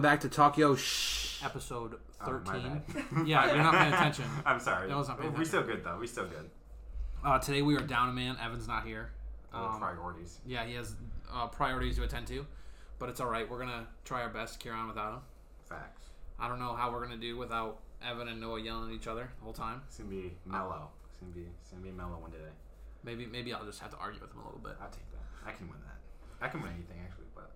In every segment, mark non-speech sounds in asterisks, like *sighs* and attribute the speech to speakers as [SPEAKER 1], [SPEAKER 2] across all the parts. [SPEAKER 1] back to Tokyo Shh episode
[SPEAKER 2] Oh, my
[SPEAKER 1] thirteen. *laughs*
[SPEAKER 2] bad.
[SPEAKER 1] yeah, you're not paying attention.
[SPEAKER 2] *laughs* I'm sorry.
[SPEAKER 1] That was not paying
[SPEAKER 2] we still good though. We still good.
[SPEAKER 1] Uh, today we are down a man. Evan's not here.
[SPEAKER 2] Little
[SPEAKER 1] Um,
[SPEAKER 2] priorities.
[SPEAKER 1] yeah, he has uh, priorities to attend to, but it's all right. We're gonna try our best to carry on without him.
[SPEAKER 2] Facts.
[SPEAKER 1] I don't know how we're gonna do without Evan and Noah yelling at each other the whole time.
[SPEAKER 2] It's gonna be mellow. It's gonna be it's gonna be a mellow one today.
[SPEAKER 1] Maybe maybe I'll just have to argue with him a little bit.
[SPEAKER 2] I'll take that. I can win that. I can win anything actually, but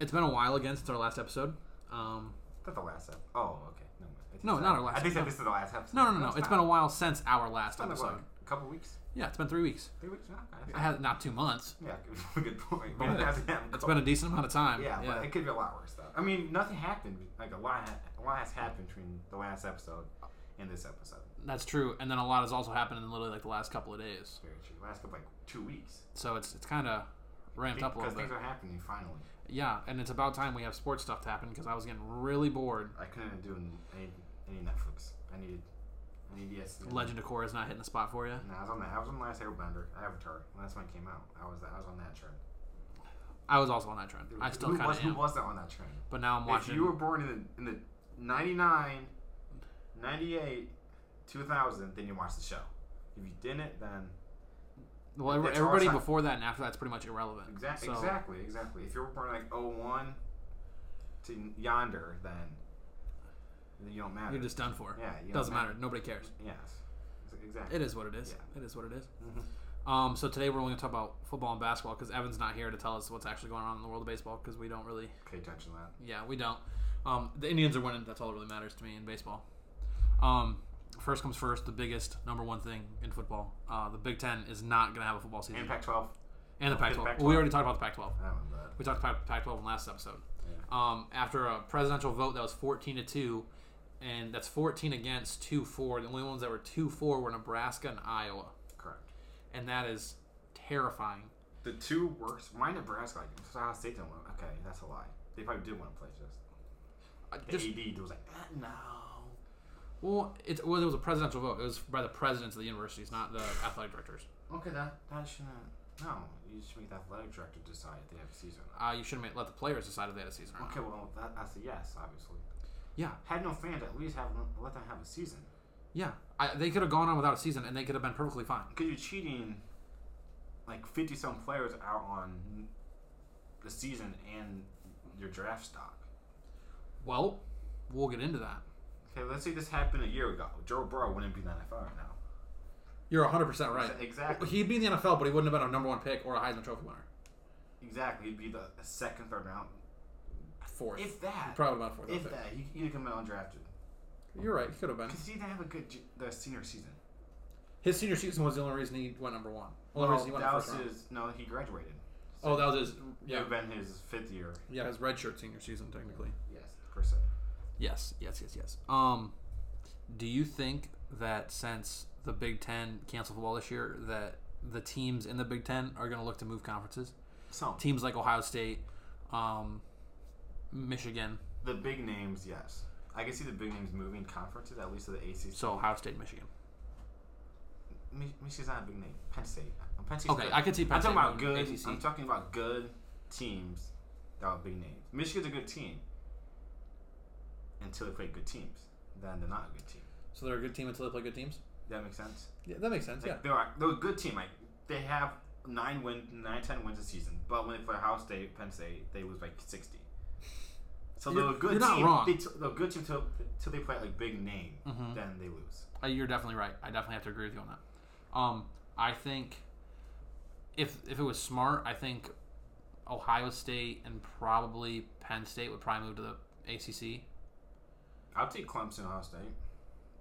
[SPEAKER 1] It's been a while again since our last episode. Um,
[SPEAKER 2] not the last episode. Oh, okay. No, I think
[SPEAKER 1] No,
[SPEAKER 2] so.
[SPEAKER 1] not our last
[SPEAKER 2] I think that
[SPEAKER 1] episode.
[SPEAKER 2] this is the last episode.
[SPEAKER 1] no, no, no, no.
[SPEAKER 2] it's
[SPEAKER 1] It's been a while since our last
[SPEAKER 2] It's been
[SPEAKER 1] episode.
[SPEAKER 2] like a couple weeks.
[SPEAKER 1] Yeah, it's been three weeks.
[SPEAKER 2] Three weeks now. Okay,
[SPEAKER 1] I had not two months.
[SPEAKER 2] Yeah, *laughs* good point. We
[SPEAKER 1] But
[SPEAKER 2] didn't have to have-
[SPEAKER 1] It's been a decent amount of time.
[SPEAKER 2] yeah, but it could be a lot worse though. I mean, nothing happened. Like a lot, ha- a lot has happened between the last episode and this episode.
[SPEAKER 1] that's true. And then a lot has also happened in literally like the last couple of days.
[SPEAKER 2] Very true. Last couple like two weeks
[SPEAKER 1] So it's it's kind of ramped up a
[SPEAKER 2] because
[SPEAKER 1] little bit.
[SPEAKER 2] things are happening finally.
[SPEAKER 1] Yeah, and it's about time we have sports stuff to happen because I was getting really bored.
[SPEAKER 2] I couldn't do any, any Netflix. I needed, I needed yes.
[SPEAKER 1] Legend of Korra is not hitting the spot for you.
[SPEAKER 2] No, I was on that. I was on the last Airbender Avatar when that's when it came out. I was I was on that trend.
[SPEAKER 1] I was also on that trend. I still
[SPEAKER 2] who
[SPEAKER 1] kind
[SPEAKER 2] was
[SPEAKER 1] of
[SPEAKER 2] who
[SPEAKER 1] am.
[SPEAKER 2] wasn't on that trend?
[SPEAKER 1] But now I'm watching.
[SPEAKER 2] If you were born in the, in the 99, 98, 2000, then you watched the show. If you didn't, then
[SPEAKER 1] well, every-
[SPEAKER 2] that's all
[SPEAKER 1] everybody
[SPEAKER 2] time.
[SPEAKER 1] before that and after that's pretty much irrelevant.
[SPEAKER 2] Exactly,
[SPEAKER 1] So,
[SPEAKER 2] exactly, exactly. If you were born like 01 to yonder, then then you don't matter.
[SPEAKER 1] You're just done for.
[SPEAKER 2] yeah, you don't
[SPEAKER 1] Doesn't matter. Nobody cares.
[SPEAKER 2] Yes, exactly.
[SPEAKER 1] It is what it is.
[SPEAKER 2] Yeah.
[SPEAKER 1] It is what it is.
[SPEAKER 2] Mhm.
[SPEAKER 1] Um, so today we're only going to talk about football and basketball because Evan's not here to tell us what's actually going on in the world of baseball because we don't really.
[SPEAKER 2] Pay attention to that.
[SPEAKER 1] Yeah, we don't. Um, the Indians are winning. That's all that really matters to me in baseball. Um, first comes first. The biggest number one thing in football. Uh, the Big Ten is not going to have a football season.
[SPEAKER 2] And Pac-12.
[SPEAKER 1] And the
[SPEAKER 2] Pac-
[SPEAKER 1] Pac-12.
[SPEAKER 2] Pac-12.
[SPEAKER 1] Well, we already talked about the Pac-12.
[SPEAKER 2] I don't know
[SPEAKER 1] We talked about Pac-12 in last episode.
[SPEAKER 2] Yeah.
[SPEAKER 1] Um, after a presidential vote that was 14 to two, and that's 14 against two four. The only ones that were two four were Nebraska and Iowa,
[SPEAKER 2] that. Correct.
[SPEAKER 1] and that is terrifying.
[SPEAKER 2] The two worst. Why Nebraska? Like, Ohio State didn't win. Okay, that's a lie. They probably did want to play just.
[SPEAKER 1] I
[SPEAKER 2] The
[SPEAKER 1] Uh, Just
[SPEAKER 2] AD was like, ah, no.
[SPEAKER 1] well, it well, it was a presidential vote. It was by the presidents of the universities, not the athletic directors.
[SPEAKER 2] Okay, that that shouldn't. No, you should make the athletic director decide if they have a season. or not.
[SPEAKER 1] Uh, you shouldn't make- let the players decide if they had a season or not.
[SPEAKER 2] Okay, well that, that's a yes, obviously.
[SPEAKER 1] Yeah,
[SPEAKER 2] Had no fans, at least have them- let them have a season.
[SPEAKER 1] yeah. I, they could have gone on without a season, and they could have been perfectly fine.
[SPEAKER 2] Because you're cheating, like fifty some players out on the season and your draft stock.
[SPEAKER 1] Well, we'll get into that.
[SPEAKER 2] Okay, let's say this happened a year ago. Joe Burrow wouldn't be in the NFL right now.
[SPEAKER 1] You're 100 percent right.
[SPEAKER 2] Exactly.
[SPEAKER 1] He'd be in the NFL, but he wouldn't have been a number one pick or a Heisman Trophy winner.
[SPEAKER 2] Exactly, he'd be the second, third round.
[SPEAKER 1] Fourth.
[SPEAKER 2] If that,
[SPEAKER 1] Probably about fourth.
[SPEAKER 2] if
[SPEAKER 1] pick.
[SPEAKER 2] that, he he could come out undrafted.
[SPEAKER 1] You're right. He could have been.
[SPEAKER 2] Because he didn't have a good ju- the senior season.
[SPEAKER 1] His senior season was the only reason he went number one. Only
[SPEAKER 2] Well,
[SPEAKER 1] reason he went
[SPEAKER 2] Oh, that
[SPEAKER 1] the
[SPEAKER 2] was
[SPEAKER 1] first round.
[SPEAKER 2] his. No, he graduated.
[SPEAKER 1] Oh, that was his.
[SPEAKER 2] It
[SPEAKER 1] Yeah,
[SPEAKER 2] would have been his fifth year.
[SPEAKER 1] yeah, his redshirt senior season technically.
[SPEAKER 2] Yes, per se.
[SPEAKER 1] Yes, yes, yes, yes. Um, do you think that since the Big Ten canceled football this year, that the teams in the Big Ten are going to look to move conferences?
[SPEAKER 2] So
[SPEAKER 1] Teams like Ohio State, um, Michigan,
[SPEAKER 2] the big names, yes. I can see the big names moving conferences, at least to the ACC.
[SPEAKER 1] so Ohio State, Michigan.
[SPEAKER 2] Mi- Michigan's not a big name. Penn State. Um, Penn State's
[SPEAKER 1] Okay,
[SPEAKER 2] good.
[SPEAKER 1] I could see. Penn
[SPEAKER 2] I'm talking about
[SPEAKER 1] State moving
[SPEAKER 2] good.
[SPEAKER 1] to ACC.
[SPEAKER 2] I'm talking about good teams that are big names. Michigan's a good team until they play good teams. Then they're not a good team.
[SPEAKER 1] so they're a good team until they play good teams.
[SPEAKER 2] That makes sense.
[SPEAKER 1] Yeah, that makes sense.
[SPEAKER 2] Like, They're a- they're a good team. Like they have nine win, nine ten wins a season, but when they play Ohio State, Penn State, they lose like sixty. So they're
[SPEAKER 1] You're-
[SPEAKER 2] a good
[SPEAKER 1] you're not
[SPEAKER 2] team.
[SPEAKER 1] wrong.
[SPEAKER 2] They t- they're a good team till, till they play like big name, then they lose.
[SPEAKER 1] Uh, you're definitely right. I definitely have to agree with you on that. Um, I think if if it was smart, I think Ohio State and probably Penn State would probably move to the ACC.
[SPEAKER 2] I'll take Clemson, Ohio State.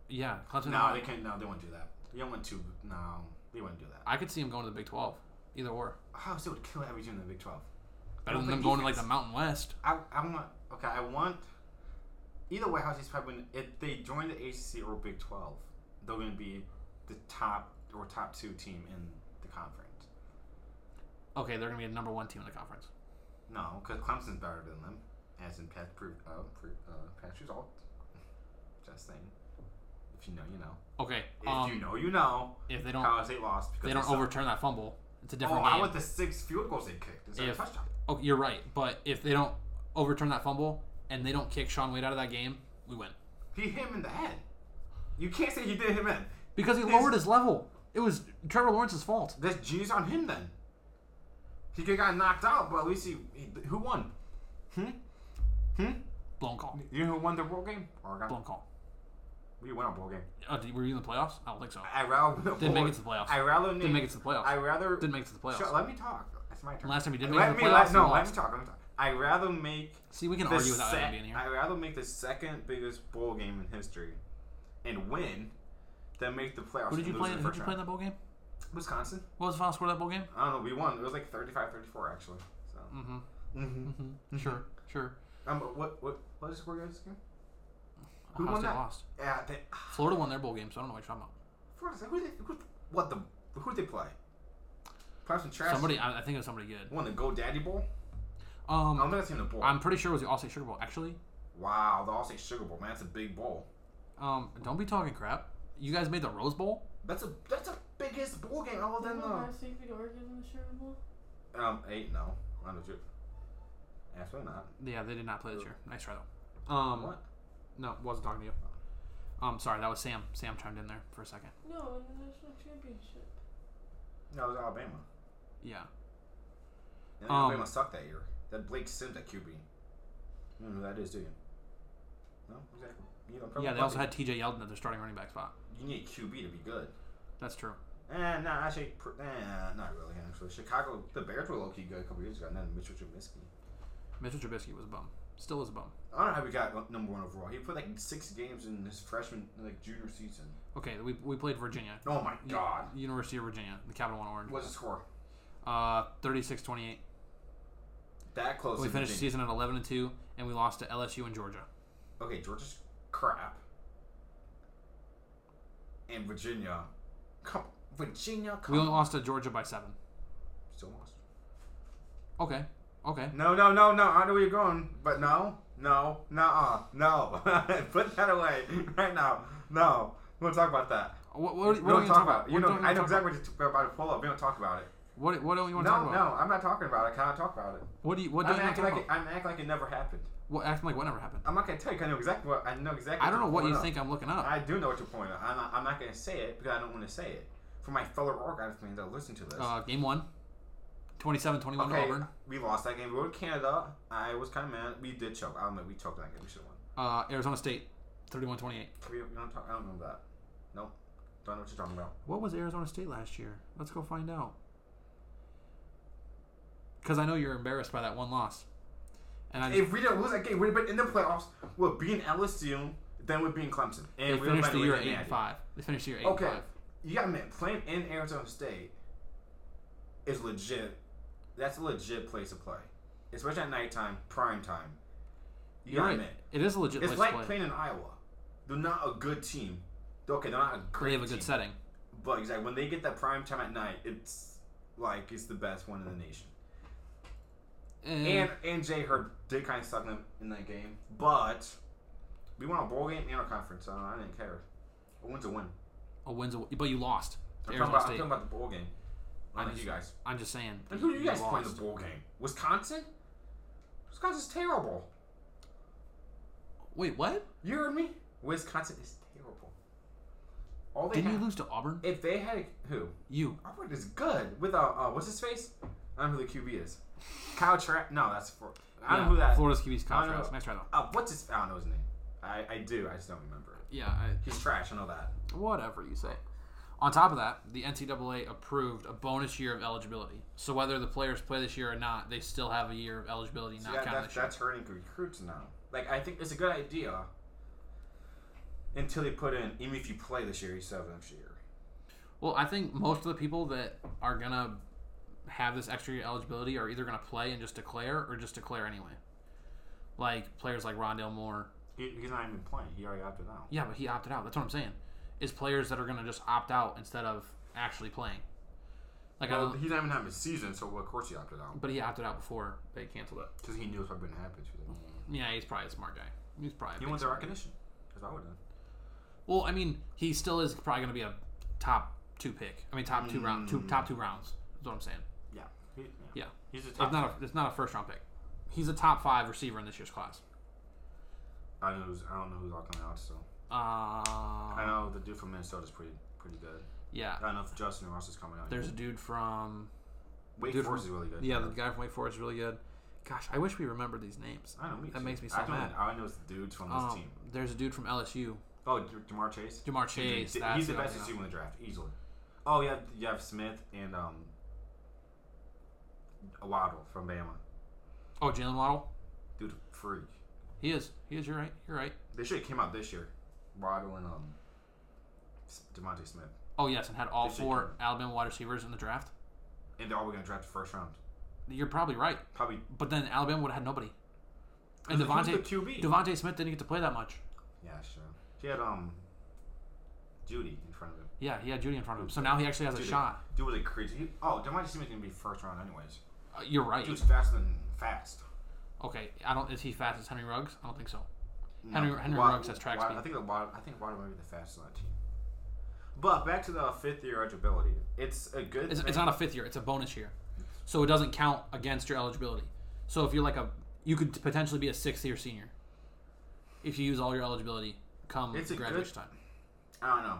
[SPEAKER 1] Yeah, Clemson.
[SPEAKER 2] No, they can't. No, they won't do that. They don't want to. No, they wouldn't do that.
[SPEAKER 1] I could see them going to the Big Twelve. Either or,
[SPEAKER 2] Ohio State would kill every team in the Big Twelve.
[SPEAKER 1] better
[SPEAKER 2] don't
[SPEAKER 1] than them
[SPEAKER 2] think
[SPEAKER 1] going to like the
[SPEAKER 2] defense.
[SPEAKER 1] Mountain West.
[SPEAKER 2] I, I want. Okay, I want. Either way, Ohio State's probably gonna- if they join the ACC or Big Twelve, they're going to be the top or top two team in the conference.
[SPEAKER 1] Okay, they're gonna be a number one team in the conference.
[SPEAKER 2] No, because Clemson's better than them, as in Pat proof, uh, proof, uh, Pat's result. Just saying, if you know, you know.
[SPEAKER 1] Okay,
[SPEAKER 2] If
[SPEAKER 1] um,
[SPEAKER 2] you know, you know.
[SPEAKER 1] if they don't
[SPEAKER 2] Ohio State lost because
[SPEAKER 1] they don't
[SPEAKER 2] suck.
[SPEAKER 1] overturn that fumble, it's a
[SPEAKER 2] Oh,
[SPEAKER 1] different
[SPEAKER 2] I
[SPEAKER 1] game.
[SPEAKER 2] want the six field goals they kicked instead
[SPEAKER 1] If-
[SPEAKER 2] of a touchdown.
[SPEAKER 1] Oh, you're right, but if they don't overturn that fumble, and they don't kick Sean Wade out of that game, we win
[SPEAKER 2] He hit him in the head. You can't say he did hit him in.
[SPEAKER 1] because he
[SPEAKER 2] He's-
[SPEAKER 1] lowered his level. It was Trevor Lawrence's fault.
[SPEAKER 2] That's G's on him then. He could have gotten knocked out, but at least he, he who won? Hmm? Hmm?
[SPEAKER 1] Blown call.
[SPEAKER 2] You know who won the bowl game? Oregon.
[SPEAKER 1] Blown call.
[SPEAKER 2] We won a bowl game.
[SPEAKER 1] Uh, did- were you in the playoffs? I don't think so.
[SPEAKER 2] I rather
[SPEAKER 1] Didn't make it to the playoffs.
[SPEAKER 2] I rather
[SPEAKER 1] Didn't make it to the playoffs.
[SPEAKER 2] I rather
[SPEAKER 1] Didn't make it to the playoffs.
[SPEAKER 2] Shut- let me talk. It's my turn.
[SPEAKER 1] Last time you didn't make
[SPEAKER 2] let
[SPEAKER 1] it to
[SPEAKER 2] me
[SPEAKER 1] the
[SPEAKER 2] let,
[SPEAKER 1] playoffs,
[SPEAKER 2] no,
[SPEAKER 1] you
[SPEAKER 2] let me
[SPEAKER 1] lost.
[SPEAKER 2] talk. Let me talk. I rather make
[SPEAKER 1] See, we can
[SPEAKER 2] the
[SPEAKER 1] argue without
[SPEAKER 2] sec-
[SPEAKER 1] him being here.
[SPEAKER 2] I rather make the second biggest bowl game in history and win than make the playoffs.
[SPEAKER 1] Who did you
[SPEAKER 2] and
[SPEAKER 1] play?
[SPEAKER 2] lose
[SPEAKER 1] Who did
[SPEAKER 2] in the first
[SPEAKER 1] you play in
[SPEAKER 2] round.
[SPEAKER 1] that bowl game?
[SPEAKER 2] Wisconsin.
[SPEAKER 1] What was the final score of that bowl game?
[SPEAKER 2] I don't know. We won. It was like 35-34 actually. So.
[SPEAKER 1] Mm-hmm.
[SPEAKER 2] Mm-hmm.
[SPEAKER 1] Mm-hmm. Sure. Sure.
[SPEAKER 2] Um, what what what is the score guys again? Who
[SPEAKER 1] Ohio
[SPEAKER 2] won
[SPEAKER 1] State
[SPEAKER 2] that?
[SPEAKER 1] lost.
[SPEAKER 2] Yeah, they, *sighs*
[SPEAKER 1] Florida won their bowl game, so I don't know what you're talking
[SPEAKER 2] Florida State. Who they, who, what the who they play? Probably some trash.
[SPEAKER 1] about. Somebody, I, I think it was somebody good.
[SPEAKER 2] won the Go Daddy Bowl.
[SPEAKER 1] Um,
[SPEAKER 2] I'm not seeing the bowl.
[SPEAKER 1] I'm pretty sure it was the All State Sugar Bowl. Actually,
[SPEAKER 2] wow, the All State Sugar Bowl, man, that's a big bowl.
[SPEAKER 1] um, don't be talking crap. You guys made the Rose Bowl.
[SPEAKER 2] That's a that's a biggest bowl game other than
[SPEAKER 3] Didn't Ohio
[SPEAKER 2] the
[SPEAKER 3] State beat Oregon in the Sugar Bowl?
[SPEAKER 2] um eight. No, I don't know. Absolutely not.
[SPEAKER 1] Yeah, they did not play this year. Nice try though. Um,
[SPEAKER 2] What?
[SPEAKER 1] No, wasn't talking to you. Um, sorry, that was Sam. Sam chimed in there for a second.
[SPEAKER 3] No, in the national championship.
[SPEAKER 2] No, it was Alabama.
[SPEAKER 1] Yeah.
[SPEAKER 2] And
[SPEAKER 1] Um,
[SPEAKER 2] Alabama sucked that year. That Blake Sims at QB. You don't know who that is, do you? No, exactly. You don't
[SPEAKER 1] Yeah, they also had T.J. Yeldon at their starting running back spot.
[SPEAKER 2] You need a QB to be good.
[SPEAKER 1] That's true.
[SPEAKER 2] Eh, no, actually, pr- eh, not really. Actually, Chicago, the Bears were low key good a couple years ago, and then Mitchell Trubisky.
[SPEAKER 1] Mitchell Trubisky was a bum. Still is a bum.
[SPEAKER 2] I don't know how we got like, number one overall. He played like six games in his freshman, like junior season.
[SPEAKER 1] Okay, we, we played Virginia.
[SPEAKER 2] Oh my
[SPEAKER 1] U-
[SPEAKER 2] god!
[SPEAKER 1] University of Virginia, the Capital One Orange.
[SPEAKER 2] What's the score?
[SPEAKER 1] Uh, 36-28.
[SPEAKER 2] That close.
[SPEAKER 1] We
[SPEAKER 2] to
[SPEAKER 1] finished the
[SPEAKER 2] Virginia.
[SPEAKER 1] season at 11 and 2 and we lost to LSU and Georgia.
[SPEAKER 2] Okay, Georgia's crap. And Virginia, come Virginia, come
[SPEAKER 1] We only lost to Georgia by 7.
[SPEAKER 2] Still lost.
[SPEAKER 1] Okay. Okay.
[SPEAKER 2] No, no, no, no. I know where you're going, but no, no, no, no. *laughs* Put that away *laughs* right now. No, we won't talk about that.
[SPEAKER 1] What, what, what
[SPEAKER 2] we
[SPEAKER 1] don't
[SPEAKER 2] don't
[SPEAKER 1] you
[SPEAKER 2] talk
[SPEAKER 1] talk
[SPEAKER 2] about.
[SPEAKER 1] about?
[SPEAKER 2] it. You
[SPEAKER 1] What
[SPEAKER 2] know,
[SPEAKER 1] don't
[SPEAKER 2] I know
[SPEAKER 1] talk about?
[SPEAKER 2] exactly what you're about to pull up. We don't talk about it.
[SPEAKER 1] What, what don't you
[SPEAKER 2] No,
[SPEAKER 1] want to talk about?
[SPEAKER 2] no, I'm not talking about it. I cannot talk about it.
[SPEAKER 1] What do you, what do
[SPEAKER 2] I'm
[SPEAKER 1] you want to
[SPEAKER 2] acting
[SPEAKER 1] talk
[SPEAKER 2] like
[SPEAKER 1] about?
[SPEAKER 2] it, I'm acting like it never happened.
[SPEAKER 1] What, acting like what never happened?
[SPEAKER 2] I'm not gonna tell you. 'cause I know exactly what I know exactly.
[SPEAKER 1] I don't know what
[SPEAKER 2] you're
[SPEAKER 1] you
[SPEAKER 2] pointing
[SPEAKER 1] think I'm looking
[SPEAKER 2] out.
[SPEAKER 1] up.
[SPEAKER 2] I do know what you're pointing out. I'm not, I'm not gonna say it because I don't want to say it for my fellow Oregon fans that listen to this.
[SPEAKER 1] Uh, game one. 27 21
[SPEAKER 2] okay,
[SPEAKER 1] Auburn.
[SPEAKER 2] we lost that game. We were to Canada. I was kind of mad. We did choke. I admit we choked that game. We should have won.
[SPEAKER 1] Uh, Arizona State 31 28.
[SPEAKER 2] We, we don't talk, I don't remember that. Nope. Don't know what you're talking about.
[SPEAKER 1] What was Arizona State last year? Let's go find out. Because I know you're embarrassed by that one loss. And I just,
[SPEAKER 2] If we didn't lose that game, we'd have been in the playoffs. We're being LSU, then we're being Clemson,
[SPEAKER 1] they
[SPEAKER 2] and we
[SPEAKER 1] finished the year
[SPEAKER 2] at
[SPEAKER 1] at 8 and 5. They finished the year 8
[SPEAKER 2] Okay,
[SPEAKER 1] and 5.
[SPEAKER 2] you got to admit, playing in Arizona State is legit. That's a legit place to play, especially at nighttime, prime time. You
[SPEAKER 1] You're
[SPEAKER 2] gotta
[SPEAKER 1] right.
[SPEAKER 2] admit,
[SPEAKER 1] It is a legit
[SPEAKER 2] it's
[SPEAKER 1] place
[SPEAKER 2] like
[SPEAKER 1] to play.
[SPEAKER 2] playing in Iowa. They're not a good team. Okay, they're not a great
[SPEAKER 1] they have a good
[SPEAKER 2] team,
[SPEAKER 1] setting.
[SPEAKER 2] but exactly when they get that prime time at night, it's like it's the best one in the nation.
[SPEAKER 1] And,
[SPEAKER 2] And and Jay Herb did kind of suck in, in that game, but we won a bowl game and a conference, so I didn't care. A win's a win.
[SPEAKER 1] a wins, a, but you lost. to
[SPEAKER 2] I'm talking,
[SPEAKER 1] Arizona
[SPEAKER 2] about, I'm
[SPEAKER 1] State.
[SPEAKER 2] talking about the bowl game.
[SPEAKER 1] I
[SPEAKER 2] I know
[SPEAKER 1] just-
[SPEAKER 2] you guys.
[SPEAKER 1] I'm just saying.
[SPEAKER 2] And who do you guys play in the
[SPEAKER 1] lost.
[SPEAKER 2] bowl game? Wisconsin? Wisconsin's terrible.
[SPEAKER 1] Wait, what?
[SPEAKER 2] You heard me? Wisconsin is terrible. All they
[SPEAKER 1] Didn't you
[SPEAKER 2] have,
[SPEAKER 1] lose to Auburn?
[SPEAKER 2] if they had who?
[SPEAKER 1] You.
[SPEAKER 2] Auburn is good with uh, uh what's his face? I don't know who the QB is. Kyle Trapp? No, that's for. I don't know
[SPEAKER 1] Yeah,
[SPEAKER 2] who that.
[SPEAKER 1] Florida's QB's
[SPEAKER 2] I don't
[SPEAKER 1] contrast.
[SPEAKER 2] know.
[SPEAKER 1] Nice try, though.
[SPEAKER 2] Uh, what's his? I don't know his name. I, I do. I just don't remember.
[SPEAKER 1] Yeah, I,
[SPEAKER 2] He's trash. I know that.
[SPEAKER 1] whatever you say. On top of that, the NCAA approved a bonus year of eligibility. So whether the players play this year or not, they still have a year of eligibility
[SPEAKER 2] So
[SPEAKER 1] not
[SPEAKER 2] yeah,
[SPEAKER 1] counted
[SPEAKER 2] that's,
[SPEAKER 1] this year.
[SPEAKER 2] that's hurting recruits now. Like, I think it's a good idea until they put in, even if you play this year, you still have next year.
[SPEAKER 1] Well, I think most of the people that are gonna have this extra year eligibility are either gonna play and just declare or just declare anyway. Like players like Rondell Moore.
[SPEAKER 2] He, he's not even playing. He already opted out.
[SPEAKER 1] Yeah, but he opted out. That's what I'm saying. Is players that are gonna just opt out instead of actually playing. Like I
[SPEAKER 2] Well,
[SPEAKER 1] don't-
[SPEAKER 2] he's not even having a season, so of course he opted out.
[SPEAKER 1] but he opted out before they canceled it.
[SPEAKER 2] Because he knew it was probably going to happen to him.
[SPEAKER 1] Yeah, he's probably a smart guy. He's probably a
[SPEAKER 2] He
[SPEAKER 1] big
[SPEAKER 2] wants the
[SPEAKER 1] smart guy.
[SPEAKER 2] recognition. Because I would have.
[SPEAKER 1] Well, I mean, he still is probably going to be a top two pick. I mean, top two round,
[SPEAKER 2] Mm.
[SPEAKER 1] two top two rounds. That's what I'm saying.
[SPEAKER 2] Yeah. He,
[SPEAKER 1] Yeah,
[SPEAKER 2] He's a
[SPEAKER 1] it's
[SPEAKER 2] top.
[SPEAKER 1] not a it's not a first round pick. He's a top five receiver in this year's class.
[SPEAKER 2] I know who's, I don't know who's all coming out. So
[SPEAKER 1] Uh,
[SPEAKER 2] I know the dude from Minnesota's pretty pretty good.
[SPEAKER 1] Yeah,
[SPEAKER 2] I don't know if Justin Ross is coming out.
[SPEAKER 1] there's a dude from
[SPEAKER 2] Wake
[SPEAKER 1] dude
[SPEAKER 2] Forest
[SPEAKER 1] from-
[SPEAKER 2] is really good.
[SPEAKER 1] yeah, the guy from Wake Forest is really good. Gosh, I wish we remembered these names.
[SPEAKER 2] I know me
[SPEAKER 1] that
[SPEAKER 2] too.
[SPEAKER 1] makes me
[SPEAKER 2] I
[SPEAKER 1] so
[SPEAKER 2] don't-
[SPEAKER 1] mad.
[SPEAKER 2] All I know is the dudes from this
[SPEAKER 1] Um,
[SPEAKER 2] team.
[SPEAKER 1] there's a dude from LSU,
[SPEAKER 2] Oh, Ja- Jamar Chase.
[SPEAKER 1] Jamar
[SPEAKER 2] Dude,
[SPEAKER 1] Chase.
[SPEAKER 2] th-
[SPEAKER 1] that's
[SPEAKER 2] he's the
[SPEAKER 1] who I
[SPEAKER 2] best
[SPEAKER 1] know.
[SPEAKER 2] receiver in the draft easily. Oh, you have you have Smith and um, Waddle from Bama.
[SPEAKER 1] Oh, Jalen Waddle.
[SPEAKER 2] Dude, freak.
[SPEAKER 1] He is. He is. You're right. You're right.
[SPEAKER 2] They should have came out this year. Waddle and um, S- Demonte Smith,
[SPEAKER 1] Oh yes, and had all
[SPEAKER 2] They should
[SPEAKER 1] four Alabama wide receivers in the draft.
[SPEAKER 2] and they're all going to draft the first round.
[SPEAKER 1] You're probably right,
[SPEAKER 2] Probably.
[SPEAKER 1] but then Alabama would have had nobody. And
[SPEAKER 2] Who's the-
[SPEAKER 1] Devontae
[SPEAKER 2] who's the QB.
[SPEAKER 1] Devontae Smith didn't get to play that much.
[SPEAKER 2] yeah, sure. He had um, Judy in front of him.
[SPEAKER 1] Yeah, he had Judy in front of him, so now he actually has a
[SPEAKER 2] Judy.
[SPEAKER 1] shot.
[SPEAKER 2] Dude was a crazy. He, oh, Demonte Smith going to be first round anyways.
[SPEAKER 1] Uh, you're right.
[SPEAKER 2] Dude's faster than fast.
[SPEAKER 1] Okay, I don't. Is he fast as Henry Ruggs? I don't think so.
[SPEAKER 2] No,
[SPEAKER 1] Henry- Henry
[SPEAKER 2] Wa-
[SPEAKER 1] Ruggs has track
[SPEAKER 2] Wa-
[SPEAKER 1] speed.
[SPEAKER 2] I think the Waddle, I think Waddle might be the fastest on that team. But back to the fifth year eligibility. It's a good.
[SPEAKER 1] It's,
[SPEAKER 2] thing.
[SPEAKER 1] it's not a fifth year; it's a bonus year, so it doesn't count against your eligibility. So if you're like a, you could potentially be a sixth year senior if you use all your eligibility come
[SPEAKER 2] It's a
[SPEAKER 1] graduation time.
[SPEAKER 2] I don't know.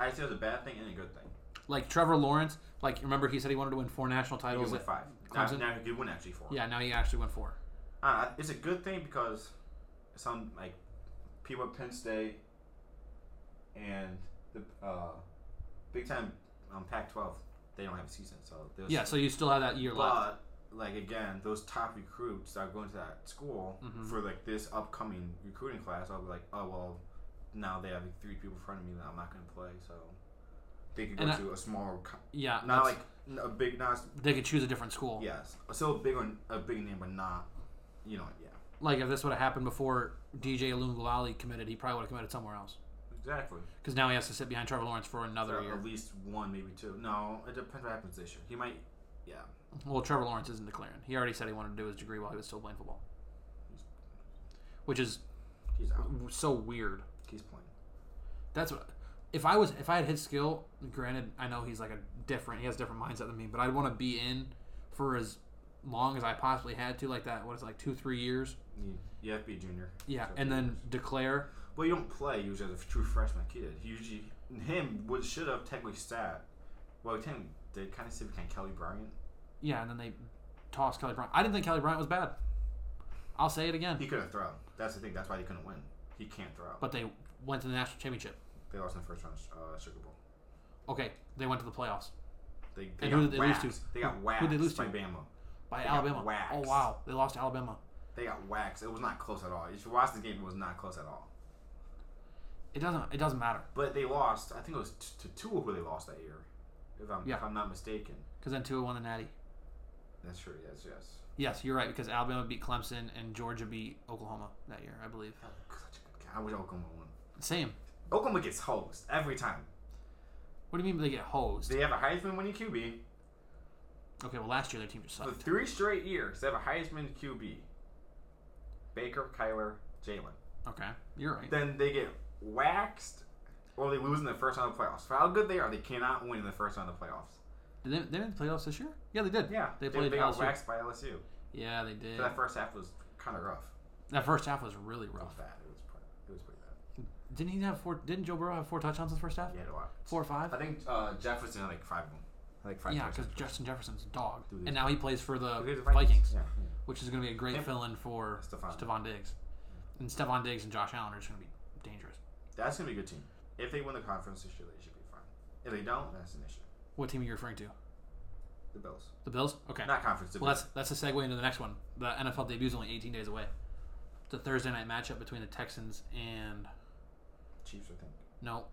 [SPEAKER 2] I say it's a bad thing and a good thing.
[SPEAKER 1] Like Trevor Lawrence, like remember he said he wanted to win four national
[SPEAKER 2] He
[SPEAKER 1] titles.
[SPEAKER 2] could win five. Now,
[SPEAKER 1] Clemson?
[SPEAKER 2] now he could win actually four.
[SPEAKER 1] Yeah, now he actually won four.
[SPEAKER 2] I don't know. It's a good thing because some like people at Penn State and the uh, big time um, Pac-12 they don't have a season, so there's-
[SPEAKER 1] Yeah, so you still have that year left.
[SPEAKER 2] But like again, those top recruits that are going to that school for like this upcoming recruiting class, I'll be like, oh well, now they have like, three people in front of me that I'm not going to play, so they could go
[SPEAKER 1] And I-
[SPEAKER 2] to a smaller, co-
[SPEAKER 1] Yeah, that's-
[SPEAKER 2] not like n- a big, not
[SPEAKER 1] they could choose a different school.
[SPEAKER 2] yes, still a big one, a big name, but not, you know, yeah,
[SPEAKER 1] Like if this would have happened before DJ Alungulali committed, he probably would have committed somewhere else.
[SPEAKER 2] exactly.
[SPEAKER 1] Because now he has to sit behind Trevor Lawrence for another
[SPEAKER 2] So
[SPEAKER 1] year.
[SPEAKER 2] at least one, maybe two. No, it depends what happens this year. He might, yeah,
[SPEAKER 1] Well, Trevor Lawrence isn't declaring. He already said he wanted to do his degree while he was still playing football, which is
[SPEAKER 2] he's out,
[SPEAKER 1] so weird.
[SPEAKER 2] he's playing.
[SPEAKER 1] That's what. If I was, if I had his skill, granted, I know he's like a different, he has a different mindset than me, but I'd want to be in for as long as I possibly had to, like that. What is it, like two, three years?
[SPEAKER 2] You, you have to be a junior.
[SPEAKER 1] Yeah,
[SPEAKER 2] So-
[SPEAKER 1] and then declare.
[SPEAKER 2] Well, you don't play usually as a true freshman kid. He usually him would should have technically sat. Well, he technically did kind of sit behind Kelly Bryant.
[SPEAKER 1] Yeah, and then they toss Kelly Bryant. I didn't think Kelly Bryant was bad. I'll say it again,
[SPEAKER 2] He couldn't throw. That's the thing. That's why he couldn't win. He can't throw.
[SPEAKER 1] but they went to the national championship.
[SPEAKER 2] they lost in the first round, uh, Sugar Bowl.
[SPEAKER 1] Okay, they went to the playoffs
[SPEAKER 2] They, they
[SPEAKER 1] And
[SPEAKER 2] got
[SPEAKER 1] who did they lose
[SPEAKER 2] waxed.
[SPEAKER 1] to?
[SPEAKER 2] They got
[SPEAKER 1] Who-
[SPEAKER 2] waxed
[SPEAKER 1] who'd they lose
[SPEAKER 2] by
[SPEAKER 1] to?
[SPEAKER 2] Bama.
[SPEAKER 1] by
[SPEAKER 2] They got
[SPEAKER 1] Alabama. Oh
[SPEAKER 2] waxed.
[SPEAKER 1] wow, they lost to Alabama.
[SPEAKER 2] They got waxed. It was not close at all. If you watch the game, it was not close at all.
[SPEAKER 1] It doesn't. It doesn't matter.
[SPEAKER 2] But they lost. I think it was t- to Tua who they lost that year, if I'm, if
[SPEAKER 1] Yeah.
[SPEAKER 2] I'm not mistaken.
[SPEAKER 1] Because then Tua won the Natty.
[SPEAKER 2] That's true. Yes, yes.
[SPEAKER 1] Yes, you're right. Because Alabama beat Clemson and Georgia beat Oklahoma that year, I believe.
[SPEAKER 2] That was such a good game. I wish Oklahoma won.
[SPEAKER 1] Same.
[SPEAKER 2] Oklahoma gets hosed every time.
[SPEAKER 1] What do you mean they get hosed?
[SPEAKER 2] They have a Heisman winning QB.
[SPEAKER 1] Okay, well last year their team just
[SPEAKER 2] For
[SPEAKER 1] sucked.
[SPEAKER 2] three straight years, they have a Heisman QB. Baker, Kyler, Jalen.
[SPEAKER 1] Okay, you're right.
[SPEAKER 2] Then they get waxed or they lose in the first round of the playoffs. For how good they are, they cannot win in the first round of the playoffs.
[SPEAKER 1] Did they, they didn't play playoffs this year? Yeah, they did.
[SPEAKER 2] Yeah.
[SPEAKER 1] they played
[SPEAKER 2] got
[SPEAKER 1] LSU.
[SPEAKER 2] waxed by LSU.
[SPEAKER 1] Yeah, they did.
[SPEAKER 2] So that first half was kind of rough.
[SPEAKER 1] That first half was really
[SPEAKER 2] It was
[SPEAKER 1] rough.
[SPEAKER 2] bad. It was, pretty, it was pretty bad.
[SPEAKER 1] Didn't he have four? Didn't Joe Burrow have four touchdowns in the first half?
[SPEAKER 2] He had a lot.
[SPEAKER 1] Four or five?
[SPEAKER 2] I think uh, Jefferson had like five of them. Like five
[SPEAKER 1] Yeah, because
[SPEAKER 2] touchdowns.
[SPEAKER 1] Justin Jefferson's a dog,
[SPEAKER 2] Dude,
[SPEAKER 1] and now he plays for the
[SPEAKER 2] Okay, the
[SPEAKER 1] Vikings,
[SPEAKER 2] Yeah.
[SPEAKER 1] which is going to be a great
[SPEAKER 2] And-
[SPEAKER 1] fill-in for
[SPEAKER 2] Stephon.
[SPEAKER 1] Stephon Diggs. And Stephon Diggs and Josh Allen are just going to be dangerous.
[SPEAKER 2] That's going to be a good team. If they win the conference this year, they should be fine. If they don't, that's an issue.
[SPEAKER 1] What team are you referring to?
[SPEAKER 2] The Bills.
[SPEAKER 1] The Bills? Okay.
[SPEAKER 2] Not conference. The
[SPEAKER 1] Well, that's that's a segue into the next one. The NFL debut is only 18 days away. It's a Thursday night matchup between the Texans and
[SPEAKER 2] Chiefs, I think.
[SPEAKER 1] no,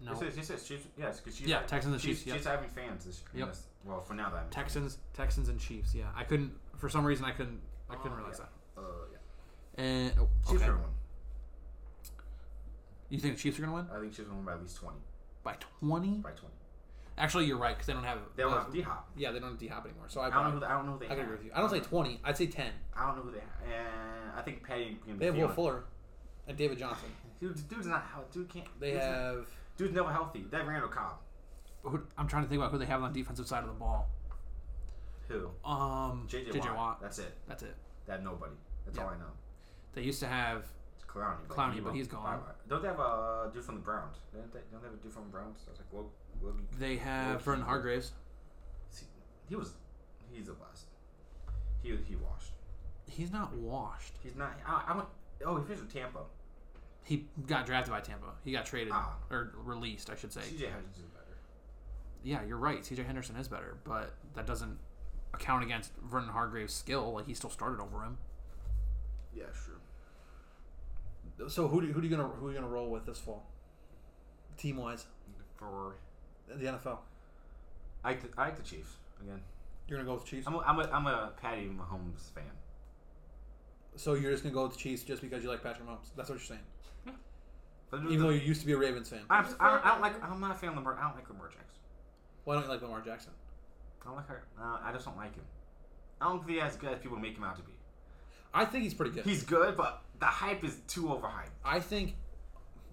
[SPEAKER 1] no
[SPEAKER 2] It says, it says Chiefs. Yes, because Chiefs.
[SPEAKER 1] Yeah,
[SPEAKER 2] have-
[SPEAKER 1] Texans and
[SPEAKER 2] Chiefs.
[SPEAKER 1] Chiefs, yeah.
[SPEAKER 2] Chiefs having fans this year.
[SPEAKER 1] Yep.
[SPEAKER 2] Yes. Well, for now that.
[SPEAKER 1] Texans Texans and Chiefs. Yeah, I couldn't for some reason I couldn't I couldn't
[SPEAKER 2] Oh,
[SPEAKER 1] realize
[SPEAKER 2] yeah. Uh, yeah.
[SPEAKER 1] that. And oh,
[SPEAKER 2] Chiefs
[SPEAKER 1] okay.
[SPEAKER 2] are gonna win.
[SPEAKER 1] You think the Chiefs are gonna win
[SPEAKER 2] I think Chiefs are gonna win by at least twenty.
[SPEAKER 1] by 20?
[SPEAKER 2] By twenty.
[SPEAKER 1] Actually, you're right because they don't have uh,
[SPEAKER 2] They don't have D Hop.
[SPEAKER 1] yeah they don't have D Hop anymore. So I
[SPEAKER 2] I don't know. Who they, I don't know. Who they
[SPEAKER 1] Oh, I could
[SPEAKER 2] have.
[SPEAKER 1] agree with you. I don't say 20. I'd say 10.
[SPEAKER 2] I don't know who they have. And I think Patty. can
[SPEAKER 1] They have
[SPEAKER 2] feel
[SPEAKER 1] Will
[SPEAKER 2] it.
[SPEAKER 1] Fuller and David Johnson.
[SPEAKER 2] Dude, dude's not healthy. Dude can't.
[SPEAKER 1] They
[SPEAKER 2] dude's Not,
[SPEAKER 1] have.
[SPEAKER 2] dude's never healthy. That Randall Cobb.
[SPEAKER 1] Who, I'm trying to think about who they have on the defensive side of the ball.
[SPEAKER 2] Who?
[SPEAKER 1] Um,
[SPEAKER 2] JJ, Watt. That's it.
[SPEAKER 1] That's it.
[SPEAKER 2] That nobody. That's
[SPEAKER 1] Yeah.
[SPEAKER 2] all I know.
[SPEAKER 1] They used to have
[SPEAKER 2] Clowney. but
[SPEAKER 1] Clowney,
[SPEAKER 2] he
[SPEAKER 1] but
[SPEAKER 2] went-
[SPEAKER 1] he's gone.
[SPEAKER 2] bye-bye. Don't they have a dude from the Browns? Don't they, don't they have a dude from the Browns? I was like, well, Logie.
[SPEAKER 1] They have Vernon Hargraves.
[SPEAKER 2] See, he was, he's a bust. He he washed.
[SPEAKER 1] He's not washed.
[SPEAKER 2] He's not. I, I went. Oh, he finished with Tampa.
[SPEAKER 1] He got drafted by Tampa. He got traded
[SPEAKER 2] Ah.
[SPEAKER 1] or released, I should say.
[SPEAKER 2] CJ Henderson's better.
[SPEAKER 1] Yeah, you're right. CJ Henderson is better, but that doesn't account against Vernon Hargraves' skill. Like he still started over him.
[SPEAKER 2] Yeah, sure.
[SPEAKER 1] So who do, who do you gonna who are you gonna roll with this fall? Team wise,
[SPEAKER 2] For
[SPEAKER 1] the NFL.
[SPEAKER 2] I like the, I like the Chiefs again.
[SPEAKER 1] You're gonna go with Chiefs.
[SPEAKER 2] I'm a, I'm a, I'm a Patty Mahomes fan.
[SPEAKER 1] So you're just gonna go with the Chiefs just because you like Patrick Mahomes. That's what you're saying.
[SPEAKER 2] But
[SPEAKER 1] Even though you used to be a Ravens fan.
[SPEAKER 2] I'm, I, don't, I don't like. I'm not a fan of Lamar. I don't like Lamar Jackson.
[SPEAKER 1] Why don't you like Lamar Jackson?
[SPEAKER 2] I don't like her. Uh, I just don't like him. I don't think he's as good as people make him out to be.
[SPEAKER 1] I think he's pretty good.
[SPEAKER 2] He's good, but the hype is too overhyped.
[SPEAKER 1] I think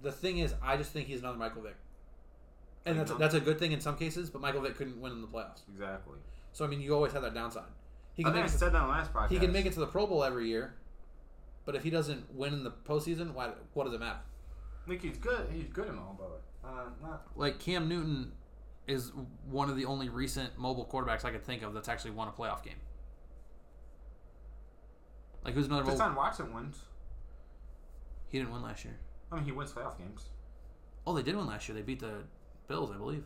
[SPEAKER 1] the thing is, I just think he's another Michael Vick, and
[SPEAKER 2] Like
[SPEAKER 1] that's a,
[SPEAKER 2] Tom-
[SPEAKER 1] that's a good thing in some cases. But Michael Vick couldn't win in the playoffs,
[SPEAKER 2] Exactly.
[SPEAKER 1] so I mean, you always have that downside. He
[SPEAKER 2] I
[SPEAKER 1] can
[SPEAKER 2] think
[SPEAKER 1] make
[SPEAKER 2] I
[SPEAKER 1] it,
[SPEAKER 2] said that on the last podcast.
[SPEAKER 1] he can make it to the Pro Bowl every year, but if he doesn't win in the postseason, why? What does it matter?
[SPEAKER 2] Like he's good. He's good and all, but uh, not.
[SPEAKER 1] Like Cam Newton is one of the only recent mobile quarterbacks I could think of that's actually won a playoff game. Like who's another? Mobile?
[SPEAKER 2] Deshaun Watson wins.
[SPEAKER 1] He didn't win last year.
[SPEAKER 2] I mean, he wins playoff games.
[SPEAKER 1] Oh, they did win last year. They beat the Bills, I believe.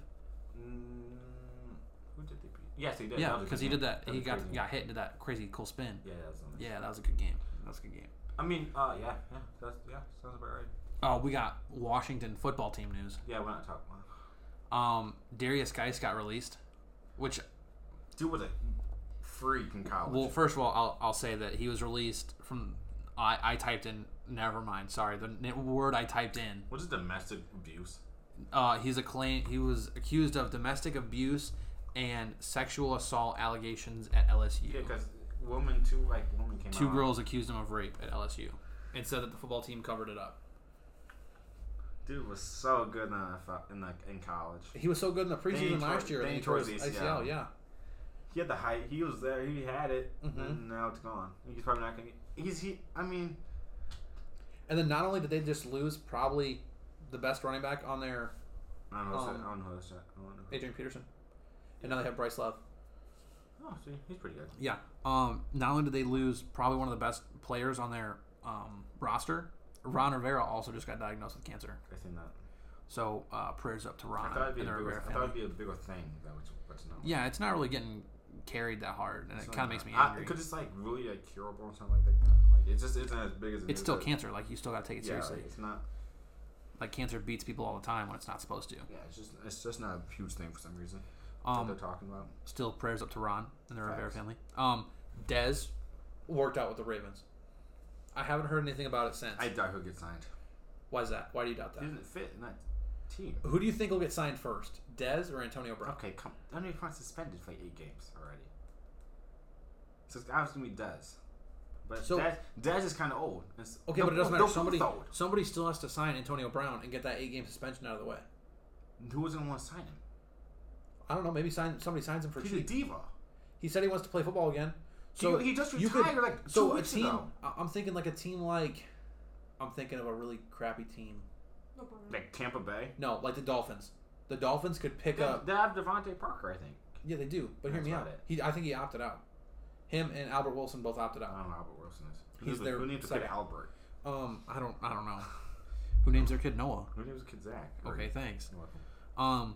[SPEAKER 2] Mm, who did they beat? Yes, he did.
[SPEAKER 1] Yeah,
[SPEAKER 2] That was a
[SPEAKER 1] because
[SPEAKER 2] good
[SPEAKER 1] he did
[SPEAKER 2] game.
[SPEAKER 1] that. He
[SPEAKER 2] was
[SPEAKER 1] got
[SPEAKER 2] crazy.
[SPEAKER 1] got hit and did that crazy cool spin.
[SPEAKER 2] Yeah, that was nice.
[SPEAKER 1] Yeah, that was a good game. That was a good game.
[SPEAKER 2] I mean, uh, yeah, yeah, that's yeah, sounds about right.
[SPEAKER 1] Oh, we got Washington football team news.
[SPEAKER 2] Yeah, we're not talking. About.
[SPEAKER 1] Um, Darius Geis got released, which
[SPEAKER 2] Dude was a freak in college.
[SPEAKER 1] well, first of all, I'll, I'll say that he was released from. I, I typed in. Never mind. Sorry, the n- word I typed in.
[SPEAKER 2] What is domestic abuse?
[SPEAKER 1] Uh, he's a claim. He was accused of domestic abuse and sexual assault allegations at LSU.
[SPEAKER 2] Yeah, because woman two like woman came
[SPEAKER 1] Two
[SPEAKER 2] out.
[SPEAKER 1] girls accused him of rape at LSU, and said that the football team covered it up.
[SPEAKER 2] Dude was so good in the NFL in like in college.
[SPEAKER 1] He was so good in the
[SPEAKER 2] Then he
[SPEAKER 1] preseason
[SPEAKER 2] tore-
[SPEAKER 1] last year,
[SPEAKER 2] then
[SPEAKER 1] and
[SPEAKER 2] he
[SPEAKER 1] he tore
[SPEAKER 2] tore
[SPEAKER 1] his
[SPEAKER 2] his
[SPEAKER 1] ACL.
[SPEAKER 2] ACL.
[SPEAKER 1] Yeah,
[SPEAKER 2] He had the height. He was there. He had it.
[SPEAKER 1] Mhm.
[SPEAKER 2] And now it's gone. He's probably not gonna. Get, he's he. I mean,
[SPEAKER 1] and then not only did they just lose probably the best running back on their
[SPEAKER 2] I don't know. who's
[SPEAKER 1] Um,
[SPEAKER 2] that- I don't know. who's that- I don't know.
[SPEAKER 1] Adrian Peterson. And now they have Bryce Love.
[SPEAKER 2] Oh, see, he's pretty good.
[SPEAKER 1] Yeah. Um, not only did they lose probably one of the best players on their um, roster, Ron Rivera also just got diagnosed with cancer.
[SPEAKER 2] I seen that.
[SPEAKER 1] So uh, prayers up to
[SPEAKER 2] I
[SPEAKER 1] Ron
[SPEAKER 2] thought it'd be
[SPEAKER 1] and
[SPEAKER 2] a
[SPEAKER 1] the
[SPEAKER 2] bigger.
[SPEAKER 1] Rivera
[SPEAKER 2] I thought
[SPEAKER 1] family.
[SPEAKER 2] it'd be a bigger thing. That was what's not.
[SPEAKER 1] Yeah, it's not really getting carried that hard, and
[SPEAKER 2] So,
[SPEAKER 1] it kind of makes me
[SPEAKER 2] I-
[SPEAKER 1] angry.
[SPEAKER 2] Because it's like really like curable or something like that. Like it just isn't as big as. it
[SPEAKER 1] it's
[SPEAKER 2] is,
[SPEAKER 1] still
[SPEAKER 2] but-
[SPEAKER 1] cancer. Like you still got to take it
[SPEAKER 2] Yeah, like,
[SPEAKER 1] seriously.
[SPEAKER 2] it's not.
[SPEAKER 1] Like cancer beats people all the time when it's not supposed to.
[SPEAKER 2] Yeah, it's just it's just not a huge thing for some reason that
[SPEAKER 1] Um,
[SPEAKER 2] they're talking about.
[SPEAKER 1] still prayers up to Ron and the Rivera
[SPEAKER 2] Facts.
[SPEAKER 1] family. Um, Dez worked out with the Ravens. I haven't heard anything about it since.
[SPEAKER 2] I doubt he'll get signed.
[SPEAKER 1] Why is that? Why do you doubt that?
[SPEAKER 2] He doesn't fit in that team.
[SPEAKER 1] Who do you think will get signed first, Dez or Antonio Brown?
[SPEAKER 2] Okay, come. I mean, he's suspended for eight games already. So it's obviously gonna be Dez. But
[SPEAKER 1] So-
[SPEAKER 2] Dez, Dez is kind of old. It's-
[SPEAKER 1] Okay,
[SPEAKER 2] they're
[SPEAKER 1] but it doesn't
[SPEAKER 2] both-
[SPEAKER 1] matter.
[SPEAKER 2] they're
[SPEAKER 1] Somebody,
[SPEAKER 2] both old.
[SPEAKER 1] somebody still has to sign Antonio Brown and get that eight game suspension out of the way.
[SPEAKER 2] Who was gonna want to sign him?
[SPEAKER 1] I don't know. Maybe sign somebody signs him for
[SPEAKER 2] He's a
[SPEAKER 1] cheap.
[SPEAKER 2] diva.
[SPEAKER 1] He said he wants to play football again. So
[SPEAKER 2] he, he just
[SPEAKER 1] you
[SPEAKER 2] retired
[SPEAKER 1] could-
[SPEAKER 2] like two
[SPEAKER 1] so
[SPEAKER 2] weeks
[SPEAKER 1] a team.
[SPEAKER 2] ago.
[SPEAKER 1] I- I'm thinking like a team like. I'm thinking of a really crappy team.
[SPEAKER 3] No problem.
[SPEAKER 2] Like Tampa Bay.
[SPEAKER 1] No, like the Dolphins. The Dolphins could pick
[SPEAKER 2] They
[SPEAKER 1] up.
[SPEAKER 2] they have Devontae Parker, I think.
[SPEAKER 1] Yeah, they do. But hear
[SPEAKER 2] That's
[SPEAKER 1] me
[SPEAKER 2] about
[SPEAKER 1] out.
[SPEAKER 2] it.
[SPEAKER 1] He, I think he opted out. Him and Albert Wilson both opted
[SPEAKER 2] I
[SPEAKER 1] out.
[SPEAKER 2] don't know how Albert Wilson is. Who
[SPEAKER 1] He's
[SPEAKER 2] names-
[SPEAKER 1] their
[SPEAKER 2] Who names the
[SPEAKER 1] second.
[SPEAKER 2] kid Albert?
[SPEAKER 1] Um, I don't. I don't
[SPEAKER 2] *sighs*
[SPEAKER 1] know. Who names their kid Noah?
[SPEAKER 2] Who names the kid Zach? Or-
[SPEAKER 1] Okay, thanks.
[SPEAKER 2] You're welcome.
[SPEAKER 1] Um,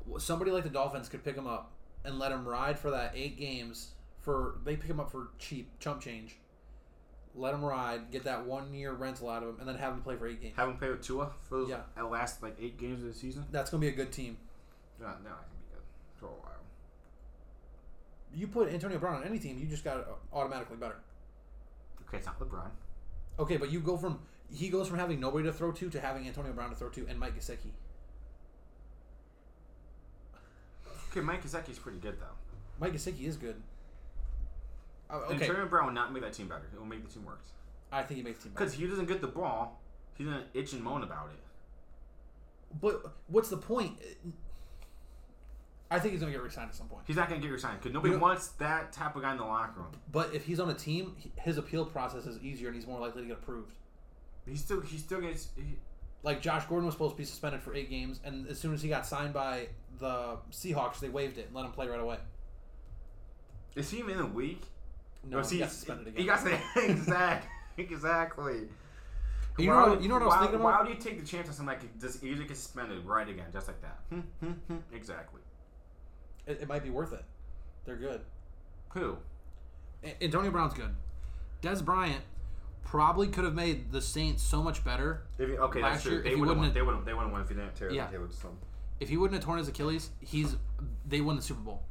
[SPEAKER 1] w- somebody like the Dolphins could pick him up and let him ride for that eight games. For they pick him up for cheap chump change. Let him ride, get that one year rental out of him, and then have him play for eight games.
[SPEAKER 2] Have him play with Tua for those
[SPEAKER 1] Yeah.
[SPEAKER 2] uh, last like eight games of the season.
[SPEAKER 1] That's gonna be a good team.
[SPEAKER 2] No, no,
[SPEAKER 1] Uh,
[SPEAKER 2] I can be good for a while.
[SPEAKER 1] You put Antonio Brown on any team, you just got it automatically better.
[SPEAKER 2] Okay, it's not LeBron.
[SPEAKER 1] Okay, but you go from he goes from having nobody to throw to to having Antonio Brown to throw to and Mike Gesicki.
[SPEAKER 2] Okay, Mike Gesicki's pretty good though.
[SPEAKER 1] Mike Gesicki is good. Uh,
[SPEAKER 2] And
[SPEAKER 1] okay,
[SPEAKER 2] Antonio Brown will not make that team better. It will make the team worse
[SPEAKER 1] I think he makes the team. better.
[SPEAKER 2] because he doesn't get the ball. He's gonna itch and moan about it.
[SPEAKER 1] But what's the point? I think he's gonna get re-signed at some point.
[SPEAKER 2] He's not gonna get your sign because nobody
[SPEAKER 1] You know-
[SPEAKER 2] wants that type of guy in the locker room.
[SPEAKER 1] But if he's on a team, h- his appeal process is easier and he's more likely to get approved.
[SPEAKER 2] He still he still gets he,
[SPEAKER 1] Like Josh Gordon was supposed to be suspended for eight games, and as soon as he got signed by the Seahawks, they waived it and let him play right away.
[SPEAKER 2] is he even in the league?
[SPEAKER 1] No,
[SPEAKER 2] Or is
[SPEAKER 1] he got suspended again.
[SPEAKER 2] He got suspended *laughs* exactly exactly.
[SPEAKER 1] You know
[SPEAKER 2] Why
[SPEAKER 1] what-
[SPEAKER 2] would-
[SPEAKER 1] you know what I was
[SPEAKER 2] why,
[SPEAKER 1] thinking
[SPEAKER 2] Why
[SPEAKER 1] about?
[SPEAKER 2] would you take the chance on something like this easily get suspended right again, just like that? Hmm, hmm, hmm. exactly.
[SPEAKER 1] it, it might be worth it. They're good.
[SPEAKER 2] Who?
[SPEAKER 1] A- Antonio Brown's good. Des Bryant probably could have made the Saints so much better
[SPEAKER 2] If you, okay,
[SPEAKER 1] Last
[SPEAKER 2] that's
[SPEAKER 1] year,
[SPEAKER 2] true.
[SPEAKER 1] if
[SPEAKER 2] They
[SPEAKER 1] he
[SPEAKER 2] would
[SPEAKER 1] wouldn't
[SPEAKER 2] have won.
[SPEAKER 1] have-
[SPEAKER 2] They would have. They would have won if he didn't tear.
[SPEAKER 1] Yeah.
[SPEAKER 2] They would have some.
[SPEAKER 1] If he wouldn't have torn his Achilles, he's they won the Super Bowl.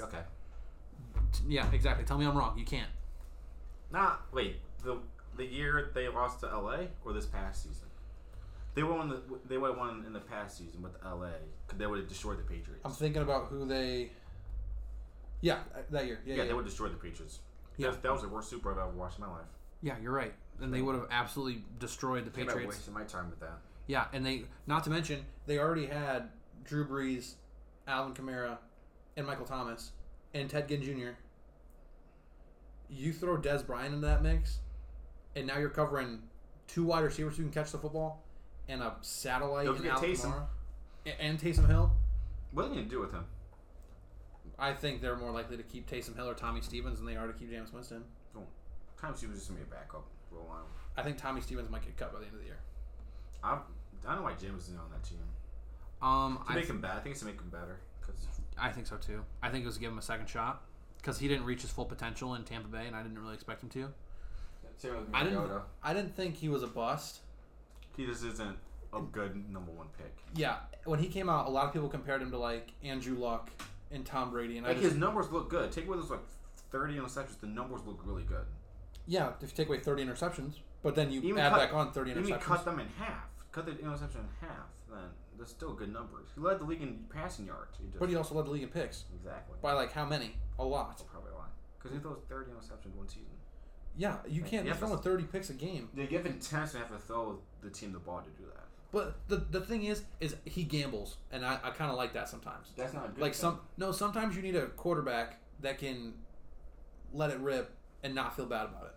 [SPEAKER 2] Okay.
[SPEAKER 1] T- Yeah, exactly. Tell me I'm wrong. You can't.
[SPEAKER 2] Nah, wait. The the year they lost to LA or this past season? They won the they would have won in the past season with LA because they would have destroyed the Patriots.
[SPEAKER 1] I'm thinking about who they. Yeah, uh, that year. Yeah,
[SPEAKER 2] yeah,
[SPEAKER 1] yeah,
[SPEAKER 2] they
[SPEAKER 1] yeah.
[SPEAKER 2] would have destroyed the Patriots.
[SPEAKER 1] Yeah.
[SPEAKER 2] That, that was the worst Super Bowl I've ever watched in my life.
[SPEAKER 1] you're right. And they would have absolutely destroyed the
[SPEAKER 2] Patriots. I
[SPEAKER 1] Patriots.
[SPEAKER 2] wasted my time with that.
[SPEAKER 1] Yeah, and they not to mention they already had Drew Brees, Alvin Kamara, and Michael Thomas, and Ted Ginn Jr. You throw Des Bryant into that mix, and now you're covering two wide receivers who can catch the football, and a satellite
[SPEAKER 2] Don't
[SPEAKER 1] in
[SPEAKER 2] forget
[SPEAKER 1] Alvin
[SPEAKER 2] Taysom.
[SPEAKER 1] Kamara, A- and Taysom Hill.
[SPEAKER 2] What are they gonna do with him?
[SPEAKER 1] I think they're more likely to keep Taysom Hill or Tommy Stevens than they are to keep James Winston.
[SPEAKER 2] Times he was just gonna be a backup for a while.
[SPEAKER 1] I think Tommy Stevens might get cut by the end of the year.
[SPEAKER 2] I I don't know why James isn't on that team.
[SPEAKER 1] Um,
[SPEAKER 2] To
[SPEAKER 1] I,
[SPEAKER 2] make him bad, I think it's to make him better. 'cause-
[SPEAKER 1] I think so too. I think it was to give him a second shot because he didn't reach his full potential in Tampa Bay, and I didn't really expect him to.
[SPEAKER 2] same with
[SPEAKER 1] I didn't-
[SPEAKER 2] Mariota.
[SPEAKER 1] I didn't think he was a bust.
[SPEAKER 2] He just isn't a good number one pick.
[SPEAKER 1] Yeah, when he came out, a lot of people compared him to like Andrew Luck and Tom Brady, and I
[SPEAKER 2] Like
[SPEAKER 1] just,
[SPEAKER 2] his numbers look good. Take away those like thirty interceptions, the numbers look really good.
[SPEAKER 1] yeah, if you take away thirty interceptions, but then you
[SPEAKER 2] Even
[SPEAKER 1] add
[SPEAKER 2] cut-
[SPEAKER 1] back on thirty
[SPEAKER 2] You mean
[SPEAKER 1] interceptions.
[SPEAKER 2] cut them in half? Cut the interception in half, then that's still good numbers. He led the league in passing yards. He just,
[SPEAKER 1] But he also led the league in picks
[SPEAKER 2] exactly.
[SPEAKER 1] by like how many? A lot.
[SPEAKER 2] That's probably a lot. Because he throws thirty interceptions one season.
[SPEAKER 1] Yeah, you can't be
[SPEAKER 2] Yeah, but-
[SPEAKER 1] throwing thirty picks a game.
[SPEAKER 2] They give intense and have to throw the team the ball to do that.
[SPEAKER 1] But the the thing is, is he gambles, and I, I kind of like that sometimes.
[SPEAKER 2] That's not a good
[SPEAKER 1] Like
[SPEAKER 2] thing.
[SPEAKER 1] some no, sometimes you need a quarterback that can let it rip and not feel bad about it,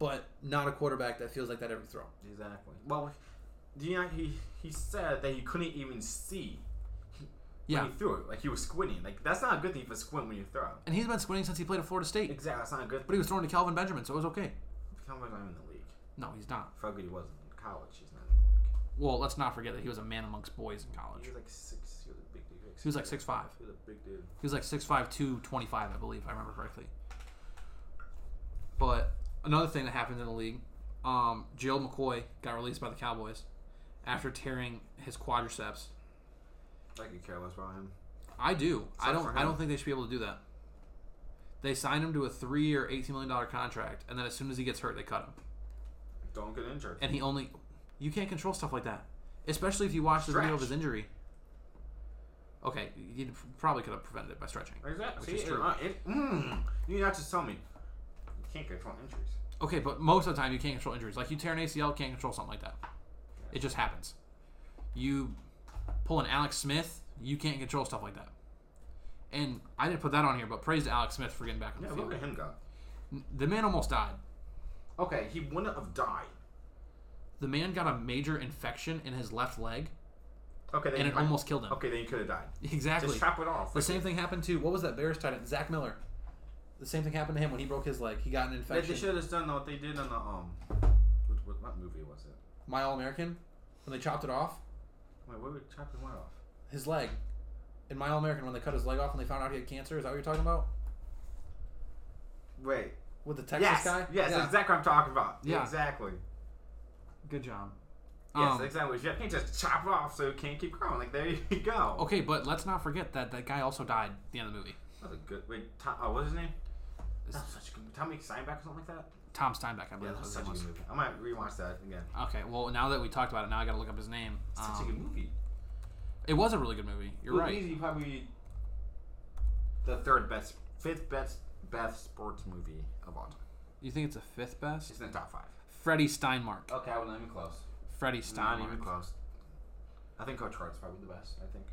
[SPEAKER 1] but not a quarterback that feels like that every throw.
[SPEAKER 2] Exactly. Well, do you know, he he said that he couldn't even see
[SPEAKER 1] Yeah,
[SPEAKER 2] when he threw it. Like he was squinting. Like that's not a good thing for squint when you throw.
[SPEAKER 1] and he's been squinting since he played at Florida State.
[SPEAKER 2] Exactly. That's not a good.
[SPEAKER 1] But he was throwing to Calvin Benjamin, so it was okay.
[SPEAKER 2] Calvin's not even in the league.
[SPEAKER 1] No, he's not.
[SPEAKER 2] How good he was in college. He's not in the league.
[SPEAKER 1] Well, let's not forget that he was a man amongst boys in college.
[SPEAKER 2] He was like six. He was a big dude.
[SPEAKER 1] He was like 6'5".
[SPEAKER 2] He was a big dude.
[SPEAKER 1] He was like 6'5", 225, I believe, if I remember correctly. But another thing that happened in the league, um, Jill McCoy got released by the Cowboys after tearing his quadriceps.
[SPEAKER 2] I could care less about him.
[SPEAKER 1] I do. I
[SPEAKER 2] Sucks
[SPEAKER 1] don't.
[SPEAKER 2] for
[SPEAKER 1] I don't
[SPEAKER 2] him.
[SPEAKER 1] think they should be able to do that. They signed him to a three-year, eighteen million dollar contract, and then as soon as he gets hurt, they cut him.
[SPEAKER 2] Don't get injured.
[SPEAKER 1] And he only. You can't control stuff like that, especially if you watch the video of his
[SPEAKER 2] Stretch.
[SPEAKER 1] injury. Okay, you probably could have prevented it by stretching.
[SPEAKER 2] Exactly.
[SPEAKER 1] Which is
[SPEAKER 2] See,
[SPEAKER 1] true.
[SPEAKER 2] uh, it- mm, you not just tell me. You can't control injuries.
[SPEAKER 1] Okay, but most of the time you can't control injuries. Like you tear an ACL, can't control something like that. It just happens. You pull an Alex Smith, you can't control stuff like that. And I didn't put that on here, but praise to Alex Smith for getting back on the
[SPEAKER 2] Yeah, look
[SPEAKER 1] field.
[SPEAKER 2] at him go.
[SPEAKER 1] The man almost died.
[SPEAKER 2] Okay, he wouldn't have died.
[SPEAKER 1] The man got a major infection in his left leg,
[SPEAKER 2] Okay, then
[SPEAKER 1] and
[SPEAKER 2] he
[SPEAKER 1] it
[SPEAKER 2] might-
[SPEAKER 1] almost killed him.
[SPEAKER 2] Okay, then he could have died.
[SPEAKER 1] *laughs* Exactly.
[SPEAKER 2] Oh. Just chop it off.
[SPEAKER 1] The same thing happened to what was that Bears tight end Zach Miller. The same thing happened to him when he broke his leg. He got an
[SPEAKER 2] They, they
[SPEAKER 1] infection.
[SPEAKER 2] should have done what they did on the um, what, what, what movie was it?
[SPEAKER 1] My All American, when they chopped it off,
[SPEAKER 2] Wait, what were chopping what off?
[SPEAKER 1] his leg. In My All American, when they cut his leg off and they found out he had cancer, is that what you're talking about?
[SPEAKER 2] Wait,
[SPEAKER 1] With the Texas
[SPEAKER 2] yes,
[SPEAKER 1] guy?
[SPEAKER 2] yes,
[SPEAKER 1] yeah.
[SPEAKER 2] that's exactly what I'm talking about.
[SPEAKER 1] Yeah.
[SPEAKER 2] exactly.
[SPEAKER 1] Good job.
[SPEAKER 2] Yes,
[SPEAKER 1] Um,
[SPEAKER 2] exactly. You can't just chop it off so it can't keep growing. Like there you go.
[SPEAKER 1] Okay, but let's not forget that that guy also died at the end of the movie.
[SPEAKER 2] That's a good. Wait, Tom, uh, what was his name?
[SPEAKER 1] It's
[SPEAKER 2] That was such a good. Tommy Steinbeck or something like that.
[SPEAKER 1] Tom Steinbeck, I
[SPEAKER 2] Oh. Yeah,
[SPEAKER 1] believe.
[SPEAKER 2] that was
[SPEAKER 1] was
[SPEAKER 2] such
[SPEAKER 1] the
[SPEAKER 2] a good
[SPEAKER 1] one.
[SPEAKER 2] movie. I might rewatch that again.
[SPEAKER 1] Okay, well, now that we talked about it, now I gotta look up his name.
[SPEAKER 2] It's such a
[SPEAKER 1] Um,
[SPEAKER 2] good movie.
[SPEAKER 1] it was a really good movie. You're
[SPEAKER 2] Ooh,
[SPEAKER 1] right.
[SPEAKER 2] Easy, probably the third best, fifth best, best sports movie of all time.
[SPEAKER 1] You think it's a fifth best?
[SPEAKER 2] It's in the top five.
[SPEAKER 1] Freddie Steinmark.
[SPEAKER 2] Okay, I wasn't even close.
[SPEAKER 1] Freddie
[SPEAKER 2] Not
[SPEAKER 1] Steinmark.
[SPEAKER 2] even close. I think Coach Carter's probably the best. I think.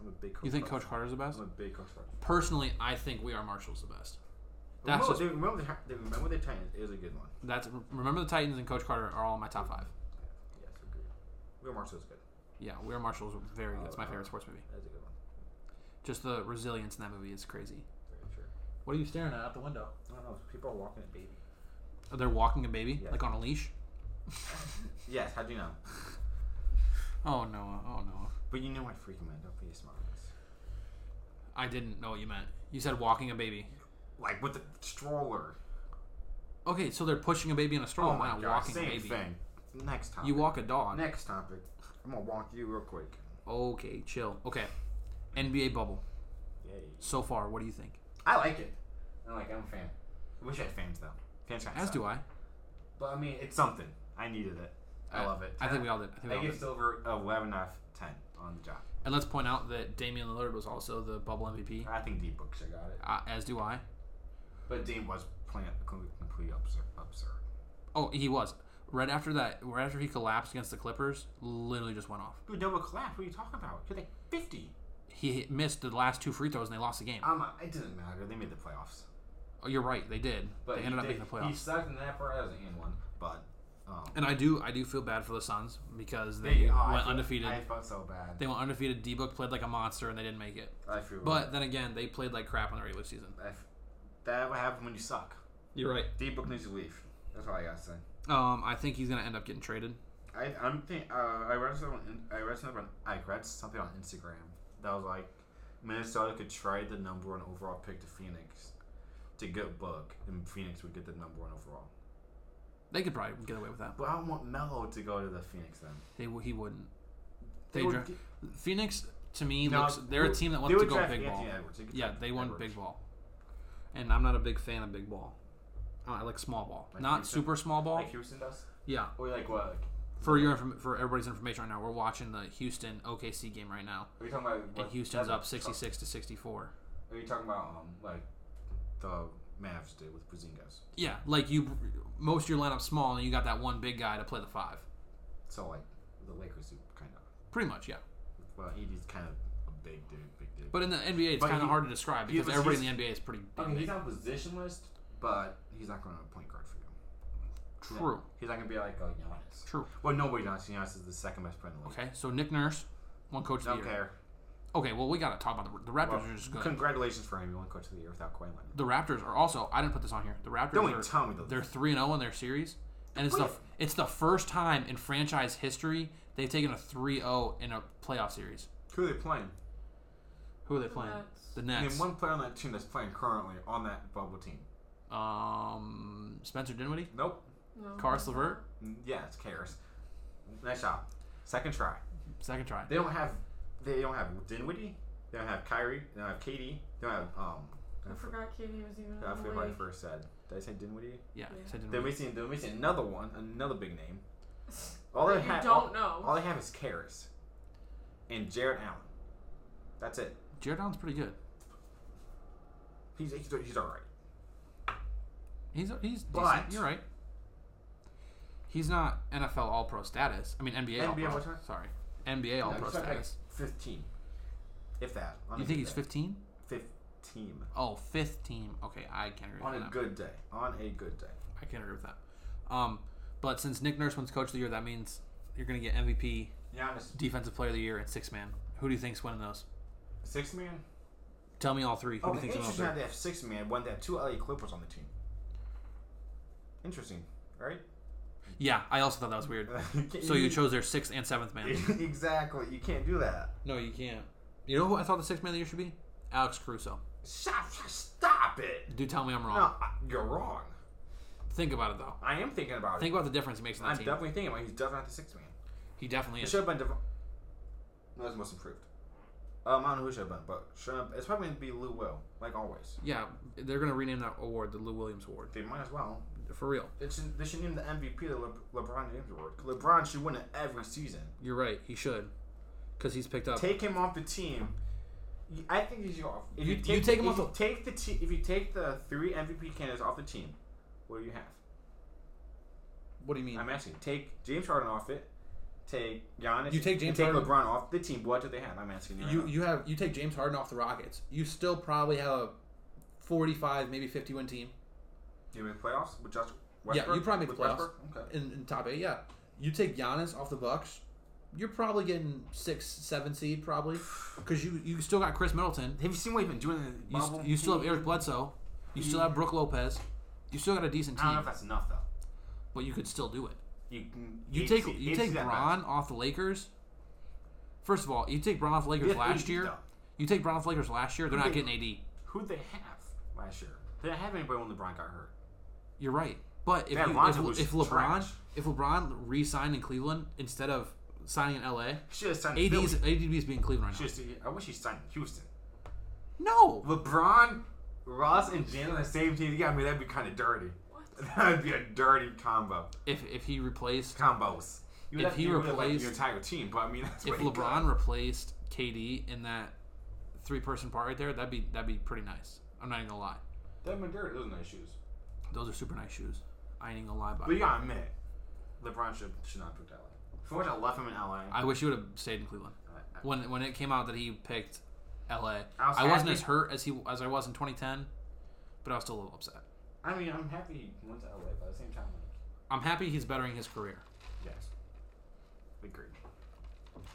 [SPEAKER 2] I'm a big Coach.
[SPEAKER 1] You think
[SPEAKER 2] Carter
[SPEAKER 1] Coach Carter's the
[SPEAKER 2] fan.
[SPEAKER 1] best?
[SPEAKER 2] I'm a big Coach Carter.
[SPEAKER 1] Personally, I think We Are Marshall's the best. That's
[SPEAKER 2] remember,
[SPEAKER 1] just-
[SPEAKER 2] they remember, the, they remember the Titans is a good one.
[SPEAKER 1] That's remember the Titans and Coach Carter are all in my top five.
[SPEAKER 2] Yes, agreed. Will Marshall is good.
[SPEAKER 1] Yeah, We Are Marshall is very good. It's my favorite sports movie.
[SPEAKER 2] That's a good one.
[SPEAKER 1] Just the resilience in that movie is crazy.
[SPEAKER 2] Very true.
[SPEAKER 1] What are you staring at out the window?
[SPEAKER 2] I don't know. People are walking a
[SPEAKER 1] *laughs*
[SPEAKER 2] baby.
[SPEAKER 1] They're walking a baby
[SPEAKER 2] Yeah.
[SPEAKER 1] like on a leash.
[SPEAKER 2] Yes, how do you know?
[SPEAKER 1] Oh no! Oh no!
[SPEAKER 2] But you know what, freaking man. Don't be a smart ass.
[SPEAKER 1] I didn't know what you meant. You said walking a baby.
[SPEAKER 2] Like with the stroller.
[SPEAKER 1] Okay, so they're pushing a baby in a stroller. why not walking
[SPEAKER 2] Oh Same
[SPEAKER 1] a baby?
[SPEAKER 2] thing. Next topic.
[SPEAKER 1] You walk a dog.
[SPEAKER 2] Next topic. I'm gonna walk you real quick.
[SPEAKER 1] Okay, chill. Okay, NBA bubble.
[SPEAKER 2] Yay.
[SPEAKER 1] So far, what do you think?
[SPEAKER 2] I like it. I like. it. I'm a fan. I wish I had fans though. Fans kind
[SPEAKER 1] As do I.
[SPEAKER 2] But I mean, it's something. I needed it. I, love it.
[SPEAKER 1] I think we all did. I think we
[SPEAKER 2] I
[SPEAKER 1] all
[SPEAKER 2] give
[SPEAKER 1] did.
[SPEAKER 2] Silver a 11 out of 10 on the job.
[SPEAKER 1] And let's point out that Damian Lillard was also the bubble MVP.
[SPEAKER 2] I think D Books got it.
[SPEAKER 1] Uh, as do I.
[SPEAKER 2] But Dame was playing completely absurd. absurd.
[SPEAKER 1] Oh, he was. Right after that, right after he collapsed against the Clippers, literally just went off.
[SPEAKER 2] Dude, double collapse. What are you talking about? You're like 50.
[SPEAKER 1] He hit- missed the last two free throws and they lost the game.
[SPEAKER 2] Um, it doesn't matter. They made the playoffs.
[SPEAKER 1] Oh, you're right, they did.
[SPEAKER 2] But
[SPEAKER 1] they ended up
[SPEAKER 2] he,
[SPEAKER 1] making the
[SPEAKER 2] He
[SPEAKER 1] playoffs.
[SPEAKER 2] sucked in that part as an and one. But um,
[SPEAKER 1] And I do, I do feel bad for the Suns because they,
[SPEAKER 2] oh, I
[SPEAKER 1] went
[SPEAKER 2] feel-
[SPEAKER 1] undefeated.
[SPEAKER 2] I felt so bad.
[SPEAKER 1] They went undefeated. D Book played like a monster and they didn't make it.
[SPEAKER 2] I feel.
[SPEAKER 1] But then again, they played like crap in the regular season.
[SPEAKER 2] I f- that what happens when you suck.
[SPEAKER 1] You're right.
[SPEAKER 2] D Book needs to leave. That's all I gotta say.
[SPEAKER 1] Um, I think he's gonna end up getting traded.
[SPEAKER 2] I I'm think uh, I read something on, I read something on, I read something on Instagram that was like Minnesota could trade the number one overall pick to Phoenix to get Book, and Phoenix would get the number one overall.
[SPEAKER 1] They could probably get away with that.
[SPEAKER 2] But I don't want Melo to go to the Phoenix then.
[SPEAKER 1] They w- he wouldn't.
[SPEAKER 2] They
[SPEAKER 1] They
[SPEAKER 2] would
[SPEAKER 1] dra-
[SPEAKER 2] get-
[SPEAKER 1] Phoenix to me
[SPEAKER 2] No,
[SPEAKER 1] looks they're a team that wants
[SPEAKER 2] they
[SPEAKER 1] to
[SPEAKER 2] would
[SPEAKER 1] go
[SPEAKER 2] draft
[SPEAKER 1] big ball.
[SPEAKER 2] Anthony Edwards. could
[SPEAKER 1] Yeah,
[SPEAKER 2] draft
[SPEAKER 1] they want
[SPEAKER 2] Edwards.
[SPEAKER 1] big ball, and I'm not a big fan of big ball. Uh, I like small ball,
[SPEAKER 2] Like
[SPEAKER 1] not
[SPEAKER 2] Houston?
[SPEAKER 1] super small ball.
[SPEAKER 2] Like Houston does,
[SPEAKER 1] yeah.
[SPEAKER 2] or like what? Like,
[SPEAKER 1] For your inform- for everybody's information right now, we're watching the Houston OKC game right now,
[SPEAKER 2] are you talking about?
[SPEAKER 1] and
[SPEAKER 2] what-
[SPEAKER 1] Houston's
[SPEAKER 2] that's
[SPEAKER 1] up
[SPEAKER 2] a-
[SPEAKER 1] 66 to 64.
[SPEAKER 2] Are you talking about um like the Mavs did with Porzingis?
[SPEAKER 1] Yeah, like you, most of your lineup small, and you got that one big guy to play the five.
[SPEAKER 2] So like the Lakers do kind of.
[SPEAKER 1] Pretty much, yeah.
[SPEAKER 2] Well, Edie's kind of a big dude, big dude.
[SPEAKER 1] But in the NBA, it's
[SPEAKER 2] But
[SPEAKER 1] kind of
[SPEAKER 2] he-
[SPEAKER 1] hard to describe
[SPEAKER 2] yeah,
[SPEAKER 1] because
[SPEAKER 2] but
[SPEAKER 1] everybody in the NBA is pretty
[SPEAKER 2] I
[SPEAKER 1] big.
[SPEAKER 2] mean, he's on position list, but he's not going to be a point guard for you.
[SPEAKER 1] True,
[SPEAKER 2] He's not going to be like oh, a Giannis.
[SPEAKER 1] true.
[SPEAKER 2] Well, nobody Giannis. Giannis is the second best player in the league.
[SPEAKER 1] Okay, so Nick Nurse, one coach of the
[SPEAKER 2] Don't
[SPEAKER 1] year.
[SPEAKER 2] care.
[SPEAKER 1] Okay, well we gotta talk about the, the Raptors.
[SPEAKER 2] Well,
[SPEAKER 1] are just good.
[SPEAKER 2] Congratulations for him. You won coach of the year without Kawhi Leonard.
[SPEAKER 1] the Raptors are also. I didn't put this on here. The Raptors
[SPEAKER 2] Don't
[SPEAKER 1] are
[SPEAKER 2] even tell me though.
[SPEAKER 1] they're three and zero in their series, and it's the
[SPEAKER 2] Wait.
[SPEAKER 1] it's the first time in franchise history they've taken a 3-0 in a playoff series.
[SPEAKER 2] Who are they playing?
[SPEAKER 1] Who are they playing?
[SPEAKER 3] Nets.
[SPEAKER 1] The
[SPEAKER 2] I
[SPEAKER 1] Nets.
[SPEAKER 2] mean, one player on that team that's playing currently on that bubble team.
[SPEAKER 1] Um, Spencer Dinwiddie,
[SPEAKER 2] Nope.
[SPEAKER 3] No.
[SPEAKER 1] Karis LeVert,
[SPEAKER 2] Mm, Yeah, it's cares. Nice shot. Second try.
[SPEAKER 1] second try.
[SPEAKER 2] They don't have. They don't have Dinwiddie. They don't have Kyrie. They don't have Katie. They don't have um.
[SPEAKER 3] I forgot Katie was even
[SPEAKER 2] I
[SPEAKER 3] on the
[SPEAKER 2] forget what I
[SPEAKER 3] league.
[SPEAKER 2] first said. Did I say Dinwiddie?
[SPEAKER 1] Yeah,
[SPEAKER 3] Yeah.
[SPEAKER 1] said
[SPEAKER 2] They're
[SPEAKER 1] Dinwiddie.
[SPEAKER 2] missing. They're missing another one, another big name.
[SPEAKER 3] *laughs*
[SPEAKER 2] All they
[SPEAKER 3] That you
[SPEAKER 2] have,
[SPEAKER 3] don't
[SPEAKER 2] all,
[SPEAKER 3] know.
[SPEAKER 2] all they have is Karras and Jared Allen. That's it.
[SPEAKER 1] Jared Allen's pretty good.
[SPEAKER 2] He's he's, he's all right.
[SPEAKER 1] He's he's
[SPEAKER 2] But-
[SPEAKER 1] decent. You're right. He's not NFL All Pro status. I mean NBA, All
[SPEAKER 2] NBA
[SPEAKER 1] Pro.
[SPEAKER 2] what's that?
[SPEAKER 1] Sorry, NBA All
[SPEAKER 2] No,
[SPEAKER 1] Pro
[SPEAKER 2] he's like
[SPEAKER 1] status.
[SPEAKER 2] fifteen, if that. On
[SPEAKER 1] You
[SPEAKER 2] a
[SPEAKER 1] think
[SPEAKER 2] good
[SPEAKER 1] he's
[SPEAKER 2] day.
[SPEAKER 1] 15?
[SPEAKER 2] fifteen
[SPEAKER 1] Oh, fifth team. Okay, I can agree
[SPEAKER 2] on
[SPEAKER 1] with
[SPEAKER 2] a
[SPEAKER 1] that.
[SPEAKER 2] good day? On a good day.
[SPEAKER 1] I can agree with that. Um, but since Nick Nurse wins Coach of the Year, that means you're going to get MVP,
[SPEAKER 2] Giannis,
[SPEAKER 1] Defensive Player of the Year, and six man. Who do you think's winning those?
[SPEAKER 2] six man.
[SPEAKER 1] Tell me all three. Who
[SPEAKER 2] Oh,
[SPEAKER 1] do you think's winning all
[SPEAKER 2] interesting
[SPEAKER 1] three?
[SPEAKER 2] how they have six man. One they have two LA Clippers on the team. Interesting, right? *laughs*
[SPEAKER 1] Yeah, I also thought that was weird.
[SPEAKER 2] can't-
[SPEAKER 1] So you chose their sixth and seventh man.
[SPEAKER 2] *laughs* exactly. You can't do that.
[SPEAKER 1] No, you can't. You know who I thought the sixth man of the year should be? Alex Caruso.
[SPEAKER 2] Stop! Stop it.
[SPEAKER 1] Do tell me I'm wrong.
[SPEAKER 2] No, I- you're wrong.
[SPEAKER 1] Think about it though.
[SPEAKER 2] I am thinking about
[SPEAKER 1] Think about the difference he makes
[SPEAKER 2] it.
[SPEAKER 1] in the
[SPEAKER 2] I'm
[SPEAKER 1] team.
[SPEAKER 2] definitely thinking about it. He's definitely not the sixth man.
[SPEAKER 1] he definitely
[SPEAKER 2] It
[SPEAKER 1] is.
[SPEAKER 2] should have been. Dev- no, it's most improved. Um, I don't know who should have been, but should have, it's probably going to be Lou Will, like always.
[SPEAKER 1] Yeah, they're gonna rename that award the Lou Williams Award
[SPEAKER 2] They might as well.
[SPEAKER 1] for real.
[SPEAKER 2] It should, they should name the MVP the Le- LeBron James Award. LeBron should win it every season.
[SPEAKER 1] You're right. He should, because he's picked up.
[SPEAKER 2] Take him off the team. You- I think he's off. If
[SPEAKER 1] You- you take him
[SPEAKER 2] if
[SPEAKER 1] off
[SPEAKER 2] you
[SPEAKER 1] the-
[SPEAKER 2] Take the te- if you take the three MVP candidates off the team, what do you have?
[SPEAKER 1] what do you mean?
[SPEAKER 2] I'm asking. Take James Harden off it. Take Giannis.
[SPEAKER 1] You take
[SPEAKER 2] and
[SPEAKER 1] James
[SPEAKER 2] take
[SPEAKER 1] Harden-
[SPEAKER 2] LeBron off the team. What do they have? I'm asking. You, right
[SPEAKER 1] You
[SPEAKER 2] now.
[SPEAKER 1] you have you take James Harden off the Rockets. You still probably have a 45, maybe 50 win team
[SPEAKER 2] You make playoffs with just
[SPEAKER 1] Yeah,
[SPEAKER 2] Westbrook?
[SPEAKER 1] you probably make
[SPEAKER 2] With
[SPEAKER 1] the playoffs.
[SPEAKER 2] Westbrook? Okay.
[SPEAKER 1] in, in top eight, yeah, you take Giannis off the Bucks, you're probably getting six, seven seed probably because you you still got Chris Middleton.
[SPEAKER 2] Have you seen what he's been doing? in the
[SPEAKER 1] You,
[SPEAKER 2] bubble?
[SPEAKER 1] st- you still have Eric Bledsoe. You still have Brooke Lopez. You still got a decent
[SPEAKER 2] I don't know
[SPEAKER 1] team,
[SPEAKER 2] if that's enough though.
[SPEAKER 1] but you could still do it.
[SPEAKER 2] You can.
[SPEAKER 1] You
[SPEAKER 2] eight
[SPEAKER 1] take
[SPEAKER 2] seed-
[SPEAKER 1] you
[SPEAKER 2] eight
[SPEAKER 1] take
[SPEAKER 2] seed at
[SPEAKER 1] Bron off the Lakers. First of all, you take Bron off the
[SPEAKER 2] best.
[SPEAKER 1] Lakers
[SPEAKER 2] Yeah, eight
[SPEAKER 1] last
[SPEAKER 2] seed,
[SPEAKER 1] year.
[SPEAKER 2] though.
[SPEAKER 1] You take Bron off the Lakers last year. They're not
[SPEAKER 2] They-
[SPEAKER 1] getting AD.
[SPEAKER 2] Who'd they have last year? They didn't have anybody when LeBron got hurt.
[SPEAKER 1] You're right. But if
[SPEAKER 2] Man,
[SPEAKER 1] you,
[SPEAKER 2] Lonzo
[SPEAKER 1] if, Le-
[SPEAKER 2] was
[SPEAKER 1] if LeBron
[SPEAKER 2] trash.
[SPEAKER 1] if LeBron re-signed in Cleveland instead of signing in LA,
[SPEAKER 2] Should have signed Philly.
[SPEAKER 1] AD's ADB's being Cleveland right now.
[SPEAKER 2] Should've- I wish he signed Houston.
[SPEAKER 1] No,
[SPEAKER 2] LeBron, Ross, and Jalen on the same team. Yeah, I mean that'd be kind of dirty. *laughs*
[SPEAKER 3] What?
[SPEAKER 2] That'd be a dirty combo.
[SPEAKER 1] if if he replaced
[SPEAKER 2] Combos. You would
[SPEAKER 1] If
[SPEAKER 2] have,
[SPEAKER 1] he
[SPEAKER 2] you would have, like,
[SPEAKER 1] replaced-
[SPEAKER 2] your entire team, but I mean that's
[SPEAKER 1] if
[SPEAKER 2] what he
[SPEAKER 1] LeBron replaced KD in that three-person part right there, that'd be that'd be pretty nice. I'm not even gonna lie.
[SPEAKER 2] That'd been dirty. Those are nice shoes.
[SPEAKER 1] Those are super nice shoes. I ain't even gonna lie about
[SPEAKER 2] But you
[SPEAKER 1] it.
[SPEAKER 2] gotta admit, LeBron should should not pick LA. For much I left him in LA. I,
[SPEAKER 1] I wish he would have stayed in Cleveland.
[SPEAKER 2] I-
[SPEAKER 1] When when it came out that he picked LA,
[SPEAKER 2] I was
[SPEAKER 1] I wasn't
[SPEAKER 2] happy-
[SPEAKER 1] as hurt as he as I was in 2010, but I was still a little upset.
[SPEAKER 2] I mean, I'm happy he went to LA, but at the same time, like,
[SPEAKER 1] I'm happy he's bettering his career.
[SPEAKER 2] yes, agreed.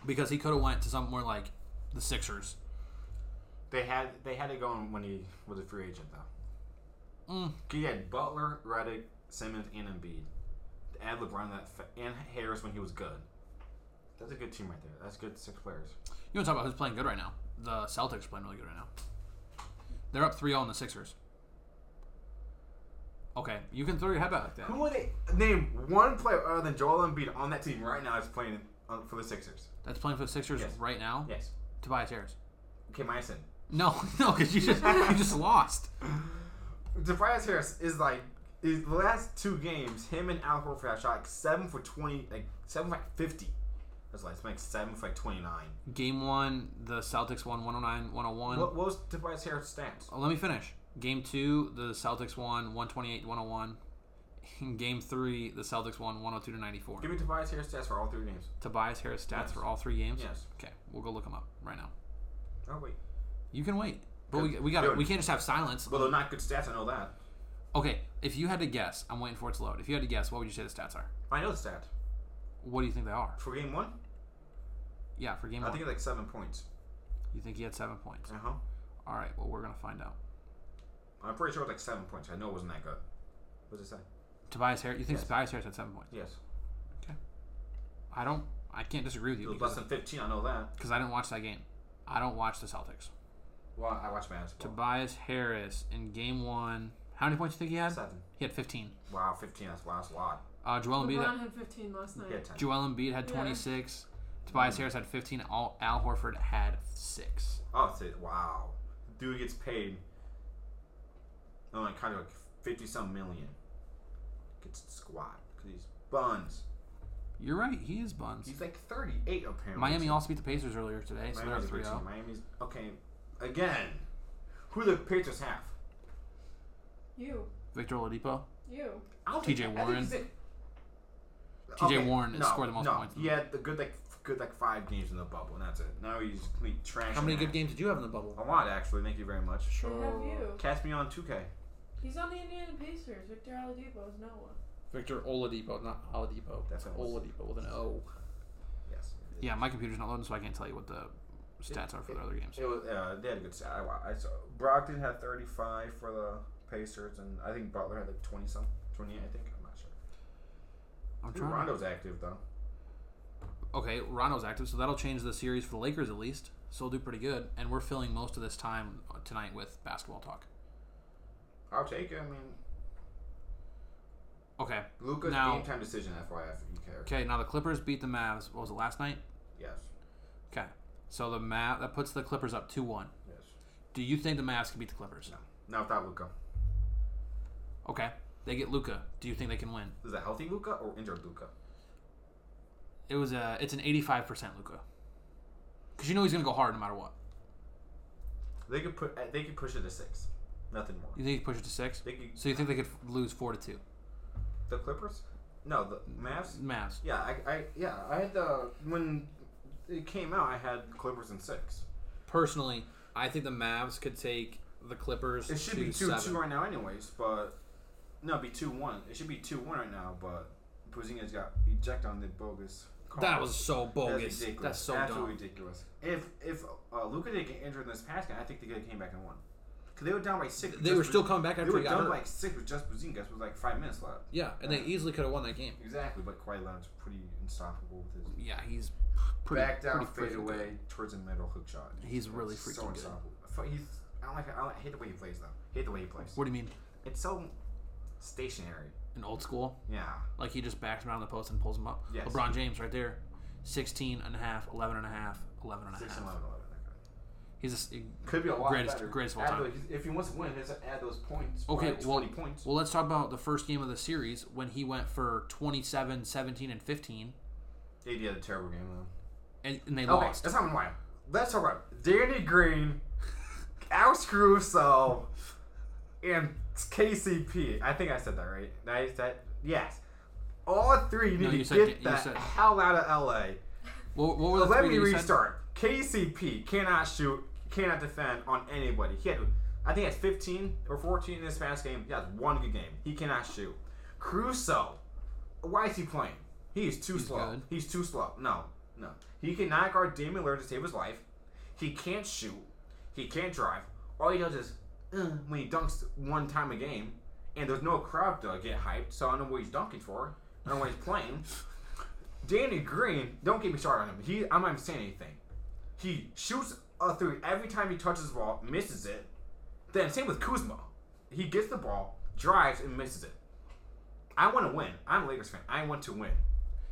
[SPEAKER 1] because he could have went to somewhere like the Sixers.
[SPEAKER 2] They had they had it going when he was a free agent though.
[SPEAKER 1] Mm.
[SPEAKER 2] He had Butler, Reddick, Simmons, and Embiid. Add LeBron that fa- and Harris when he was good. That's a good team right there. That's good six players.
[SPEAKER 1] You want to talk about who's playing good right now? The Celtics are playing really good right now. They're up 3-0 in the Sixers. Okay, you can throw your head back like that.
[SPEAKER 2] Who would they name one player other than Joel Embiid on that team right now that's playing uh, for the Sixers?
[SPEAKER 1] That's playing for the Sixers
[SPEAKER 2] Yes.
[SPEAKER 1] right now.
[SPEAKER 2] Yes,
[SPEAKER 1] Tobias Harris.
[SPEAKER 2] Kim Myerson.
[SPEAKER 1] No, *laughs* no, because you just you
[SPEAKER 2] *laughs*
[SPEAKER 1] just lost.
[SPEAKER 2] Tobias Harris is like is the last two games. Him and Al Horford have shot like seven for twenty, like seven for like fifty. That's like it's like seven for like twenty nine.
[SPEAKER 1] Game one, the Celtics won 109-101.
[SPEAKER 2] What, what was Tobias Harris' stats?
[SPEAKER 1] Oh, Let me finish. Game two, the Celtics won 128-101. In game three, the Celtics won 102 to 94.
[SPEAKER 2] Give me Tobias Harris' stats for all three games.
[SPEAKER 1] Tobias Harris stats
[SPEAKER 2] Yes.
[SPEAKER 1] for all three games.
[SPEAKER 2] Yes.
[SPEAKER 1] Okay, we'll go look them up right now.
[SPEAKER 2] Oh wait,
[SPEAKER 1] You can wait, but we,
[SPEAKER 2] Good.
[SPEAKER 1] we got
[SPEAKER 2] Good.
[SPEAKER 1] we can't just have silence.
[SPEAKER 2] well they're not good stats. I know that.
[SPEAKER 1] Okay, if you had to guess, I'm waiting for it to load. If you had to guess, what would you say the stats are?
[SPEAKER 2] I know the stat
[SPEAKER 1] What do you think they are?
[SPEAKER 2] for game one.
[SPEAKER 1] Yeah, for game
[SPEAKER 2] I
[SPEAKER 1] one,
[SPEAKER 2] think it's like seven points.
[SPEAKER 1] you think he had seven points.
[SPEAKER 2] Uh huh.
[SPEAKER 1] All right, well we're gonna find out.
[SPEAKER 2] I'm pretty sure it was like seven points. I know it wasn't that good. What does it say?
[SPEAKER 1] Tobias Harris, you think
[SPEAKER 2] Yes.
[SPEAKER 1] Tobias Harris had seven points?
[SPEAKER 2] Yes,
[SPEAKER 1] I don't. I can't disagree with
[SPEAKER 2] it
[SPEAKER 1] you
[SPEAKER 2] was less
[SPEAKER 1] because
[SPEAKER 2] than fifteen. I know that.
[SPEAKER 1] 'cause I didn't watch that game. I don't watch the Celtics.
[SPEAKER 2] Well, I watched basketball.
[SPEAKER 1] Tobias Harris in game one. How many points do you think he had?
[SPEAKER 2] Seven.
[SPEAKER 1] He had 15.
[SPEAKER 2] Wow, fifteen. That's wow, that's a lot.
[SPEAKER 1] Uh, Joel Embiid.
[SPEAKER 3] LeBron had 15 last night.
[SPEAKER 2] Yeah, ten.
[SPEAKER 1] Joel Embiid had
[SPEAKER 3] Yeah.
[SPEAKER 1] 26. Tobias Harris had 15. Al, Al Horford had six.
[SPEAKER 2] Oh, say, wow. Dude gets paid, oh, like kind of like fifty some million. Gets to squat because he's buns.
[SPEAKER 1] You're right. He is buns.
[SPEAKER 2] He's like thirty eight apparently.
[SPEAKER 1] Miami also beat the Pacers earlier today, so
[SPEAKER 2] Miami's a
[SPEAKER 1] they're
[SPEAKER 2] good
[SPEAKER 1] up oh. 3-0.
[SPEAKER 2] team. Miami's okay. Again, who the Patriots have?
[SPEAKER 3] You.
[SPEAKER 1] Victor Oladipo.
[SPEAKER 3] You.
[SPEAKER 2] I don't
[SPEAKER 1] T.J.
[SPEAKER 2] think- I think
[SPEAKER 1] Warren.
[SPEAKER 2] he's a-
[SPEAKER 1] T.J. Warren scored the most
[SPEAKER 2] no.
[SPEAKER 1] points.
[SPEAKER 2] He had the good like f- good like five games in the bubble, and that's it. Now he's complete trash.
[SPEAKER 1] How many
[SPEAKER 2] in
[SPEAKER 1] good
[SPEAKER 2] that.
[SPEAKER 1] games did you have in the bubble?
[SPEAKER 2] A lot, actually. Thank you very much.
[SPEAKER 3] They have you.
[SPEAKER 2] Catch me on two K.
[SPEAKER 3] He's on the Indiana Pacers. Victor Oladipo is not one.
[SPEAKER 1] Victor Oladipo, not Oladipo.
[SPEAKER 2] That's what it was.
[SPEAKER 1] Oladipo with an O.
[SPEAKER 2] Yes.
[SPEAKER 1] Yeah, my computer's not loading, so I can't tell you what the stats are for the other games.
[SPEAKER 2] It was, uh, they had a good stat. I, wa- I saw Brockton had 35 for the Pacers, and I think Butler had like 20 some, 28, I think. I'm not sure.
[SPEAKER 1] I'm
[SPEAKER 2] Dude,
[SPEAKER 1] trying.
[SPEAKER 2] Rondo's active though.
[SPEAKER 1] Okay, Rondo's active, so that'll change the series for the Lakers at least. So we'll do pretty good, and we're filling most of this time uh, tonight with basketball talk.
[SPEAKER 2] I'll take it. I mean,
[SPEAKER 1] Okay,
[SPEAKER 2] Luca's
[SPEAKER 1] Now-
[SPEAKER 2] game time decision. FYF, you care?
[SPEAKER 1] okay. Now the Clippers beat the Mavs. What was it last night?
[SPEAKER 2] Yes,
[SPEAKER 1] Okay, so the Mav that puts the Clippers up two one.
[SPEAKER 2] yes.
[SPEAKER 1] Do you think the Mavs can beat the Clippers?
[SPEAKER 2] No, no, without Luca.
[SPEAKER 1] Okay, they get Luca. Do you think they can win?
[SPEAKER 2] Is that healthy Luca or injured Luca?
[SPEAKER 1] It was a. It's an eighty-five percent Luca. Because you know he's gonna go hard no matter what.
[SPEAKER 2] They could put. uh, They could push it to six. Nothing more.
[SPEAKER 1] You think he pushes to six?
[SPEAKER 2] They could,
[SPEAKER 1] So you think they could lose four to two?
[SPEAKER 2] the Clippers? No, the Mavs.
[SPEAKER 1] Mavs.
[SPEAKER 2] Yeah, I, I, yeah, I had the when it came out. I had Clippers in six.
[SPEAKER 1] Personally, I think the Mavs could take the Clippers.
[SPEAKER 2] It should
[SPEAKER 1] to
[SPEAKER 2] be two two
[SPEAKER 1] seven.
[SPEAKER 2] right now, anyways. But no, it'd be two one. It should be two one right now. But Porzingis got ejected on the bogus. call.
[SPEAKER 1] That was so
[SPEAKER 2] That's
[SPEAKER 1] bogus. That's,
[SPEAKER 2] ridiculous.
[SPEAKER 1] so
[SPEAKER 2] Absolutely
[SPEAKER 1] dumb.
[SPEAKER 2] ridiculous. If if uh, Luca didn't get injured in this past game, I think they could have came back and won. Cause they were down by six. with
[SPEAKER 1] They
[SPEAKER 2] just
[SPEAKER 1] were still
[SPEAKER 2] Porzingis.
[SPEAKER 1] coming back
[SPEAKER 2] They
[SPEAKER 1] after
[SPEAKER 2] were
[SPEAKER 1] he got
[SPEAKER 2] down
[SPEAKER 1] hurt.
[SPEAKER 2] by six with just Porzingis with like five minutes left.
[SPEAKER 1] yeah, and they easily could have won that game.
[SPEAKER 2] Exactly, but Kawhi Leonard's pretty unstoppable with his
[SPEAKER 1] Yeah, he's pretty,
[SPEAKER 2] back down
[SPEAKER 1] pretty
[SPEAKER 2] fade
[SPEAKER 1] freaking
[SPEAKER 2] away
[SPEAKER 1] good.
[SPEAKER 2] towards the middle hook shot.
[SPEAKER 1] He's really
[SPEAKER 2] It's
[SPEAKER 1] freaking good.
[SPEAKER 2] unstoppable. Fu- He's I don't like I, don't, I hate the way he plays though. Hate the way he plays.
[SPEAKER 1] What do you mean?
[SPEAKER 2] It's so stationary.
[SPEAKER 1] An old school?
[SPEAKER 2] Yeah.
[SPEAKER 1] Like he just backs him out of the post and pulls him up.
[SPEAKER 2] Yes.
[SPEAKER 1] LeBron James right there. 16 and a half, 11 and a half, 11 and a
[SPEAKER 2] Six
[SPEAKER 1] half.
[SPEAKER 2] and 11, 11, okay.
[SPEAKER 1] He's a, s-
[SPEAKER 2] Could be a lot
[SPEAKER 1] Greatest-
[SPEAKER 2] better.
[SPEAKER 1] greatest of all
[SPEAKER 2] Add
[SPEAKER 1] time.
[SPEAKER 2] those- if he wants to win, he has to add those points.
[SPEAKER 1] Okay,
[SPEAKER 2] Add
[SPEAKER 1] well-
[SPEAKER 2] twenty points.
[SPEAKER 1] Well, let's talk about the first game of the series when he went for 27, 17 and 15
[SPEAKER 2] AD had a terrible game though.
[SPEAKER 1] and, and they
[SPEAKER 2] Okay,
[SPEAKER 1] lost.
[SPEAKER 2] that's not why. Let's talk about Danny Green, Alex Caruso, and KCP. I think I said that right. That is that. Yes. All three
[SPEAKER 1] No, you
[SPEAKER 2] need to
[SPEAKER 1] said K-
[SPEAKER 2] get
[SPEAKER 1] you
[SPEAKER 2] the
[SPEAKER 1] said-
[SPEAKER 2] hell out of LA.
[SPEAKER 1] What, what were the
[SPEAKER 2] Let
[SPEAKER 1] three
[SPEAKER 2] me
[SPEAKER 1] that you said?
[SPEAKER 2] restart. KCP cannot shoot, cannot defend on anybody. He had, I think, he had 15 or 14 in this past game. He has one good game. He cannot shoot. Crusoe, why is he playing? He is too
[SPEAKER 1] He's
[SPEAKER 2] slow.
[SPEAKER 1] good.
[SPEAKER 2] He's too slow. No, no. He cannot guard Damian Lillard to save his life. He can't shoot. He can't drive. All he does is uh, when he dunks one time a game, and there's no crowd to get hyped. So I don't know what he's dunking for. I don't know what he's playing. Danny Green, don't get me started on him. He, I'm not even saying anything. He shoots a three every time he touches the ball, misses it. Then same with Kuzma. He gets the ball, drives, and misses it. I want to win. I'm a Lakers fan. I want to win.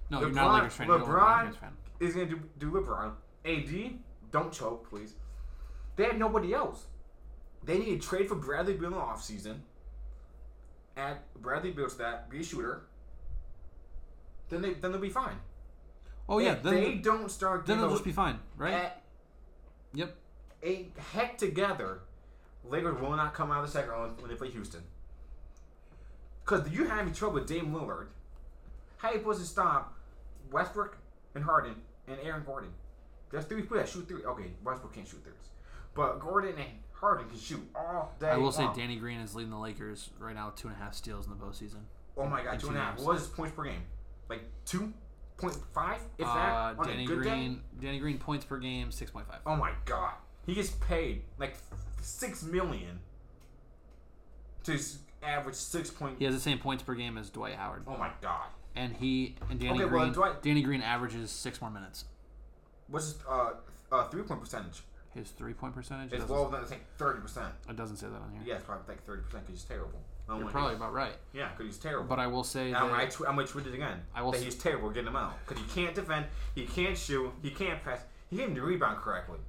[SPEAKER 1] No, you're not a Lakers fan. you're a LeBron James fan.
[SPEAKER 2] is gonna do, do LeBron. AD, don't choke, please. They had nobody else. They need to trade for Bradley Beal in the offseason. Add Bradley Beal to that, be a shooter. Then they then they'll be fine.
[SPEAKER 1] Oh yeah,
[SPEAKER 2] If
[SPEAKER 1] then,
[SPEAKER 2] they don't start
[SPEAKER 1] then
[SPEAKER 2] getting
[SPEAKER 1] they'll just be fine, right?
[SPEAKER 2] a,
[SPEAKER 1] yep.
[SPEAKER 2] a heck together, Lakers will not come out of the second round when they play Houston. Because you're having trouble with Dame Lillard. How you supposed to stop Westbrook and Harden and Aaron Gordon? There's three people that shoot three. Okay, Westbrook can't shoot threes. But Gordon and Harden can shoot all day.
[SPEAKER 1] I will say
[SPEAKER 2] long.
[SPEAKER 1] Danny Green is leading the Lakers right now, with two and a half steals in the postseason.
[SPEAKER 2] Oh my god,
[SPEAKER 1] and
[SPEAKER 2] two and a half.
[SPEAKER 1] James.
[SPEAKER 2] What is points per game? Like 2.5? If
[SPEAKER 1] Uh,
[SPEAKER 2] that, on
[SPEAKER 1] Danny
[SPEAKER 2] a good day?
[SPEAKER 1] Green, Danny Green points per game, six point five.
[SPEAKER 2] Oh my god. He gets paid like six million to s- average six point.
[SPEAKER 1] He has the same points per game as Dwight Howard,
[SPEAKER 2] Oh my god.
[SPEAKER 1] and he and Danny
[SPEAKER 2] Okay, well,
[SPEAKER 1] Green.
[SPEAKER 2] Dwight-
[SPEAKER 1] Danny Green averages six more minutes.
[SPEAKER 2] What's his uh, uh three point percentage?
[SPEAKER 1] His three point percentage.
[SPEAKER 2] It's
[SPEAKER 1] doesn't-
[SPEAKER 2] lower than I think thirty percent.
[SPEAKER 1] It doesn't say that on here.
[SPEAKER 2] Yeah, it's probably like thirty percent because he's terrible. I'm
[SPEAKER 1] You're
[SPEAKER 2] like,
[SPEAKER 1] probably about right,
[SPEAKER 2] yeah, because he's terrible.
[SPEAKER 1] but I will say
[SPEAKER 2] And I'm, I
[SPEAKER 1] that
[SPEAKER 2] tw- I'm gonna tweet it again.
[SPEAKER 1] I will
[SPEAKER 2] that
[SPEAKER 1] s-
[SPEAKER 2] he's terrible getting him out because he can't defend, he can't shoot, he can't pass, he can't rebound correctly.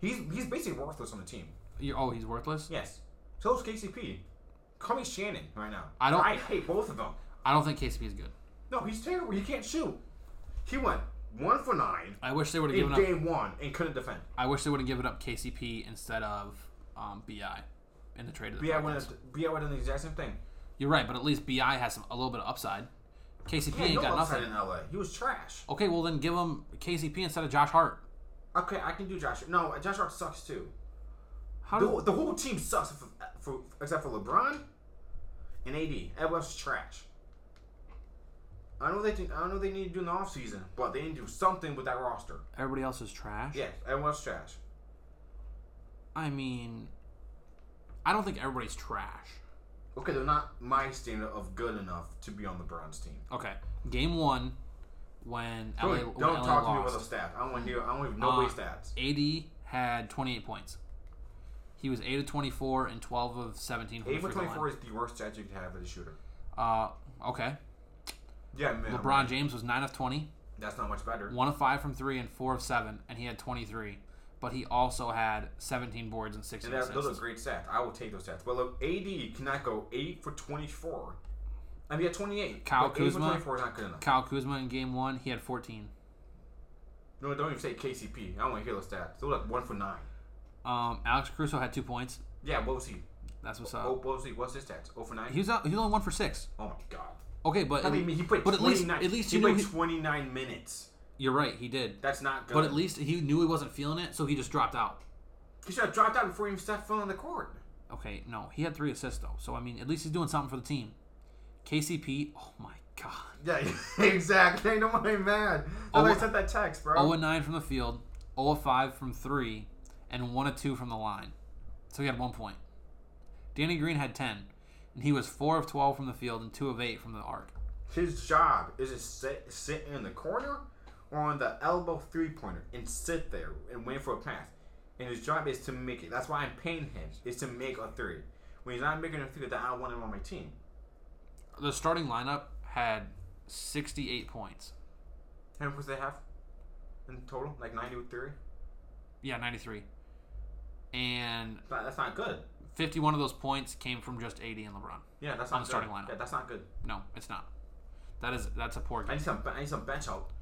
[SPEAKER 2] He's he's basically worthless on the team.
[SPEAKER 1] you're, oh, he's worthless.
[SPEAKER 2] Yes. So is KCP. Call me Shannon right now.
[SPEAKER 1] I don't-
[SPEAKER 2] I hate both of them.
[SPEAKER 1] I don't think KCP is good.
[SPEAKER 2] No, he's terrible. He can't shoot. He went one for nine
[SPEAKER 1] I wish they would have
[SPEAKER 2] in
[SPEAKER 1] given up.
[SPEAKER 2] game one and couldn't defend.
[SPEAKER 1] I wish they would have given up KCP instead of um, Bi in the trade. Of the
[SPEAKER 2] Bi
[SPEAKER 1] podcast.
[SPEAKER 2] went. Bi went the exact same thing.
[SPEAKER 1] You're right, but at least Bi has some a little bit of upside. KCP
[SPEAKER 2] He had
[SPEAKER 1] ain't
[SPEAKER 2] no
[SPEAKER 1] got
[SPEAKER 2] upside
[SPEAKER 1] nothing.
[SPEAKER 2] in LA. He was trash.
[SPEAKER 1] Okay, well then give him KCP instead of Josh Hart.
[SPEAKER 2] Okay, I can do Josh. No, Josh Hart sucks too.
[SPEAKER 1] How
[SPEAKER 2] The,
[SPEAKER 1] do,
[SPEAKER 2] the whole team sucks for, for, except for LeBron and AD. Everyone else is trash. I know they. Think, I know they need to do in the offseason, but they need to do something with that roster.
[SPEAKER 1] everybody else is trash?
[SPEAKER 2] Yes, everyone else is trash.
[SPEAKER 1] I mean, I don't think everybody's trash.
[SPEAKER 2] Okay, they're not my standard of good enough to be on LeBron's team.
[SPEAKER 1] Okay, game one when LA
[SPEAKER 2] Don't,
[SPEAKER 1] when
[SPEAKER 2] don't
[SPEAKER 1] LA
[SPEAKER 2] talk to me
[SPEAKER 1] lost,
[SPEAKER 2] about those stats. I don't want to hear. I don't even know what
[SPEAKER 1] Uh,
[SPEAKER 2] stats.
[SPEAKER 1] AD had 28 points. He was 8 of 24 and 12 of 17 from
[SPEAKER 2] Eight for
[SPEAKER 1] the free throw
[SPEAKER 2] twenty-four
[SPEAKER 1] line.
[SPEAKER 2] is the worst stat you could have as a shooter.
[SPEAKER 1] Uh, okay.
[SPEAKER 2] Yeah, man.
[SPEAKER 1] LeBron James was 9 of 20,
[SPEAKER 2] That's not much better.
[SPEAKER 1] 1 of 5 from 3 and 4 of 7 and he had 23, but he also had 17 boards and 16
[SPEAKER 2] And that, those are
[SPEAKER 1] assists.
[SPEAKER 2] great stats. I will take those stats. But look, AD cannot go eight for twenty-four. I mean, at twenty-eight,
[SPEAKER 1] Kyle
[SPEAKER 2] but
[SPEAKER 1] Kuzma?
[SPEAKER 2] eight for twenty-four is not good enough.
[SPEAKER 1] Kyle Kuzma in game 1, he had 14.
[SPEAKER 2] No, don't even say KCP. I don't want to hear those stats. They were like one for nine.
[SPEAKER 1] Um, Alex Caruso had 2 points.
[SPEAKER 2] Yeah, what was he?
[SPEAKER 1] That's what's
[SPEAKER 2] Oh,
[SPEAKER 1] up.
[SPEAKER 2] what was he? What's his stats? Oh for nine.
[SPEAKER 1] He was out, he was only 1 for 6.
[SPEAKER 2] oh my god.
[SPEAKER 1] Okay, but
[SPEAKER 2] I mean, he played.
[SPEAKER 1] but at least
[SPEAKER 2] 29
[SPEAKER 1] at least
[SPEAKER 2] he
[SPEAKER 1] you knew
[SPEAKER 2] played
[SPEAKER 1] he,
[SPEAKER 2] twenty-nine minutes.
[SPEAKER 1] you're right, he did.
[SPEAKER 2] That's not good.
[SPEAKER 1] But at least he knew he wasn't feeling it, so he just dropped out.
[SPEAKER 2] he should have dropped out before he even stepped foot on the court.
[SPEAKER 1] Okay, no, he had three assists though. So I mean, at least he's doing something for the team. KCP, oh my god,
[SPEAKER 2] Yeah, *laughs* exactly. Ain't nobody mad. Oh, I
[SPEAKER 1] Oh,
[SPEAKER 2] sent that text, bro.
[SPEAKER 1] zero and nine from the field, zero of five from three, and one of two from the line. So he had one point. Danny Green had ten, and he was four of twelve from the field and two of eight from the arc.
[SPEAKER 2] His job is to sit, sit in the corner or on the elbow three pointer and sit there and wait for a pass. And his job is to make it. That's why I'm paying him is to make a three. When he's not making a three, then I don't want him on my team.
[SPEAKER 1] The starting lineup had sixty-eight points.
[SPEAKER 2] How many points they have in total? Like ninety-three.
[SPEAKER 1] Yeah, ninety-three. And
[SPEAKER 2] That- That's not good.
[SPEAKER 1] fifty-one of those points came from just eighty and LeBron.
[SPEAKER 2] Yeah, that's
[SPEAKER 1] On
[SPEAKER 2] not
[SPEAKER 1] the
[SPEAKER 2] good.
[SPEAKER 1] starting lineup.
[SPEAKER 2] Yeah, that's not good.
[SPEAKER 1] No, it's not. That is that's a poor
[SPEAKER 2] I
[SPEAKER 1] game.
[SPEAKER 2] need some. I need some bench help.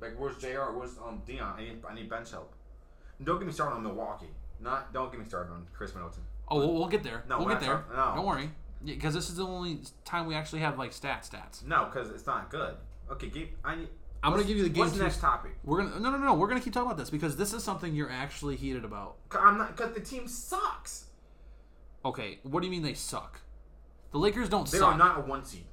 [SPEAKER 2] Like where's Jr. Where's um Dion? I need. I need bench help. Don't get me started on Milwaukee. Not. Don't get me started on Chris Middleton.
[SPEAKER 1] Oh, we'll, we'll get there.
[SPEAKER 2] No,
[SPEAKER 1] we'll
[SPEAKER 2] we're
[SPEAKER 1] get
[SPEAKER 2] not
[SPEAKER 1] there.
[SPEAKER 2] talking- no.
[SPEAKER 1] Don't worry, because this is the only time we actually have like stat stats.
[SPEAKER 2] No, because it's not good. Okay, give. I need.
[SPEAKER 1] I'm gonna give you the game.
[SPEAKER 2] What's
[SPEAKER 1] two-
[SPEAKER 2] next topic?
[SPEAKER 1] We're gonna no no no. no, We're gonna keep talking about this because this is something you're actually heated about.
[SPEAKER 2] 'Cause I'm not. Cause the team sucks.
[SPEAKER 1] Okay, what do you mean they suck? The Lakers don't
[SPEAKER 2] They
[SPEAKER 1] suck.
[SPEAKER 2] are not a one seed.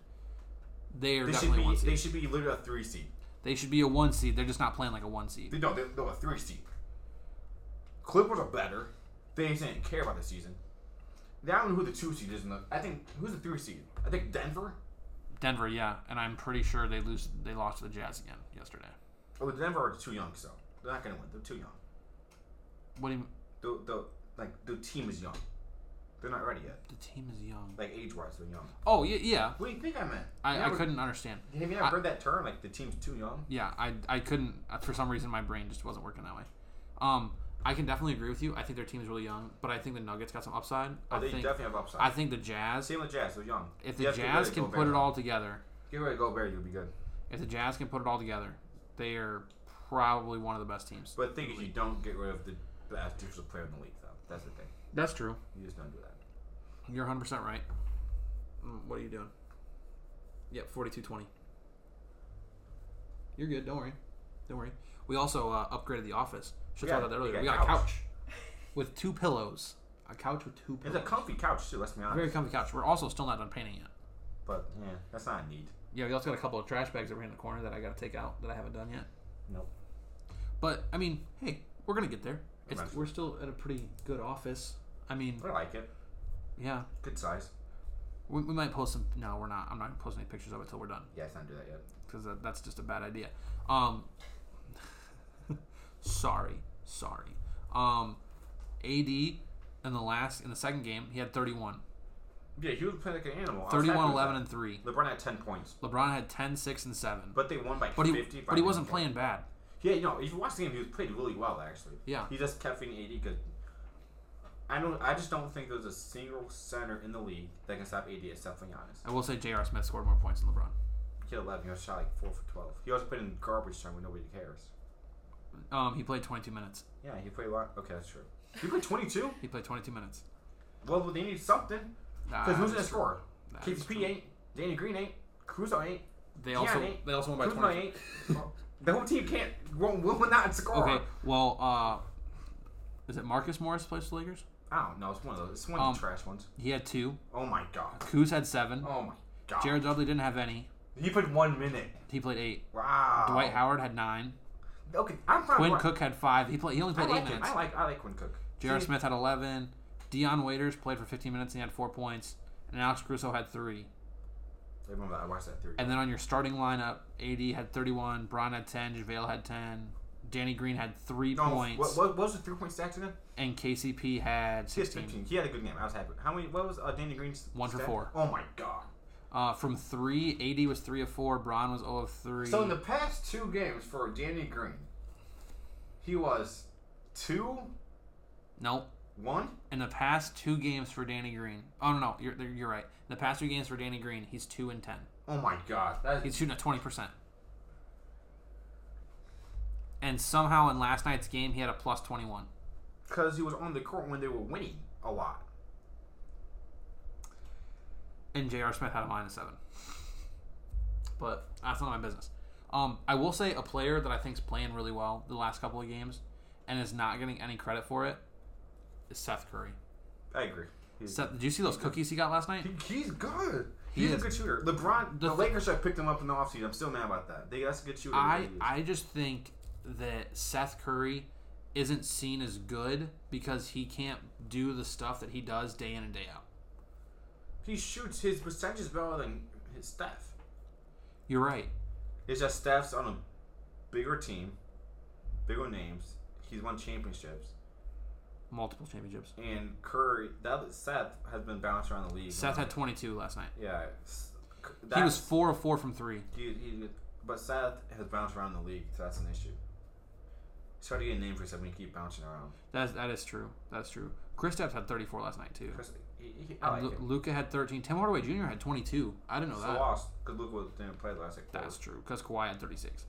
[SPEAKER 1] they are
[SPEAKER 2] They should
[SPEAKER 1] definitely
[SPEAKER 2] be.
[SPEAKER 1] a one seed.
[SPEAKER 2] They should be literally a three seed.
[SPEAKER 1] They should be a one seed. They're just not playing like a one seed.
[SPEAKER 2] They no. They're, they're a three seed. Clippers are better. They didn't care about the season. I don't know who the two seed is. In the, I think who's the three seed? I think Denver.
[SPEAKER 1] Denver, yeah, and I'm pretty sure they lose. They lost to the Jazz again yesterday.
[SPEAKER 2] Oh, Denver are too young. So they're not gonna win. They're too young.
[SPEAKER 1] What do you?
[SPEAKER 2] the the like the team is young. They're not ready yet.
[SPEAKER 1] The team is young.
[SPEAKER 2] Like age wise, they're young.
[SPEAKER 1] Oh yeah, yeah.
[SPEAKER 2] What do you think I meant?
[SPEAKER 1] I,
[SPEAKER 2] You
[SPEAKER 1] I
[SPEAKER 2] never-
[SPEAKER 1] couldn't understand.
[SPEAKER 2] Have you
[SPEAKER 1] I-
[SPEAKER 2] not heard that term? Like the team's too young.
[SPEAKER 1] Yeah, I I couldn't uh, for some reason my brain just wasn't working that way. Um, I can definitely agree with you. I think their team is really young, but I think the Nuggets got some upside.
[SPEAKER 2] Oh,
[SPEAKER 1] I
[SPEAKER 2] they
[SPEAKER 1] think
[SPEAKER 2] definitely have upside.
[SPEAKER 1] I think the Jazz.
[SPEAKER 2] Same with Jazz. They're young.
[SPEAKER 1] If
[SPEAKER 2] You
[SPEAKER 1] the
[SPEAKER 2] have to get
[SPEAKER 1] Jazz
[SPEAKER 2] rid of
[SPEAKER 1] can
[SPEAKER 2] Gobert.
[SPEAKER 1] put it all together,
[SPEAKER 2] get rid of Gobert, you'll be good.
[SPEAKER 1] if the Jazz can put it all together, they are probably one of the best teams.
[SPEAKER 2] But the thing is, you don't get rid of the best defensive player in the league, though. That's the thing.
[SPEAKER 1] That's true.
[SPEAKER 2] You just don't do that.
[SPEAKER 1] You're 100 percent right. Mm, What are you doing? Yep, 42-20. You're good. Don't worry. Don't worry. We also uh, upgraded the office. Should have
[SPEAKER 2] Yeah,
[SPEAKER 1] talked about that earlier.
[SPEAKER 2] we
[SPEAKER 1] We
[SPEAKER 2] got
[SPEAKER 1] got a
[SPEAKER 2] couch.
[SPEAKER 1] couch with two pillows. A couch with two
[SPEAKER 2] It's
[SPEAKER 1] pillows.
[SPEAKER 2] a comfy couch too. Let's be honest.
[SPEAKER 1] Very comfy couch. We're also still not done painting yet.
[SPEAKER 2] But yeah, that's not a need.
[SPEAKER 1] Yeah, we also got a couple of trash bags over here in the corner that I got to take out that I haven't done yet.
[SPEAKER 2] Nope.
[SPEAKER 1] But I mean, hey, we're gonna get there. It's,
[SPEAKER 2] Eventually.
[SPEAKER 1] we're still at a pretty good office. I mean,
[SPEAKER 2] I like it.
[SPEAKER 1] yeah,
[SPEAKER 2] Good size.
[SPEAKER 1] we, we might post some. No, we're not. I'm not gonna post any pictures of it till we're done
[SPEAKER 2] Yeah, let's not do that yet.
[SPEAKER 1] because that, that's just a bad idea. Um, sorry, sorry. Um, AD in the last in the second game, he had
[SPEAKER 2] Oh,
[SPEAKER 1] 31,
[SPEAKER 2] Yeah, he was playing like an animal. I was happy
[SPEAKER 1] 31,
[SPEAKER 2] with
[SPEAKER 1] 11, and three.
[SPEAKER 2] that. LeBron had ten points,
[SPEAKER 1] LeBron had 10, 6, and seven.
[SPEAKER 2] but they won by
[SPEAKER 1] But he,
[SPEAKER 2] fifty.
[SPEAKER 1] but he wasn't
[SPEAKER 2] playing.
[SPEAKER 1] playing bad.
[SPEAKER 2] Yeah, no. If you watch the game, he was played really well actually.
[SPEAKER 1] Yeah.
[SPEAKER 2] He just kept feeding AD because I don't. I just don't think there's a single center in the league that can stop AD except for Giannis.
[SPEAKER 1] I will say J.R. Smith scored more points than LeBron.
[SPEAKER 2] He had 11. He was shot like four for 12. He also played in garbage time when nobody cares.
[SPEAKER 1] Um, he played 22 minutes.
[SPEAKER 2] Yeah, he played a lot. Okay, that's true. He played 22.
[SPEAKER 1] He played 22 minutes.
[SPEAKER 2] well, they need something
[SPEAKER 1] Nah,
[SPEAKER 2] because who's gonna
[SPEAKER 1] that's true.
[SPEAKER 2] score?
[SPEAKER 1] That is
[SPEAKER 2] KCP
[SPEAKER 1] true.
[SPEAKER 2] ain't. Danny Green ain't. Caruso ain't.
[SPEAKER 1] They
[SPEAKER 2] Keon
[SPEAKER 1] also
[SPEAKER 2] ain't.
[SPEAKER 1] they also won by
[SPEAKER 2] Kuzma
[SPEAKER 1] 20.
[SPEAKER 2] ain't. *laughs* the whole team can't. Won't, will not score.
[SPEAKER 1] Okay, well, uh, is it Marcus Morris plays for the Lakers?
[SPEAKER 2] I don't know. It's one of those. It's one
[SPEAKER 1] Um,
[SPEAKER 2] of the trash ones.
[SPEAKER 1] He had two.
[SPEAKER 2] Oh my god.
[SPEAKER 1] Kuz had seven.
[SPEAKER 2] Oh my god.
[SPEAKER 1] Jared Dudley didn't have any.
[SPEAKER 2] He played one minute.
[SPEAKER 1] He played eight.
[SPEAKER 2] Wow.
[SPEAKER 1] Dwight Howard had nine.
[SPEAKER 2] Okay, I'm fine.
[SPEAKER 1] Quinn
[SPEAKER 2] with-
[SPEAKER 1] Cook had five. He played. He only
[SPEAKER 2] I
[SPEAKER 1] played
[SPEAKER 2] like
[SPEAKER 1] eight
[SPEAKER 2] him.
[SPEAKER 1] minutes.
[SPEAKER 2] I like I like Quinn Cook.
[SPEAKER 1] J.R.
[SPEAKER 2] See,
[SPEAKER 1] Smith had 11. Dion Waiters played for 15 minutes and he had four points. And Alex Crusoe had three.
[SPEAKER 2] I remember that. I watched that three.
[SPEAKER 1] And then on your starting lineup, AD had 31. Bron had 10. JaVale had 10. Danny Green had three
[SPEAKER 2] No,
[SPEAKER 1] points.
[SPEAKER 2] What, what, what was the three point stats again?
[SPEAKER 1] and KCP had
[SPEAKER 2] He had
[SPEAKER 1] 16.
[SPEAKER 2] 15. He had a good game. I was happy. How many? What was uh, Danny Green's?
[SPEAKER 1] One for
[SPEAKER 2] stat?
[SPEAKER 1] four.
[SPEAKER 2] Oh my god.
[SPEAKER 1] Uh, from three, AD was three of four. Braun was 0 of three.
[SPEAKER 2] So in the past two games for Danny Green, he was two
[SPEAKER 1] nope.
[SPEAKER 2] one.
[SPEAKER 1] In the past two games for Danny Green. Oh no, no, you're you're right. In the past two games for Danny Green, he's two and ten.
[SPEAKER 2] Oh my god. That is,
[SPEAKER 1] He's shooting at twenty percent. And somehow in last night's game, he had a plus twenty one.
[SPEAKER 2] because he was on the court when they were winning a lot.
[SPEAKER 1] And J.R. Smith had a minus seven. But that's none of my business. Um, I will say a player that I think's playing really well the last couple of games and is not getting any credit for it is Seth Curry.
[SPEAKER 2] I agree. He's,
[SPEAKER 1] Seth, did you see those cookies he got last night?
[SPEAKER 2] he, he's good.
[SPEAKER 1] He
[SPEAKER 2] He's a
[SPEAKER 1] is.
[SPEAKER 2] good shooter. LeBron, the,
[SPEAKER 1] The-
[SPEAKER 2] Lakers should have picked him up in the offseason. I'm still mad about that. They that's a good shooter.
[SPEAKER 1] I
[SPEAKER 2] He is.
[SPEAKER 1] I just think that Seth Curry isn't seen as good because he can't do the stuff that he does day in and day out.
[SPEAKER 2] he shoots his percentages better than his Steph.
[SPEAKER 1] You're right.
[SPEAKER 2] It's just Steph's on a bigger team, bigger names. He's won championships,
[SPEAKER 1] Multiple championships.
[SPEAKER 2] and Curry. That Seth has been bounced around the league.
[SPEAKER 1] Seth had 22 last night.
[SPEAKER 2] yeah. s- That's,
[SPEAKER 1] He was four of four from three.
[SPEAKER 2] He, he, but Seth has bounced around the league, so that's an issue. It's hard to get a name for yourself when you keep bouncing around.
[SPEAKER 1] That that is true. That's true. Kristaps had 34 last night too.
[SPEAKER 2] Chris, he, he, I like
[SPEAKER 1] Lu-
[SPEAKER 2] him.
[SPEAKER 1] Luca had 13. Tim Hardaway Jr. had 22. I didn't know
[SPEAKER 2] It's a
[SPEAKER 1] that.
[SPEAKER 2] loss because Luka didn't play last like
[SPEAKER 1] That's true because Kawhi had 36.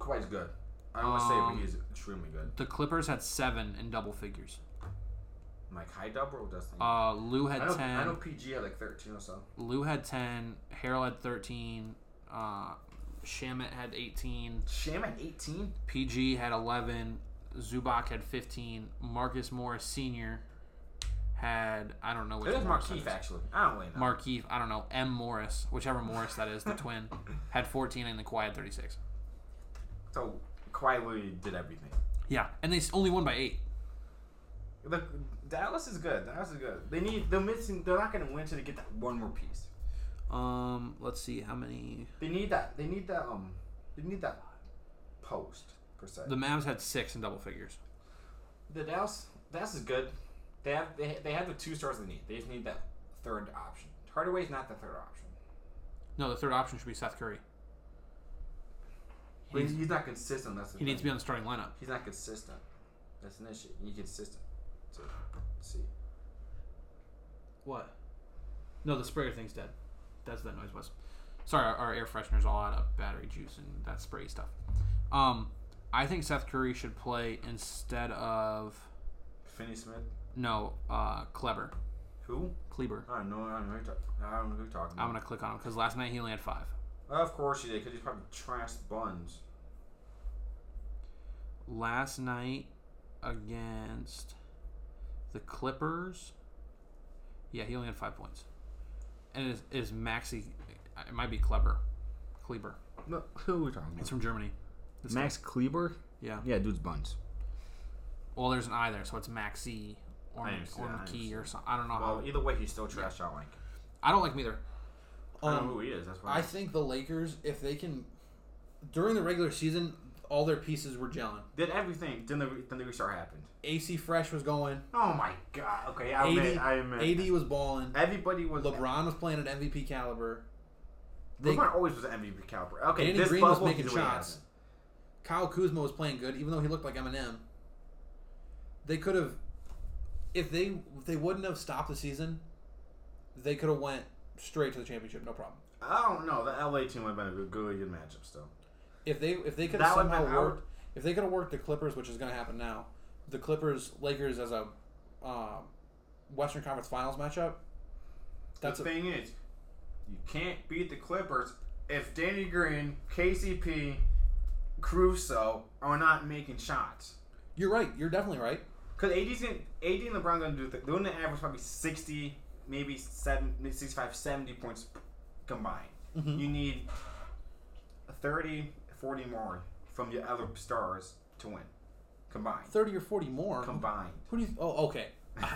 [SPEAKER 2] Kawhi's good. I don't want to say, it,
[SPEAKER 1] Um,
[SPEAKER 2] but he's extremely good.
[SPEAKER 1] The Clippers had seven in double figures.
[SPEAKER 2] Like high double or does thing.
[SPEAKER 1] Uh, Lou
[SPEAKER 2] I
[SPEAKER 1] had
[SPEAKER 2] know,
[SPEAKER 1] 10.
[SPEAKER 2] I know PG had like thirteen or so.
[SPEAKER 1] Lou had 10, Harold had 13, uh, Shamit had 18,
[SPEAKER 2] Sham at eighteen.
[SPEAKER 1] PG had 11, Zubac had 15, Marcus Morris Sr. had, I don't know
[SPEAKER 2] It
[SPEAKER 1] which
[SPEAKER 2] is
[SPEAKER 1] Morris that
[SPEAKER 2] Markeith
[SPEAKER 1] is.
[SPEAKER 2] actually. I don't really know.
[SPEAKER 1] Markeith, I don't know, M. Morris, whichever Morris that
[SPEAKER 2] *laughs*
[SPEAKER 1] is, the twin, had 14 and the quiet 36.
[SPEAKER 2] so Kawhi literally did everything.
[SPEAKER 1] Yeah, and they s- only won by eight.
[SPEAKER 2] Look, Dallas is good. Dallas is good. They need. They're missing. They're not going to win till they get that one more piece.
[SPEAKER 1] Um, let's see how many.
[SPEAKER 2] They need that. They need that. Um. They need that post per se.
[SPEAKER 1] The Mavs had six in double figures.
[SPEAKER 2] The Dallas Dallas is good. They have they, they have the two stars they need. They just need that third option. Hardaway's not the third option.
[SPEAKER 1] No, the third option should be Seth Curry. He
[SPEAKER 2] But he's,
[SPEAKER 1] needs,
[SPEAKER 2] he's not consistent. That's the
[SPEAKER 1] he needs to
[SPEAKER 2] thing.
[SPEAKER 1] be on the starting lineup.
[SPEAKER 2] He's not consistent. That's an issue. You need consistent. So see.
[SPEAKER 1] What? No, the sprayer thing's dead. That's what that noise was. Sorry, our, our air freshener's all out of battery juice and that spray stuff. Um, I think Seth Curry should play instead of
[SPEAKER 2] Finney Smith.
[SPEAKER 1] no uh Kleber.
[SPEAKER 2] Who?
[SPEAKER 1] Kleber.
[SPEAKER 2] I don't know. I don't know. Who you're talk- I don't know who you're talking about.
[SPEAKER 1] I'm gonna click on him because last night he only had five.
[SPEAKER 2] Of course he did, because he's probably trash buns.
[SPEAKER 1] Last night against the Clippers. Yeah, he only had five points. And it is, it is Maxi. It might be Kleber. Kleber.
[SPEAKER 2] No, *laughs* who are we talking
[SPEAKER 1] It's from Germany. This guy.
[SPEAKER 2] Max Kleber?
[SPEAKER 1] Yeah.
[SPEAKER 2] Yeah, dude's buns.
[SPEAKER 1] Well, there's an I there, so it's Maxi or,
[SPEAKER 2] I understand, I
[SPEAKER 1] or Key
[SPEAKER 2] understand.
[SPEAKER 1] or something. I don't know.
[SPEAKER 2] Well,
[SPEAKER 1] how,
[SPEAKER 2] either way, he's still trash. I don't like.
[SPEAKER 1] I don't like him either. Um,
[SPEAKER 2] I don't know who he is. That's why.
[SPEAKER 1] I think the Lakers, if they can, during the regular season, all their pieces were gelling.
[SPEAKER 2] did everything. Then the re- then the restart happened.
[SPEAKER 1] AC Fresh was going.
[SPEAKER 2] Oh my god. Okay, I
[SPEAKER 1] 80,
[SPEAKER 2] admit. I admit.
[SPEAKER 1] AD was balling.
[SPEAKER 2] Everybody was
[SPEAKER 1] LeBron was playing at MVP caliber. They,
[SPEAKER 2] LeBron always was an MVP caliber. Okay,
[SPEAKER 1] Danny
[SPEAKER 2] this
[SPEAKER 1] Green was
[SPEAKER 2] bubble
[SPEAKER 1] making
[SPEAKER 2] he's the way he
[SPEAKER 1] shots.
[SPEAKER 2] has it.
[SPEAKER 1] Kyle Kuzma was playing good, even though he looked like Eminem. They could have, if they if they wouldn't have stopped the season, they could have went straight to the championship, no problem.
[SPEAKER 2] I don't know. The LA team would have been a good, good, good matchup still.
[SPEAKER 1] If they if they could
[SPEAKER 2] That
[SPEAKER 1] have
[SPEAKER 2] would've
[SPEAKER 1] somehow
[SPEAKER 2] been out.
[SPEAKER 1] worked if they could have worked the Clippers, which is going to happen now, the Clippers Lakers as a um, Western Conference Finals matchup. That's
[SPEAKER 2] the
[SPEAKER 1] a,
[SPEAKER 2] thing is, you can't beat the Clippers if Danny Green, KCP, Crusoe are not making shots.
[SPEAKER 1] you're right. You're definitely right.
[SPEAKER 2] Because AD's gonna, AD and LeBron gonna do th- they're gonna average probably sixty, maybe seven, maybe 65, 70 points combined.
[SPEAKER 1] Mhm.
[SPEAKER 2] You need 30, 40 more from your other stars to win combined.
[SPEAKER 1] Thirty or forty more.
[SPEAKER 2] Combined.
[SPEAKER 1] Who do you? Oh, okay. *laughs*
[SPEAKER 2] *laughs*
[SPEAKER 1] I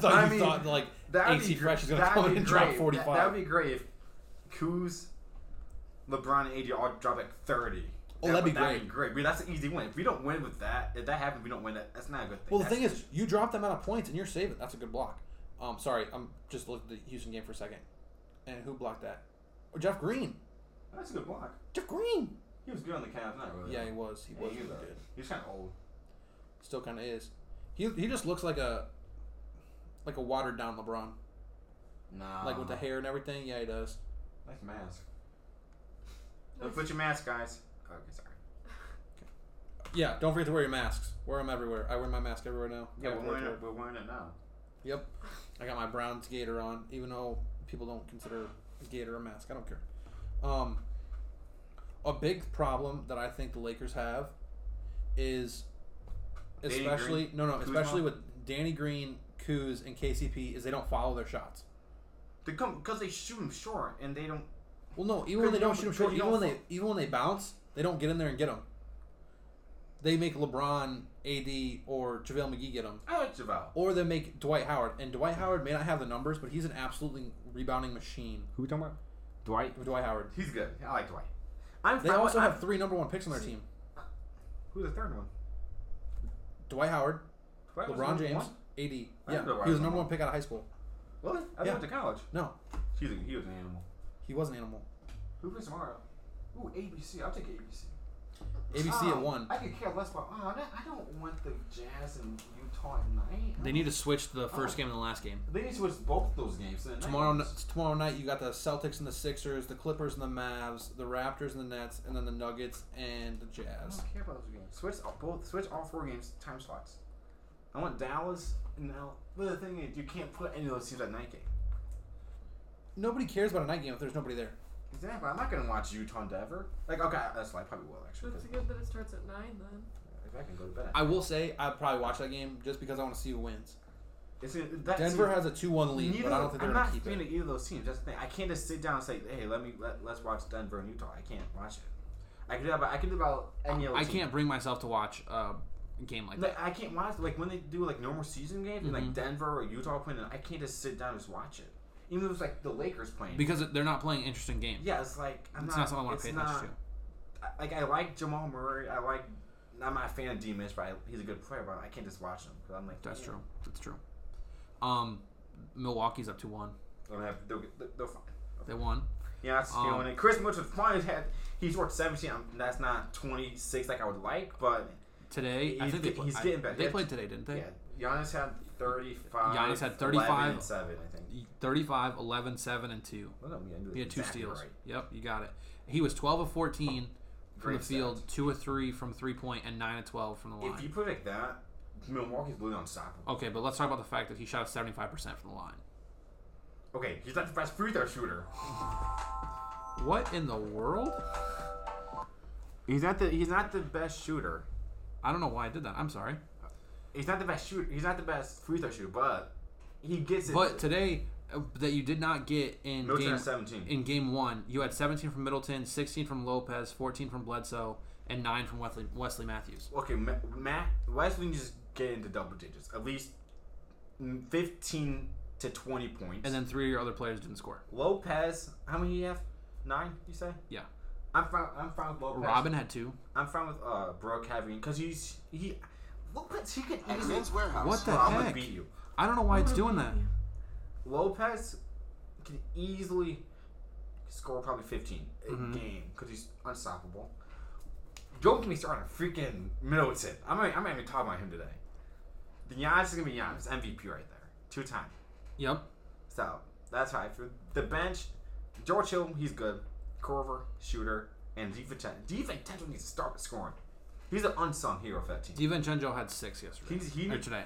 [SPEAKER 1] thought
[SPEAKER 2] I
[SPEAKER 1] you
[SPEAKER 2] mean,
[SPEAKER 1] thought like
[SPEAKER 2] That'd
[SPEAKER 1] AC
[SPEAKER 2] be
[SPEAKER 1] Fresh is going to
[SPEAKER 2] that'd
[SPEAKER 1] come in
[SPEAKER 2] be
[SPEAKER 1] and drop
[SPEAKER 2] great.
[SPEAKER 1] forty
[SPEAKER 2] That- That'd
[SPEAKER 1] five.
[SPEAKER 2] be great if Kuz, LeBron, and AD all drop like thirty.
[SPEAKER 1] Oh, that'd be
[SPEAKER 2] That'd be great. But that's an easy win. If we don't win with that, if that happens, we don't win. That, that's not a good thing.
[SPEAKER 1] Well, the
[SPEAKER 2] That's-
[SPEAKER 1] thing is, you drop that amount of points and you're saving. That's a good block. Um, sorry, I'm just looking at the Houston game for a second. And who blocked that? Oh, Jeff Green.
[SPEAKER 2] that's a good block.
[SPEAKER 1] Jeff Green.
[SPEAKER 2] He was good on the Cavs, not really.
[SPEAKER 1] Yeah, he was. He was really good.
[SPEAKER 2] He's kind of old.
[SPEAKER 1] Still kind of is. He he just looks like a like a watered down LeBron,
[SPEAKER 2] Nah.
[SPEAKER 1] like with the hair and everything. Yeah, he does.
[SPEAKER 2] Nice mask.
[SPEAKER 3] Nice.
[SPEAKER 2] Don't put your mask, guys. Okay, sorry.
[SPEAKER 1] Yeah, don't forget to wear your masks. Wear them everywhere. I wear my mask everywhere now.
[SPEAKER 2] Yeah,
[SPEAKER 1] I
[SPEAKER 2] we're
[SPEAKER 1] wear it
[SPEAKER 2] wearing, it,
[SPEAKER 1] everywhere.
[SPEAKER 2] we're wearing it now.
[SPEAKER 1] Yep. I got my Browns gator on, even though people don't consider a gator a mask. I don't care. Um, a big problem that I think the Lakers have is,
[SPEAKER 2] Danny
[SPEAKER 1] especially no no
[SPEAKER 2] Kuzma?
[SPEAKER 1] especially with Danny Green, Kuz, and KCP is they don't follow their shots.
[SPEAKER 2] They come because they shoot him short and they don't.
[SPEAKER 1] Well, no, even when they
[SPEAKER 2] Because
[SPEAKER 1] don't shoot
[SPEAKER 2] you don't-
[SPEAKER 1] them short,
[SPEAKER 2] because you
[SPEAKER 1] even when
[SPEAKER 2] don't
[SPEAKER 1] they even when they bounce, they don't get in there and get them. They make LeBron, AD, or JaVale McGee get them,
[SPEAKER 2] I like Javel.
[SPEAKER 1] or they make Dwight Howard. And Dwight Howard may not have the numbers, but he's an absolutely rebounding machine.
[SPEAKER 4] Who we talking about? Dwight.
[SPEAKER 1] With Dwight Howard,
[SPEAKER 2] He's good. I like Dwight. I'm
[SPEAKER 1] they
[SPEAKER 2] fine-
[SPEAKER 1] also
[SPEAKER 2] I'm-
[SPEAKER 1] have three number one picks on their team:
[SPEAKER 2] Who's the third one?
[SPEAKER 1] Dwight Howard,
[SPEAKER 2] Dwight was
[SPEAKER 1] LeBron
[SPEAKER 2] number
[SPEAKER 1] James,
[SPEAKER 2] one?
[SPEAKER 1] AD.
[SPEAKER 2] I
[SPEAKER 1] Yeah,
[SPEAKER 2] didn't know Dwight
[SPEAKER 1] he was
[SPEAKER 2] was
[SPEAKER 1] the number
[SPEAKER 2] number
[SPEAKER 1] one pick out of high school.
[SPEAKER 2] Really? I
[SPEAKER 1] Yeah.
[SPEAKER 2] went to college.
[SPEAKER 1] No,
[SPEAKER 2] He's a, he was an animal.
[SPEAKER 1] he was an animal.
[SPEAKER 2] Who plays tomorrow? Ooh, ABC. I'll take ABC.
[SPEAKER 1] ABC
[SPEAKER 2] Ah,
[SPEAKER 1] at one.
[SPEAKER 2] I could care less about. Oh, I don't want the Jazz and Utah at night.
[SPEAKER 1] They need to switch the
[SPEAKER 2] oh.
[SPEAKER 1] first game and the last game.
[SPEAKER 2] They need to switch both of those games. to the night
[SPEAKER 1] Tomorrow, n-
[SPEAKER 2] games.
[SPEAKER 1] tomorrow night, you got the Celtics and the Sixers, the Clippers and the Mavs, the Raptors and the Nets, and then the Nuggets and the
[SPEAKER 2] I
[SPEAKER 1] Jazz.
[SPEAKER 2] don't care about those games. Switch all, both. Switch all four games time slots. I want Dallas and now. But the thing is, you can't put any of those teams at night game.
[SPEAKER 1] Nobody cares about a night game if there's nobody there.
[SPEAKER 2] Exactly. I'm not gonna watch Utah and Denver. Like, okay, that's why I probably will actually.
[SPEAKER 3] That's
[SPEAKER 2] 'cause
[SPEAKER 3] good that it starts at nine then.
[SPEAKER 2] If I can go to bed,
[SPEAKER 1] I will say I'd probably watch that game just because I want to see who wins.
[SPEAKER 2] it's, that's
[SPEAKER 1] Denver has a two-one lead,
[SPEAKER 2] Neither,
[SPEAKER 1] but I don't think they're
[SPEAKER 2] I'm
[SPEAKER 1] going to
[SPEAKER 2] not
[SPEAKER 1] keep
[SPEAKER 2] fan
[SPEAKER 1] it.
[SPEAKER 2] of either of those teams. That's the thing. I can't just sit down and say, "Hey, let me let, let's watch Denver and Utah." I can't watch it. I could about I could about any other
[SPEAKER 1] I
[SPEAKER 2] team.
[SPEAKER 1] can't bring myself to watch uh, a game like that.
[SPEAKER 2] Like, I can't watch like when they do like normal season games and
[SPEAKER 1] Mhm.
[SPEAKER 2] like Denver or Utah playing. I can't just sit down and just watch it. Even if it's like the Lakers playing.
[SPEAKER 1] Because they're not playing interesting games.
[SPEAKER 2] yeah, it's like I'm
[SPEAKER 1] it's
[SPEAKER 2] not,
[SPEAKER 1] not, something I want
[SPEAKER 2] it's
[SPEAKER 1] to pay
[SPEAKER 2] not,
[SPEAKER 1] attention to.
[SPEAKER 2] I- Like I like Jamal Murray. I like. I'm not a fan of D. Mitch, but I, he's a good player. But I can't just watch him because I'm like
[SPEAKER 1] That's
[SPEAKER 2] "Yeah."
[SPEAKER 1] true. That's true. Um, Milwaukee's up to one.
[SPEAKER 2] Don't have they'll, they'll fine.
[SPEAKER 1] They won.
[SPEAKER 2] Yeah, that's
[SPEAKER 1] Um,
[SPEAKER 2] feeling it. Chris Mitchell finally had he's worth seventeen. um, That's not twenty six like I would like, but
[SPEAKER 1] Today, I think
[SPEAKER 2] He's get-
[SPEAKER 1] they, pla-
[SPEAKER 2] he's
[SPEAKER 1] I-
[SPEAKER 2] getting better.
[SPEAKER 1] They played today, didn't they?
[SPEAKER 2] yeah, Giannis had thirty five.
[SPEAKER 1] Giannis had 35.
[SPEAKER 2] and seven. I think.
[SPEAKER 1] 35, 11, 7, and 2.
[SPEAKER 2] Look at me, I knew
[SPEAKER 1] He had two
[SPEAKER 2] exactly
[SPEAKER 1] steals.
[SPEAKER 2] right.
[SPEAKER 1] Yep, you got it. He was 12 of 14 from
[SPEAKER 2] Great
[SPEAKER 1] the field,
[SPEAKER 2] stats.
[SPEAKER 1] 2 of 3 from three point, and 9 of 12 from the
[SPEAKER 2] If
[SPEAKER 1] line.
[SPEAKER 2] you put it like that, Milwaukee's really unstoppable.
[SPEAKER 1] Okay, but let's talk about the fact that he shot 75% from the line.
[SPEAKER 2] Okay, he's not the best free throw shooter.
[SPEAKER 1] What in the world?
[SPEAKER 2] He's not the he's not the best shooter.
[SPEAKER 1] I don't know why I did that. I'm sorry.
[SPEAKER 2] He's not the best shooter. He's not the best free throw shooter, but he gets it.
[SPEAKER 1] But today, uh, that you did not get in
[SPEAKER 2] Middleton
[SPEAKER 1] game
[SPEAKER 2] had seventeen.
[SPEAKER 1] in game one, you had 17 from Middleton, 16 from Lopez, 14 from Bledsoe, and 9 from Wesley, Wesley Matthews.
[SPEAKER 2] Okay, Ma- Matt, why don't we just get into double digits? At least mm, 15 to 20 points.
[SPEAKER 1] And then three of your other players didn't score.
[SPEAKER 2] Lopez, how many you have? Nine, you say?
[SPEAKER 1] Yeah.
[SPEAKER 2] I'm fine. I'm fine with Lopez.
[SPEAKER 1] Robin had two.
[SPEAKER 2] I'm fine with uh Brooke having because he's he Lopez he can easily
[SPEAKER 5] Warehouse.
[SPEAKER 1] What the
[SPEAKER 2] Robin
[SPEAKER 1] heck?
[SPEAKER 2] beat you.
[SPEAKER 1] I don't know why it's doing that.
[SPEAKER 2] Lopez can easily score probably 15 a
[SPEAKER 1] Mhm.
[SPEAKER 2] game because he's unstoppable. Don't get me started on freaking Middleton. I'm not, I'm not even talking about him today. The Giannis is going to be Giannis. MVP right there. Two time.
[SPEAKER 1] Yep.
[SPEAKER 2] So, that's how I feel. The bench, George Hill, he's good. Corver, shooter, and DiVincenzo. DiVincenzo needs to start scoring. He's an unsung hero for that team.
[SPEAKER 1] DiVincenzo had six yesterday.
[SPEAKER 2] He's- he-
[SPEAKER 1] or today.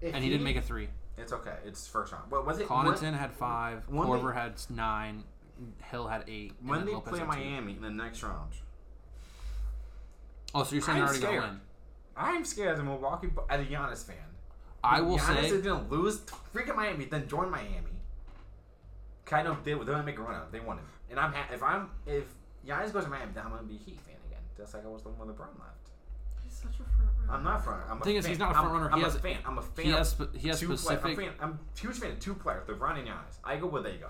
[SPEAKER 2] If
[SPEAKER 1] And he didn't make a three.
[SPEAKER 2] It's okay. It's first round. What was it?
[SPEAKER 1] Connaughton had five.
[SPEAKER 2] one they-
[SPEAKER 1] Corver had nine. Hill had eight. and
[SPEAKER 2] When, when
[SPEAKER 1] then
[SPEAKER 2] they
[SPEAKER 1] Lopez
[SPEAKER 2] play
[SPEAKER 1] had two.
[SPEAKER 2] Miami in the next round,
[SPEAKER 1] Oh, so you're saying
[SPEAKER 2] I'm
[SPEAKER 1] they're already going
[SPEAKER 2] scared.
[SPEAKER 1] to win?
[SPEAKER 2] I'm scared as a Milwaukee, Bu- as a Giannis fan.
[SPEAKER 1] I will
[SPEAKER 2] Giannis
[SPEAKER 1] say
[SPEAKER 2] is gonna lose to freaking Miami, then join Miami. Kind of did. They're gonna make a run out. They won it, and I'm ha- if I'm if Giannis goes to Miami, then I'm gonna be a Heat fan again, just like I was the one when LeBron left.
[SPEAKER 3] He's such a front runner.
[SPEAKER 2] I'm not a front. I'm a
[SPEAKER 1] Thing is,
[SPEAKER 2] fan.
[SPEAKER 1] he's not a front
[SPEAKER 2] I'm,
[SPEAKER 1] runner.
[SPEAKER 2] I'm
[SPEAKER 1] He
[SPEAKER 2] a
[SPEAKER 1] has-
[SPEAKER 2] fan. I'm a fan.
[SPEAKER 1] he
[SPEAKER 2] of
[SPEAKER 1] has spe- he has
[SPEAKER 2] two players. I'm, a
[SPEAKER 1] specific,
[SPEAKER 2] fan. I'm a huge fan of two players, LeBron and Giannis. I go where they go.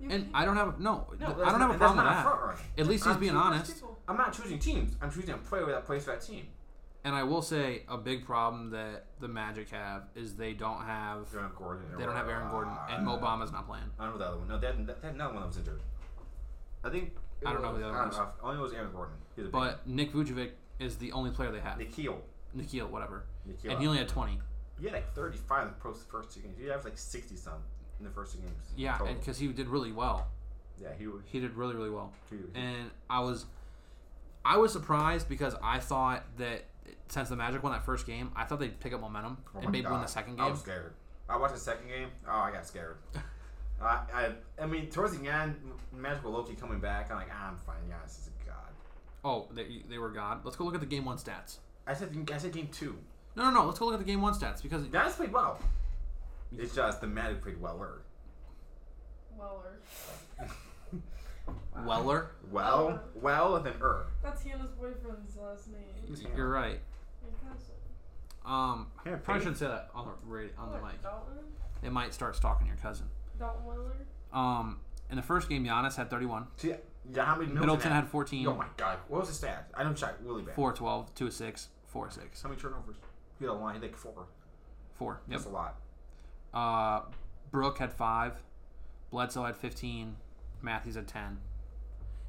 [SPEAKER 3] You
[SPEAKER 1] and
[SPEAKER 3] can't-
[SPEAKER 1] I don't have no.
[SPEAKER 2] No,
[SPEAKER 1] I don't have a
[SPEAKER 2] that's
[SPEAKER 1] problem
[SPEAKER 2] not
[SPEAKER 1] with
[SPEAKER 2] a front
[SPEAKER 1] that.
[SPEAKER 2] runner.
[SPEAKER 1] At least he's
[SPEAKER 2] I'm
[SPEAKER 1] being
[SPEAKER 2] choosing-
[SPEAKER 1] honest.
[SPEAKER 3] People.
[SPEAKER 2] I'm not choosing teams. I'm choosing a player that plays for that team.
[SPEAKER 1] And I will say a big problem that the Magic have is they don't have
[SPEAKER 2] Aaron Gordon.
[SPEAKER 1] they don't have Aaron Gordon and Mo Bama's not playing.
[SPEAKER 2] I don't know the other one. No, they had, they had another one that was injured. I think. it
[SPEAKER 1] I don't know
[SPEAKER 2] was-
[SPEAKER 1] who the other
[SPEAKER 2] I
[SPEAKER 1] one
[SPEAKER 2] don't know. I only know it was Aaron Gordon. He's a big one.
[SPEAKER 1] But Nick Vucevic is the only player they have.
[SPEAKER 2] Nikhil.
[SPEAKER 1] Nikhil, whatever,
[SPEAKER 2] Nikhil.
[SPEAKER 1] and he only had twenty.
[SPEAKER 2] he had like 35 in the post- first two games. He averaged like 60 some in the first two games.
[SPEAKER 1] Yeah,
[SPEAKER 2] total.
[SPEAKER 1] and because he did really well,
[SPEAKER 2] yeah, he was.
[SPEAKER 1] he did really really well.
[SPEAKER 2] He, he-
[SPEAKER 1] and I was I was surprised because I thought that since the Magic won that first game, I thought they'd pick up momentum
[SPEAKER 2] oh my
[SPEAKER 1] and maybe win
[SPEAKER 2] God.
[SPEAKER 1] the second
[SPEAKER 2] I
[SPEAKER 1] game.
[SPEAKER 2] was scared. I watched the second game. Oh, I
[SPEAKER 1] *laughs*
[SPEAKER 2] got scared. I, I, I mean, towards the end, Magical Loki coming back. I'm like, ah, I'm fine. Yeah, this is a god.
[SPEAKER 1] Oh, they, they were god. Let's go look at the game one stats.
[SPEAKER 2] I said, I said game two.
[SPEAKER 1] No, no, no. Let's go look at the game one stats because
[SPEAKER 2] Giannis played well. It's just thematically Weller. *laughs*
[SPEAKER 3] Weller.
[SPEAKER 1] Weller.
[SPEAKER 2] Well, well, then er.
[SPEAKER 3] That's Hannah's boyfriend's last name.
[SPEAKER 2] Yeah.
[SPEAKER 1] You're right.
[SPEAKER 3] Newcastle.
[SPEAKER 1] Um,
[SPEAKER 2] Yeah,
[SPEAKER 1] Er. probably
[SPEAKER 2] babe.
[SPEAKER 1] shouldn't say that on the radio, on the
[SPEAKER 3] What,
[SPEAKER 1] mic.
[SPEAKER 3] Dalton?
[SPEAKER 1] It might start stalking your cousin.
[SPEAKER 3] Dalton Weller?
[SPEAKER 1] Um, in the first game, Giannis had 31.
[SPEAKER 2] See, yeah, how many
[SPEAKER 1] Middleton had
[SPEAKER 2] Oh
[SPEAKER 1] 14,
[SPEAKER 2] my god, what was his stats? I don't check really bad.
[SPEAKER 1] 4 12, 2 6, 4 6.
[SPEAKER 2] How many turnovers? He had a line, like four.
[SPEAKER 1] 4. Yep.
[SPEAKER 2] That's a lot.
[SPEAKER 1] Uh, Brooke had 5. Bledsoe had 15. Matthews had 10.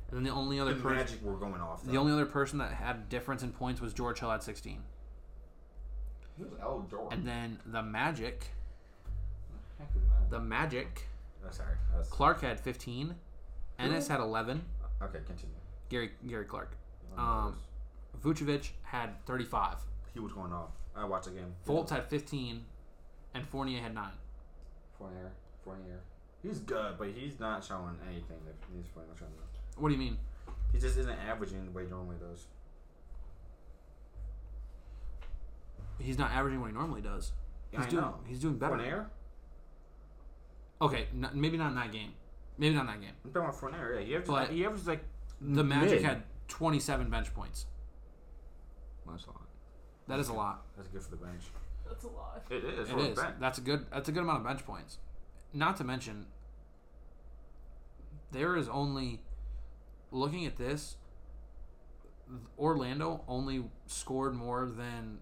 [SPEAKER 1] And then the only other
[SPEAKER 2] The
[SPEAKER 1] person,
[SPEAKER 2] Magic were going off. Though.
[SPEAKER 1] the only other person that had a difference in points was George Hill at 16.
[SPEAKER 2] He was El Dor.
[SPEAKER 1] And then the Magic,
[SPEAKER 2] Heck is that?
[SPEAKER 1] the Magic,
[SPEAKER 2] Oh, sorry. That was-
[SPEAKER 1] Clark had 15. Ennis had 11.
[SPEAKER 2] okay, continue.
[SPEAKER 1] Gary Gary Clark.
[SPEAKER 2] I don't know
[SPEAKER 1] Um,
[SPEAKER 2] what
[SPEAKER 1] Vucevic had 35.
[SPEAKER 2] it was. he was going off. I watched the game.
[SPEAKER 1] Fultz had 15, and Fournier had nine.
[SPEAKER 2] Fournier. Fournier. He's good, but he's not showing anything that he's finally showing.
[SPEAKER 1] What do you mean?
[SPEAKER 2] He just isn't averaging the way he normally does.
[SPEAKER 1] He's not averaging what he normally does.
[SPEAKER 2] Yeah,
[SPEAKER 1] He's
[SPEAKER 2] I
[SPEAKER 1] doing,
[SPEAKER 2] know.
[SPEAKER 1] He's doing better.
[SPEAKER 2] Fournier?
[SPEAKER 1] Okay, n- maybe not in that game. Maybe not in that game.
[SPEAKER 2] I'm talking about Fournier. Yeah, he averages,
[SPEAKER 1] But-
[SPEAKER 2] he averages like
[SPEAKER 1] The Magic
[SPEAKER 2] Mid.
[SPEAKER 1] had 27 bench points.
[SPEAKER 2] That's a lot.
[SPEAKER 1] That is a lot.
[SPEAKER 2] That's good for the bench.
[SPEAKER 3] That's a lot.
[SPEAKER 2] It is.
[SPEAKER 1] it is. That's a good. That's a good amount of bench points. Not to mention, there is only looking at this. Orlando only scored more than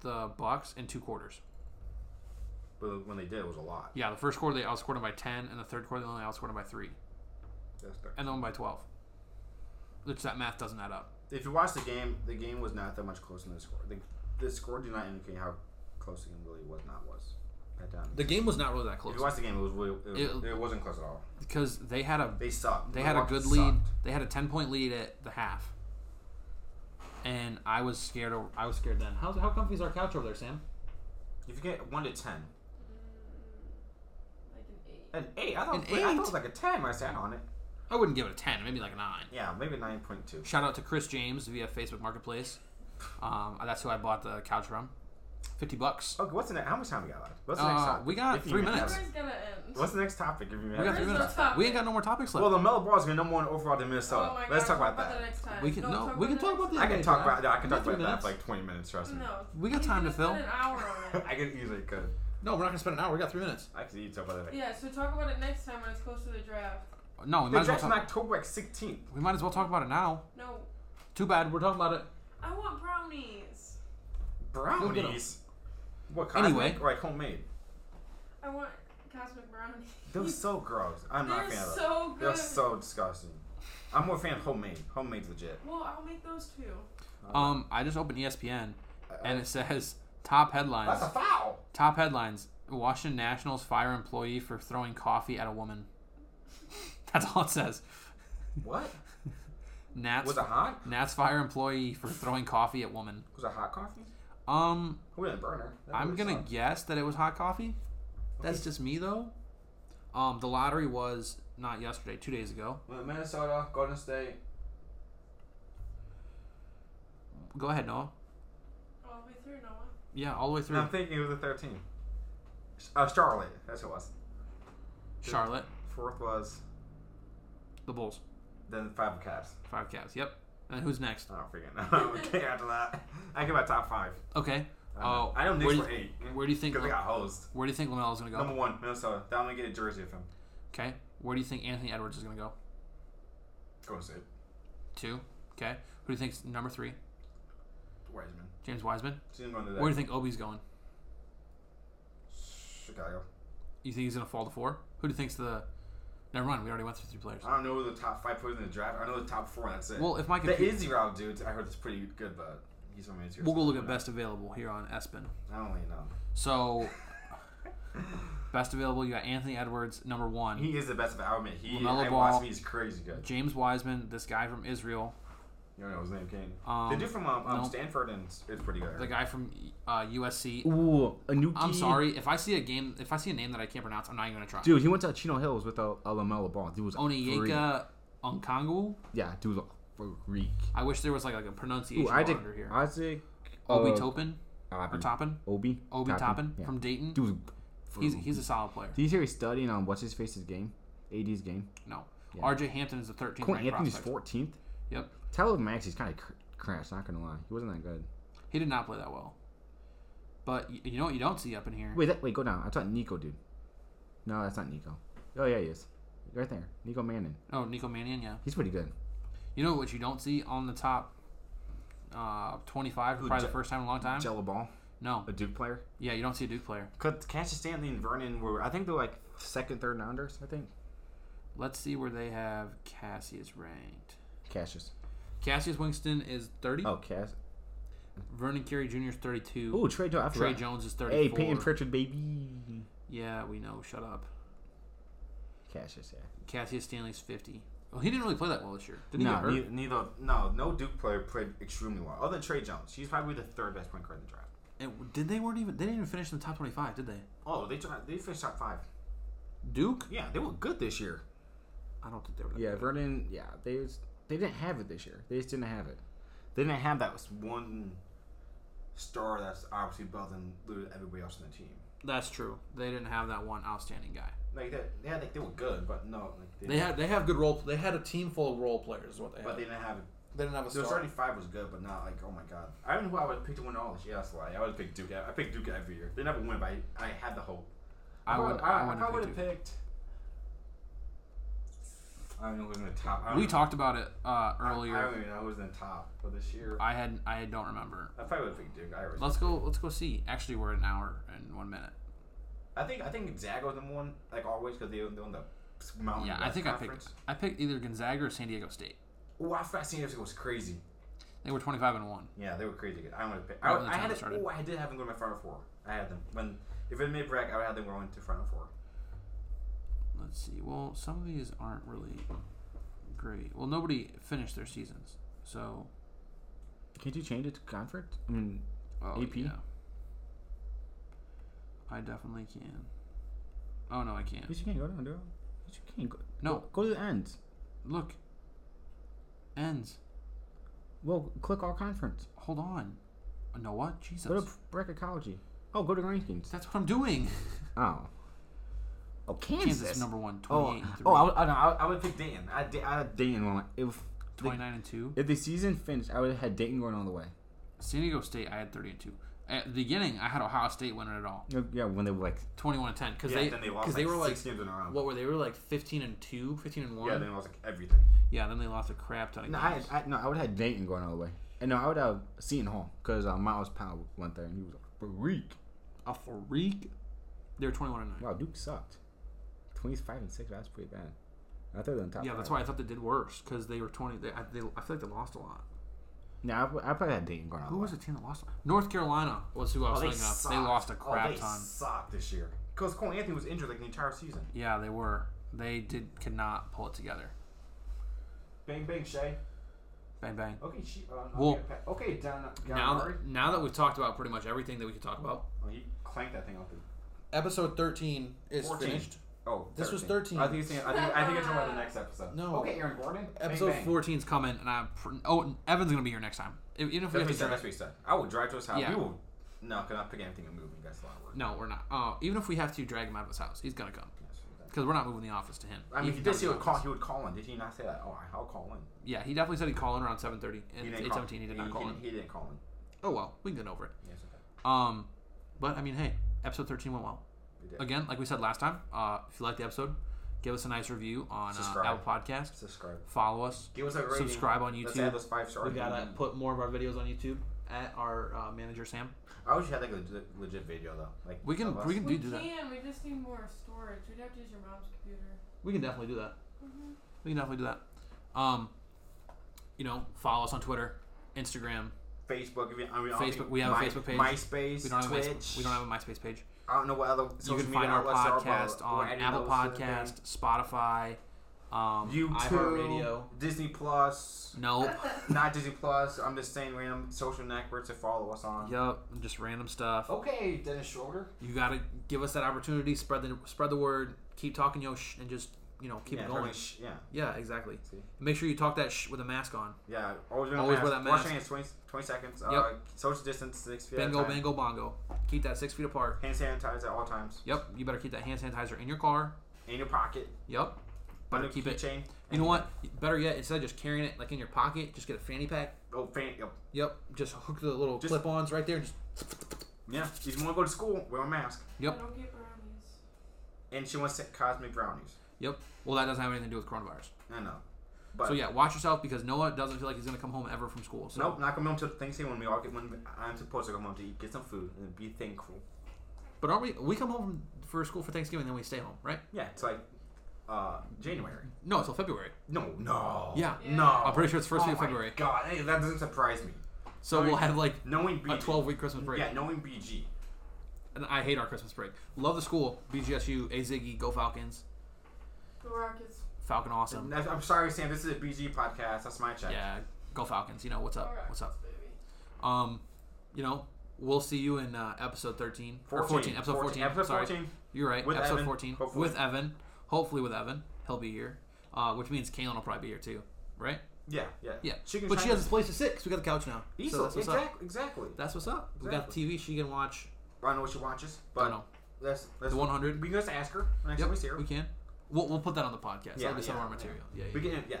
[SPEAKER 1] the Bucks in two quarters.
[SPEAKER 2] But when they did, it was a lot.
[SPEAKER 1] Yeah, the first quarter they outscored them by ten, and the third quarter they only outscored them by three,
[SPEAKER 2] That's the-
[SPEAKER 1] and then by twelve. Which that math doesn't add up.
[SPEAKER 2] If you watch the game, the game was not that much closer than the score. The, the score did not indicate how close the game really was. Not was. At times.
[SPEAKER 1] The game was not really that
[SPEAKER 2] if
[SPEAKER 1] close
[SPEAKER 2] you watch the game, it was really, it,
[SPEAKER 1] It-
[SPEAKER 2] it wasn't close at all.
[SPEAKER 1] because they had a
[SPEAKER 2] They sucked.
[SPEAKER 1] they had a
[SPEAKER 2] Milwaukee
[SPEAKER 1] good lead.
[SPEAKER 2] sucked.
[SPEAKER 1] They had a ten point lead at the half, and I was scared. o- I was scared then. How how comfy is our couch over there, Sam?
[SPEAKER 2] If you get one to ten,
[SPEAKER 3] Mm, like an eight.
[SPEAKER 2] an eight. I thought,
[SPEAKER 1] An
[SPEAKER 2] I thought it was
[SPEAKER 1] eight?
[SPEAKER 2] like a ten. when I sat on it.
[SPEAKER 1] I wouldn't give it a ten. Maybe like a nine.
[SPEAKER 2] Yeah, maybe nine point two.
[SPEAKER 1] Shout out to Chris James via Facebook Marketplace. Um, that's who I bought the couch from. Fifty bucks.
[SPEAKER 2] Okay, what's the next? How much time we got left? What's the next
[SPEAKER 1] Uh,
[SPEAKER 2] topic?
[SPEAKER 1] we got
[SPEAKER 2] If you
[SPEAKER 1] three
[SPEAKER 2] even have
[SPEAKER 1] minutes.
[SPEAKER 2] it.
[SPEAKER 3] Summer's gonna end.
[SPEAKER 2] What's the next topic? If you
[SPEAKER 1] We got three
[SPEAKER 3] Where's the
[SPEAKER 1] minutes.
[SPEAKER 3] topic?
[SPEAKER 1] We ain't got no more topics left.
[SPEAKER 2] well, the Melo Ball is going to number one overall to Minnesota.
[SPEAKER 3] oh my god.
[SPEAKER 2] Let's talk about
[SPEAKER 3] talk
[SPEAKER 2] that.
[SPEAKER 3] About the next time.
[SPEAKER 1] We can-
[SPEAKER 3] no,
[SPEAKER 1] no, we can talk about
[SPEAKER 3] the
[SPEAKER 2] I
[SPEAKER 1] Yeah,
[SPEAKER 2] can talk
[SPEAKER 1] yeah.
[SPEAKER 2] about. I can
[SPEAKER 1] Not
[SPEAKER 2] talk
[SPEAKER 1] three
[SPEAKER 2] about that for
[SPEAKER 1] minutes.
[SPEAKER 2] like twenty minutes. Trust
[SPEAKER 3] next-
[SPEAKER 2] me.
[SPEAKER 3] No.
[SPEAKER 1] We got
[SPEAKER 3] you
[SPEAKER 1] time
[SPEAKER 3] can
[SPEAKER 1] to
[SPEAKER 3] spend
[SPEAKER 1] fill.
[SPEAKER 3] An hour on
[SPEAKER 2] *laughs*
[SPEAKER 3] it.
[SPEAKER 2] I could easily could.
[SPEAKER 1] no, we're not gonna spend an hour. We got three minutes.
[SPEAKER 2] I could easily talk about that.
[SPEAKER 3] Yeah, so talk about it next time when it's close to the draft.
[SPEAKER 1] No, we
[SPEAKER 2] The
[SPEAKER 1] might, as well
[SPEAKER 2] draft's in
[SPEAKER 1] talk,
[SPEAKER 2] October like sixteenth.
[SPEAKER 1] we might as well talk about it now.
[SPEAKER 3] No,
[SPEAKER 1] Too bad we're talking about it.
[SPEAKER 3] I want brownies.
[SPEAKER 1] Go get 'em.
[SPEAKER 2] Brownies. What kind?
[SPEAKER 1] Anyway.
[SPEAKER 2] like homemade.
[SPEAKER 3] I want cosmic
[SPEAKER 1] *laughs*
[SPEAKER 3] brownies.
[SPEAKER 2] They're so gross. I'm not a
[SPEAKER 3] They're
[SPEAKER 2] fan of them.
[SPEAKER 3] so good.
[SPEAKER 2] They're so disgusting. I'm more a fan of homemade. Homemade's legit.
[SPEAKER 3] Well, I'll make those two.
[SPEAKER 1] Um, I just opened ESPN
[SPEAKER 2] Uh,
[SPEAKER 1] and it says top headlines.
[SPEAKER 2] that's a foul.
[SPEAKER 1] Top headlines: Washington Nationals fire employee for throwing coffee at a woman. *laughs* That's all it says.
[SPEAKER 2] What?
[SPEAKER 1] Nats
[SPEAKER 2] Was it hot?
[SPEAKER 1] Nats fire employee for throwing coffee at woman.
[SPEAKER 2] Was it hot coffee?
[SPEAKER 1] Um,
[SPEAKER 2] Who didn't burner? That
[SPEAKER 1] I'm
[SPEAKER 2] really
[SPEAKER 1] gonna
[SPEAKER 2] sucked.
[SPEAKER 1] guess that it was hot coffee. That's
[SPEAKER 2] Okay.
[SPEAKER 1] just me though. Um, the lottery was not yesterday, two days ago.
[SPEAKER 2] Well, Minnesota, Golden State.
[SPEAKER 1] Go ahead, Noah.
[SPEAKER 3] All the way through, Noah.
[SPEAKER 1] Yeah, all the way through.
[SPEAKER 2] No, I'm thinking it was the 13. Uh, Charlotte. That's who it was.
[SPEAKER 1] Charlotte,
[SPEAKER 2] Fourth was
[SPEAKER 1] the Bulls,
[SPEAKER 2] then five Cavs.
[SPEAKER 1] five Cavs. Yep. And who's next?
[SPEAKER 2] I don't freaking know. *laughs* okay, after that, I give my top five.
[SPEAKER 1] Okay.
[SPEAKER 2] I don't know.
[SPEAKER 1] Oh,
[SPEAKER 2] I know
[SPEAKER 1] where
[SPEAKER 2] Knicks
[SPEAKER 1] do
[SPEAKER 2] were eight
[SPEAKER 1] Where do you think?
[SPEAKER 2] because they got hosed.
[SPEAKER 1] Where do you think Lamelo's gonna go?
[SPEAKER 2] Number one, Minnesota. That only get a jersey of him.
[SPEAKER 1] Okay. Where do you think Anthony Edwards is going to go?
[SPEAKER 2] Go and say it.
[SPEAKER 1] Two. Okay. Who do you think's number three?
[SPEAKER 2] Wiseman.
[SPEAKER 1] James Wiseman.
[SPEAKER 2] See him going to that.
[SPEAKER 1] Where do you think Obi's going?
[SPEAKER 2] Chicago.
[SPEAKER 1] You think he's going to fall to four? Who do you think's the? Never mind. We already went through three players.
[SPEAKER 2] I don't know the top five players in the draft. I know the top four. and That's it.
[SPEAKER 1] Well, if my
[SPEAKER 2] the
[SPEAKER 1] computer,
[SPEAKER 2] Izzy route, dude. I heard it's pretty good, but he's from Izzy. or
[SPEAKER 1] we'll go look
[SPEAKER 2] something.
[SPEAKER 1] at best available here on ESPN.
[SPEAKER 2] I don't really know.
[SPEAKER 1] So, best available, you got Anthony Edwards, number one.
[SPEAKER 2] He is the best of I admit. He.
[SPEAKER 1] LaMelo
[SPEAKER 2] I
[SPEAKER 1] Ball.
[SPEAKER 2] watched him. He's crazy good.
[SPEAKER 1] James Wiseman, this guy from Israel,
[SPEAKER 2] You don't know his name, Kane.
[SPEAKER 1] Um,
[SPEAKER 2] the dude from um, um,
[SPEAKER 1] no.
[SPEAKER 2] Stanford and it's it's pretty good.
[SPEAKER 1] the guy from uh, USC.
[SPEAKER 4] Ooh, a new
[SPEAKER 1] I'm sorry if I see a game, if I see a name that I can't pronounce, I'm not even going to try.
[SPEAKER 4] Dude, he went to Chino Hills with a, a Lamella ball. Dude was freak.
[SPEAKER 1] Onyeka Onkangwu.
[SPEAKER 4] Yeah, dude was a freak.
[SPEAKER 1] I wish there was like, like a pronunciation
[SPEAKER 4] Ooh, Isaac,
[SPEAKER 1] monitor here.
[SPEAKER 4] Isaac,
[SPEAKER 1] Obi
[SPEAKER 4] uh,
[SPEAKER 1] Topin
[SPEAKER 4] Obi,
[SPEAKER 1] or Toppin.
[SPEAKER 4] Obi,
[SPEAKER 1] Obi Toppin
[SPEAKER 4] Yeah.
[SPEAKER 1] from Dayton.
[SPEAKER 4] Dude was for
[SPEAKER 1] He's he's a solid player.
[SPEAKER 4] Did you hear he's studying on what's his face's game, AD's game?
[SPEAKER 1] No,
[SPEAKER 4] Yeah.
[SPEAKER 1] R.J. Hampton is the 13th
[SPEAKER 4] Quinn
[SPEAKER 1] ranked
[SPEAKER 4] Anthony's
[SPEAKER 1] prospect.
[SPEAKER 4] fourteenth.
[SPEAKER 1] Yep,
[SPEAKER 4] Tyler Maxey's kind of cr- crashed. Not gonna lie, he wasn't that good.
[SPEAKER 1] he did not play that well. But y- you know what you don't see up in here?
[SPEAKER 4] Wait, that, wait, go down. I thought Nico, dude. No, that's not Nico. Oh yeah, he is. Right there, Nico Manning.
[SPEAKER 1] Oh, Nico Mannion, yeah.
[SPEAKER 4] He's pretty good.
[SPEAKER 1] You know what you don't see on the top uh, 25 for
[SPEAKER 2] Who,
[SPEAKER 1] probably
[SPEAKER 2] J-
[SPEAKER 1] the first time in a long time?
[SPEAKER 4] Jello Ball,
[SPEAKER 1] No.
[SPEAKER 4] a Duke player.
[SPEAKER 1] Yeah, you don't see a Duke player.
[SPEAKER 4] Cause Cassius Stanley and Vernon were, I think they're like second, third rounders. I think
[SPEAKER 1] Let's see where they have Cassius ranked.
[SPEAKER 4] Cassius.
[SPEAKER 1] Cassius Winston is 30.
[SPEAKER 4] Oh, Cass.
[SPEAKER 1] Vernon Carey Jr. is 32.
[SPEAKER 4] Ooh, Trey Jones. I
[SPEAKER 1] Trey
[SPEAKER 4] forgot.
[SPEAKER 1] Jones is
[SPEAKER 4] Hey,
[SPEAKER 1] 34.
[SPEAKER 4] Peyton Pritchard, baby.
[SPEAKER 1] yeah, we know. Shut up.
[SPEAKER 4] Cassius, yeah.
[SPEAKER 1] Cassius Stanley's 50. Well, he didn't really play that well this year. Didn't
[SPEAKER 4] No,
[SPEAKER 1] he get hurt?
[SPEAKER 2] Ne- Neither, no, no Duke player played extremely well. Other than Trey Jones, he's probably the third best point guard in the draft.
[SPEAKER 1] And did they weren't even they didn't even finish in the top 25, did they?
[SPEAKER 2] Oh, they tried, they finished top five.
[SPEAKER 1] Duke?
[SPEAKER 2] Yeah, they were good this year.
[SPEAKER 1] I don't think they were that
[SPEAKER 4] Yeah,
[SPEAKER 1] good.
[SPEAKER 4] Vernon. Yeah, they was, they didn't have it this year. They just didn't have it.
[SPEAKER 2] They didn't have that one star that's obviously better than literally everybody else on the team.
[SPEAKER 1] That's true. They didn't have that one outstanding guy.
[SPEAKER 2] Like that, yeah, like they were good, but no, like
[SPEAKER 1] They had they have good role they had a team full of role players is what they had.
[SPEAKER 2] but they didn't have.
[SPEAKER 1] They didn't have a
[SPEAKER 2] The
[SPEAKER 1] star.
[SPEAKER 2] thirty-five was good, but not like oh my god. I don't know who I would pick to win all this. Yeah, that's a lie. I would pick Duke. I pick Duke every year. They never win, but I, I had the hope.
[SPEAKER 1] I would
[SPEAKER 2] prob- I,
[SPEAKER 1] I, wouldn't
[SPEAKER 2] probably
[SPEAKER 1] have
[SPEAKER 2] would have
[SPEAKER 1] picked
[SPEAKER 2] picked, I don't know who's in the top. I
[SPEAKER 1] Duke.
[SPEAKER 2] don't
[SPEAKER 1] We
[SPEAKER 2] know.
[SPEAKER 1] talked about it uh,
[SPEAKER 2] I- I
[SPEAKER 1] earlier.
[SPEAKER 2] don't even know who's in the top for this year. I,
[SPEAKER 1] I had I don't remember.
[SPEAKER 2] probably would have picked Duke. I, always-
[SPEAKER 1] Let's go let's go see. Actually, we're at an hour and 1 minute.
[SPEAKER 2] I think I think Zago's number one, like always, because they they own the Mountain
[SPEAKER 1] Yeah, I
[SPEAKER 2] West
[SPEAKER 1] think I picked
[SPEAKER 2] Conference.
[SPEAKER 1] I picked either Gonzaga or San Diego State.
[SPEAKER 2] Oh, I forgot San Diego was crazy.
[SPEAKER 1] They were 25 and 1.
[SPEAKER 2] Yeah, they were crazy. good. I would have picked.
[SPEAKER 1] Right
[SPEAKER 2] I,
[SPEAKER 1] when the
[SPEAKER 2] I had
[SPEAKER 1] tournament
[SPEAKER 2] it.
[SPEAKER 1] started.
[SPEAKER 2] Oh, I did have them go to my final four. I had them when if it made bracket, I would have them going to final four.
[SPEAKER 1] Let's see. Well, some of these aren't really great. Well, nobody finished their seasons. So,
[SPEAKER 4] Can't you change it to conference? I mean,
[SPEAKER 1] oh,
[SPEAKER 4] AP?
[SPEAKER 1] yeah. I definitely can. Oh no, I can't.
[SPEAKER 4] yes, you can't go down, dude. Yes, you can't go.
[SPEAKER 1] No.
[SPEAKER 4] go, go to the ends.
[SPEAKER 1] Look. Ends.
[SPEAKER 4] Well, click all conference.
[SPEAKER 1] Hold on. Uh, No what? Jesus.
[SPEAKER 4] Go to bracketology. Oh, go to rankings.
[SPEAKER 1] That's what I'm doing.
[SPEAKER 4] Oh. Oh, Kansas.
[SPEAKER 1] Kansas number 1,
[SPEAKER 4] oh,
[SPEAKER 1] 28 and 3.
[SPEAKER 4] oh, I, would- I, no, I,
[SPEAKER 2] Hmm. I would pick Dan. I did. I,
[SPEAKER 4] would- Dayton. won. If the,
[SPEAKER 1] 29 and 2.
[SPEAKER 4] if the season finished, I would have had Dayton going all the way.
[SPEAKER 1] San Diego State I had 30 and 2. At the beginning, I had Ohio State winning it all.
[SPEAKER 4] No, Yeah, when they were like,
[SPEAKER 1] 21 and 10 cuz
[SPEAKER 2] yeah,
[SPEAKER 1] they
[SPEAKER 2] then they
[SPEAKER 1] cuz
[SPEAKER 2] lost.
[SPEAKER 1] they
[SPEAKER 2] like,
[SPEAKER 1] were like
[SPEAKER 2] six games in a row.
[SPEAKER 1] what were they? They were like 15 and 2, 15 and 1.
[SPEAKER 2] yeah, then they lost like everything.
[SPEAKER 1] Yeah, then they lost a crap ton of
[SPEAKER 4] no, I,
[SPEAKER 1] games.
[SPEAKER 4] I no, I would have had Dayton going all the way, and no, I would have Seton Hall because uh, Miles Powell went there and he was a freak.
[SPEAKER 1] A freak. They were 21 and 9.
[SPEAKER 4] Wow, Duke sucked. Twenty-five and six. That's pretty bad. I thought they were in the top.
[SPEAKER 1] Yeah, that's
[SPEAKER 4] five.
[SPEAKER 1] why I thought they did worse cuz they were 20 they I, they I feel like they lost a lot.
[SPEAKER 4] No, I, would- I probably had Dayton going all
[SPEAKER 1] Who
[SPEAKER 4] the way.
[SPEAKER 1] was the team that lost? North Carolina was who I was
[SPEAKER 2] Oh, they
[SPEAKER 1] thinking of.
[SPEAKER 2] sucked.
[SPEAKER 1] They lost a crap
[SPEAKER 2] oh, they
[SPEAKER 1] ton.
[SPEAKER 2] Sucked this year because Cole Anthony was injured like the entire season.
[SPEAKER 1] Yeah, they were. They did could not pull it together.
[SPEAKER 2] Bang bang Shay.
[SPEAKER 1] Bang bang.
[SPEAKER 2] Okay, she. Uh,
[SPEAKER 1] Well,
[SPEAKER 2] okay, pa- okay, down. down
[SPEAKER 1] Now
[SPEAKER 2] Murray.
[SPEAKER 1] that, now that we've talked about pretty much everything that we could talk about,
[SPEAKER 2] oh, he clanked that thing up. the-
[SPEAKER 1] episode thirteen is
[SPEAKER 2] 14.
[SPEAKER 1] finished.
[SPEAKER 2] Oh,
[SPEAKER 1] This was 13.
[SPEAKER 2] I think it's. I think. I think it's about the next episode.
[SPEAKER 1] No.
[SPEAKER 2] Okay, Aaron Gordon.
[SPEAKER 1] Episode
[SPEAKER 2] bang, bang.
[SPEAKER 1] fourteen is coming, and I'm pr- oh and Evan's gonna be here next time. If- Even if we
[SPEAKER 2] That's what
[SPEAKER 1] have to
[SPEAKER 2] he said. That's
[SPEAKER 1] drive,
[SPEAKER 2] what he said. I will drive to his house.
[SPEAKER 1] Yeah.
[SPEAKER 2] We will. No, because I'm picking everything and moving. That's a lot of work.
[SPEAKER 1] no, we're not. Uh, even if we have to drag him out of his house, he's gonna come
[SPEAKER 2] Yes, we done.
[SPEAKER 1] because we're not moving the office to him.
[SPEAKER 2] I mean,
[SPEAKER 1] He-
[SPEAKER 2] he did say he
[SPEAKER 1] does
[SPEAKER 2] would
[SPEAKER 1] the
[SPEAKER 2] call.
[SPEAKER 1] office.
[SPEAKER 2] He would call in. Did he not say that? Oh, I'll call in.
[SPEAKER 1] Yeah, he definitely said he'd call in around seven thirty and
[SPEAKER 2] He didn't
[SPEAKER 1] eight
[SPEAKER 2] call-
[SPEAKER 1] seventeen. He did not
[SPEAKER 2] he,
[SPEAKER 1] call
[SPEAKER 2] he,
[SPEAKER 1] in.
[SPEAKER 2] He didn't call in.
[SPEAKER 1] Oh well, we can get over it.
[SPEAKER 2] Yes, okay.
[SPEAKER 1] Um, but I mean, hey, episode thirteen went well.
[SPEAKER 2] We did.
[SPEAKER 1] Again, like we said last time, uh, if you like the episode, give us a nice review on uh,
[SPEAKER 2] Subscribe.
[SPEAKER 1] Apple Podcast.
[SPEAKER 2] Subscribe.
[SPEAKER 1] Follow us.
[SPEAKER 2] Give us a rating.
[SPEAKER 1] Subscribe on
[SPEAKER 2] Let's
[SPEAKER 1] YouTube.
[SPEAKER 2] add those five stars.
[SPEAKER 1] We gotta put more of our videos on YouTube at our uh, manager Sam.
[SPEAKER 2] I wish you had like a legit, legit video though. Like
[SPEAKER 1] We can
[SPEAKER 2] of us.
[SPEAKER 1] we can
[SPEAKER 3] we
[SPEAKER 1] do, do that.
[SPEAKER 3] can. We just need more storage. We'd have to use your mom's computer.
[SPEAKER 1] We can definitely do that.
[SPEAKER 2] Mm-hmm.
[SPEAKER 1] We can definitely do that. Um, you know, follow us on Twitter, Instagram.
[SPEAKER 2] Facebook. If you, I mean, I don't
[SPEAKER 1] Facebook,
[SPEAKER 2] think-
[SPEAKER 1] we have a
[SPEAKER 2] My-
[SPEAKER 1] Facebook page.
[SPEAKER 2] MySpace.
[SPEAKER 1] We don't have a
[SPEAKER 2] Twitch.
[SPEAKER 1] MySpace, we don't have a MySpace page.
[SPEAKER 2] I don't know what other.
[SPEAKER 1] You
[SPEAKER 2] social
[SPEAKER 1] can
[SPEAKER 2] media
[SPEAKER 1] find our
[SPEAKER 2] outlets are, but
[SPEAKER 1] podcast
[SPEAKER 2] we're
[SPEAKER 1] on
[SPEAKER 2] adding
[SPEAKER 1] Apple
[SPEAKER 2] those to the thing.
[SPEAKER 1] Podcast, Spotify, um, iHeartRadio.
[SPEAKER 2] YouTube, Disney Plus.
[SPEAKER 1] Nope.
[SPEAKER 2] Not Disney Plus. I'm just saying random social networks to follow us on.
[SPEAKER 1] Yup, just random stuff.
[SPEAKER 2] Okay, Dennis Schroeder.
[SPEAKER 1] You gotta give us that opportunity. Spread the spread the word. Keep talking yo sh- and just you know keep
[SPEAKER 2] yeah,
[SPEAKER 1] it going.
[SPEAKER 2] probably sh- yeah.
[SPEAKER 1] Yeah, exactly.
[SPEAKER 2] See?
[SPEAKER 1] Make sure you talk that sh- with a mask on.
[SPEAKER 2] Yeah. Always, wear a
[SPEAKER 1] Always
[SPEAKER 2] mask.
[SPEAKER 1] wear that
[SPEAKER 2] Wash
[SPEAKER 1] mask.
[SPEAKER 2] your hands 20, 20 seconds.
[SPEAKER 1] Yep.
[SPEAKER 2] Uh, social distance six feet. at a
[SPEAKER 1] bingo,
[SPEAKER 2] time.
[SPEAKER 1] bingo, bongo. Keep that six feet apart.
[SPEAKER 2] Hand sanitizer at all times.
[SPEAKER 1] Yep, you better keep that hand sanitizer in your car.
[SPEAKER 2] In your pocket.
[SPEAKER 1] Yep,
[SPEAKER 2] On
[SPEAKER 1] better
[SPEAKER 2] your
[SPEAKER 1] keep it.
[SPEAKER 2] keychain.
[SPEAKER 1] You know what? Better yet, instead of just carrying it like in your pocket, just get a fanny pack.
[SPEAKER 2] Oh, fan. Yep.
[SPEAKER 1] Yep, just hook the little
[SPEAKER 2] Just-
[SPEAKER 1] clip-ons right there. Just
[SPEAKER 2] Yeah. If you want to go to school, wear a mask.
[SPEAKER 1] Yep.
[SPEAKER 3] I don't get brownies.
[SPEAKER 2] And she wants cosmic brownies.
[SPEAKER 1] yep. Well, that doesn't have anything to do with coronavirus.
[SPEAKER 2] I know. But
[SPEAKER 1] so yeah, watch yourself because Noah doesn't feel like he's gonna come home ever from school. So
[SPEAKER 2] Nope, not coming home till Thanksgiving when we all get when I'm supposed to come home to eat, get some food, and be thankful.
[SPEAKER 1] But aren't we? We come home for school for Thanksgiving, then we stay home, right?
[SPEAKER 2] Yeah, it's like uh, January.
[SPEAKER 1] No, until February.
[SPEAKER 2] No, no.
[SPEAKER 1] Yeah.
[SPEAKER 3] Yeah.
[SPEAKER 2] No.
[SPEAKER 1] I'm pretty sure it's first
[SPEAKER 2] oh
[SPEAKER 1] week of
[SPEAKER 2] my
[SPEAKER 1] February.
[SPEAKER 2] God, hey, that doesn't surprise me.
[SPEAKER 1] So we'll have like
[SPEAKER 2] Knowing
[SPEAKER 1] a
[SPEAKER 2] BG.
[SPEAKER 1] 12 week Christmas break.
[SPEAKER 2] Yeah, knowing BG.
[SPEAKER 1] And I hate our Christmas break. Love the school, BGSU, A Ziggy, Go Falcons,
[SPEAKER 3] Go Rockets.
[SPEAKER 1] Falcon awesome.
[SPEAKER 2] That's- I'm sorry, Sam. This is a BG podcast. That's my check.
[SPEAKER 1] Yeah, Go Falcons. You know what's
[SPEAKER 3] Go
[SPEAKER 1] up?
[SPEAKER 3] Rockets,
[SPEAKER 1] What's up?
[SPEAKER 3] Baby.
[SPEAKER 1] Um, you know, we'll see you in uh, episode 13 or
[SPEAKER 2] 14,
[SPEAKER 1] 14. Episode 14.
[SPEAKER 2] Episode
[SPEAKER 1] Sorry,
[SPEAKER 2] 14.
[SPEAKER 1] you're right.
[SPEAKER 2] With
[SPEAKER 1] episode
[SPEAKER 2] Evan,
[SPEAKER 1] 14
[SPEAKER 2] hopefully.
[SPEAKER 1] with Evan. Hopefully with Evan, he'll be here. Uh, which means Kaylin will probably be here too, right?
[SPEAKER 2] Yeah, yeah.
[SPEAKER 1] Yeah.
[SPEAKER 2] She can
[SPEAKER 1] but she
[SPEAKER 2] sign
[SPEAKER 1] has
[SPEAKER 2] us.
[SPEAKER 1] this place to sit because we got the couch now. So
[SPEAKER 2] Easily.
[SPEAKER 1] that's what's up.
[SPEAKER 2] exactly. Exactly.
[SPEAKER 1] That's what's up. We got the TV. She can watch.
[SPEAKER 2] I don't know what she watches,
[SPEAKER 1] I
[SPEAKER 2] but
[SPEAKER 1] don't know.
[SPEAKER 2] let's let's
[SPEAKER 1] The 100?
[SPEAKER 2] We can just ask her next
[SPEAKER 1] Yep,
[SPEAKER 2] time we see her.
[SPEAKER 1] we can. We'll, we'll put that on the podcast.
[SPEAKER 2] Yeah,
[SPEAKER 1] That'll be some of
[SPEAKER 2] yeah,
[SPEAKER 1] our
[SPEAKER 2] yeah.
[SPEAKER 1] material. Yeah. yeah,
[SPEAKER 2] We can. Yeah.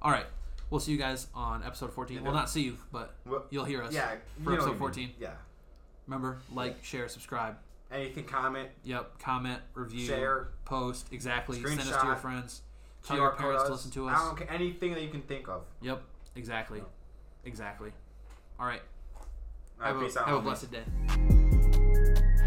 [SPEAKER 1] All right. We'll see you guys on episode 14.
[SPEAKER 2] Yeah,
[SPEAKER 1] Well,
[SPEAKER 2] no.
[SPEAKER 1] not see you, but
[SPEAKER 2] Well,
[SPEAKER 1] you'll hear us.
[SPEAKER 2] yeah. you
[SPEAKER 1] For
[SPEAKER 2] know what
[SPEAKER 1] episode
[SPEAKER 2] I mean.
[SPEAKER 1] 14.
[SPEAKER 2] Yeah.
[SPEAKER 1] Remember, like, share, subscribe.
[SPEAKER 2] Anything, comment,
[SPEAKER 1] Yep. Comment, review,
[SPEAKER 2] share,
[SPEAKER 1] post. Exactly. Send us to your
[SPEAKER 2] Screenshot.
[SPEAKER 1] friends. Tell
[SPEAKER 2] QR
[SPEAKER 1] your parents
[SPEAKER 2] code
[SPEAKER 1] to listen to
[SPEAKER 2] I
[SPEAKER 1] us.
[SPEAKER 2] don't care. Anything that you can think of.
[SPEAKER 1] Yep. Exactly.
[SPEAKER 2] Yeah.
[SPEAKER 1] Exactly. All right.
[SPEAKER 2] All right,
[SPEAKER 1] have a,
[SPEAKER 2] uh, peace out.
[SPEAKER 1] have a
[SPEAKER 2] homies.
[SPEAKER 1] blessed day.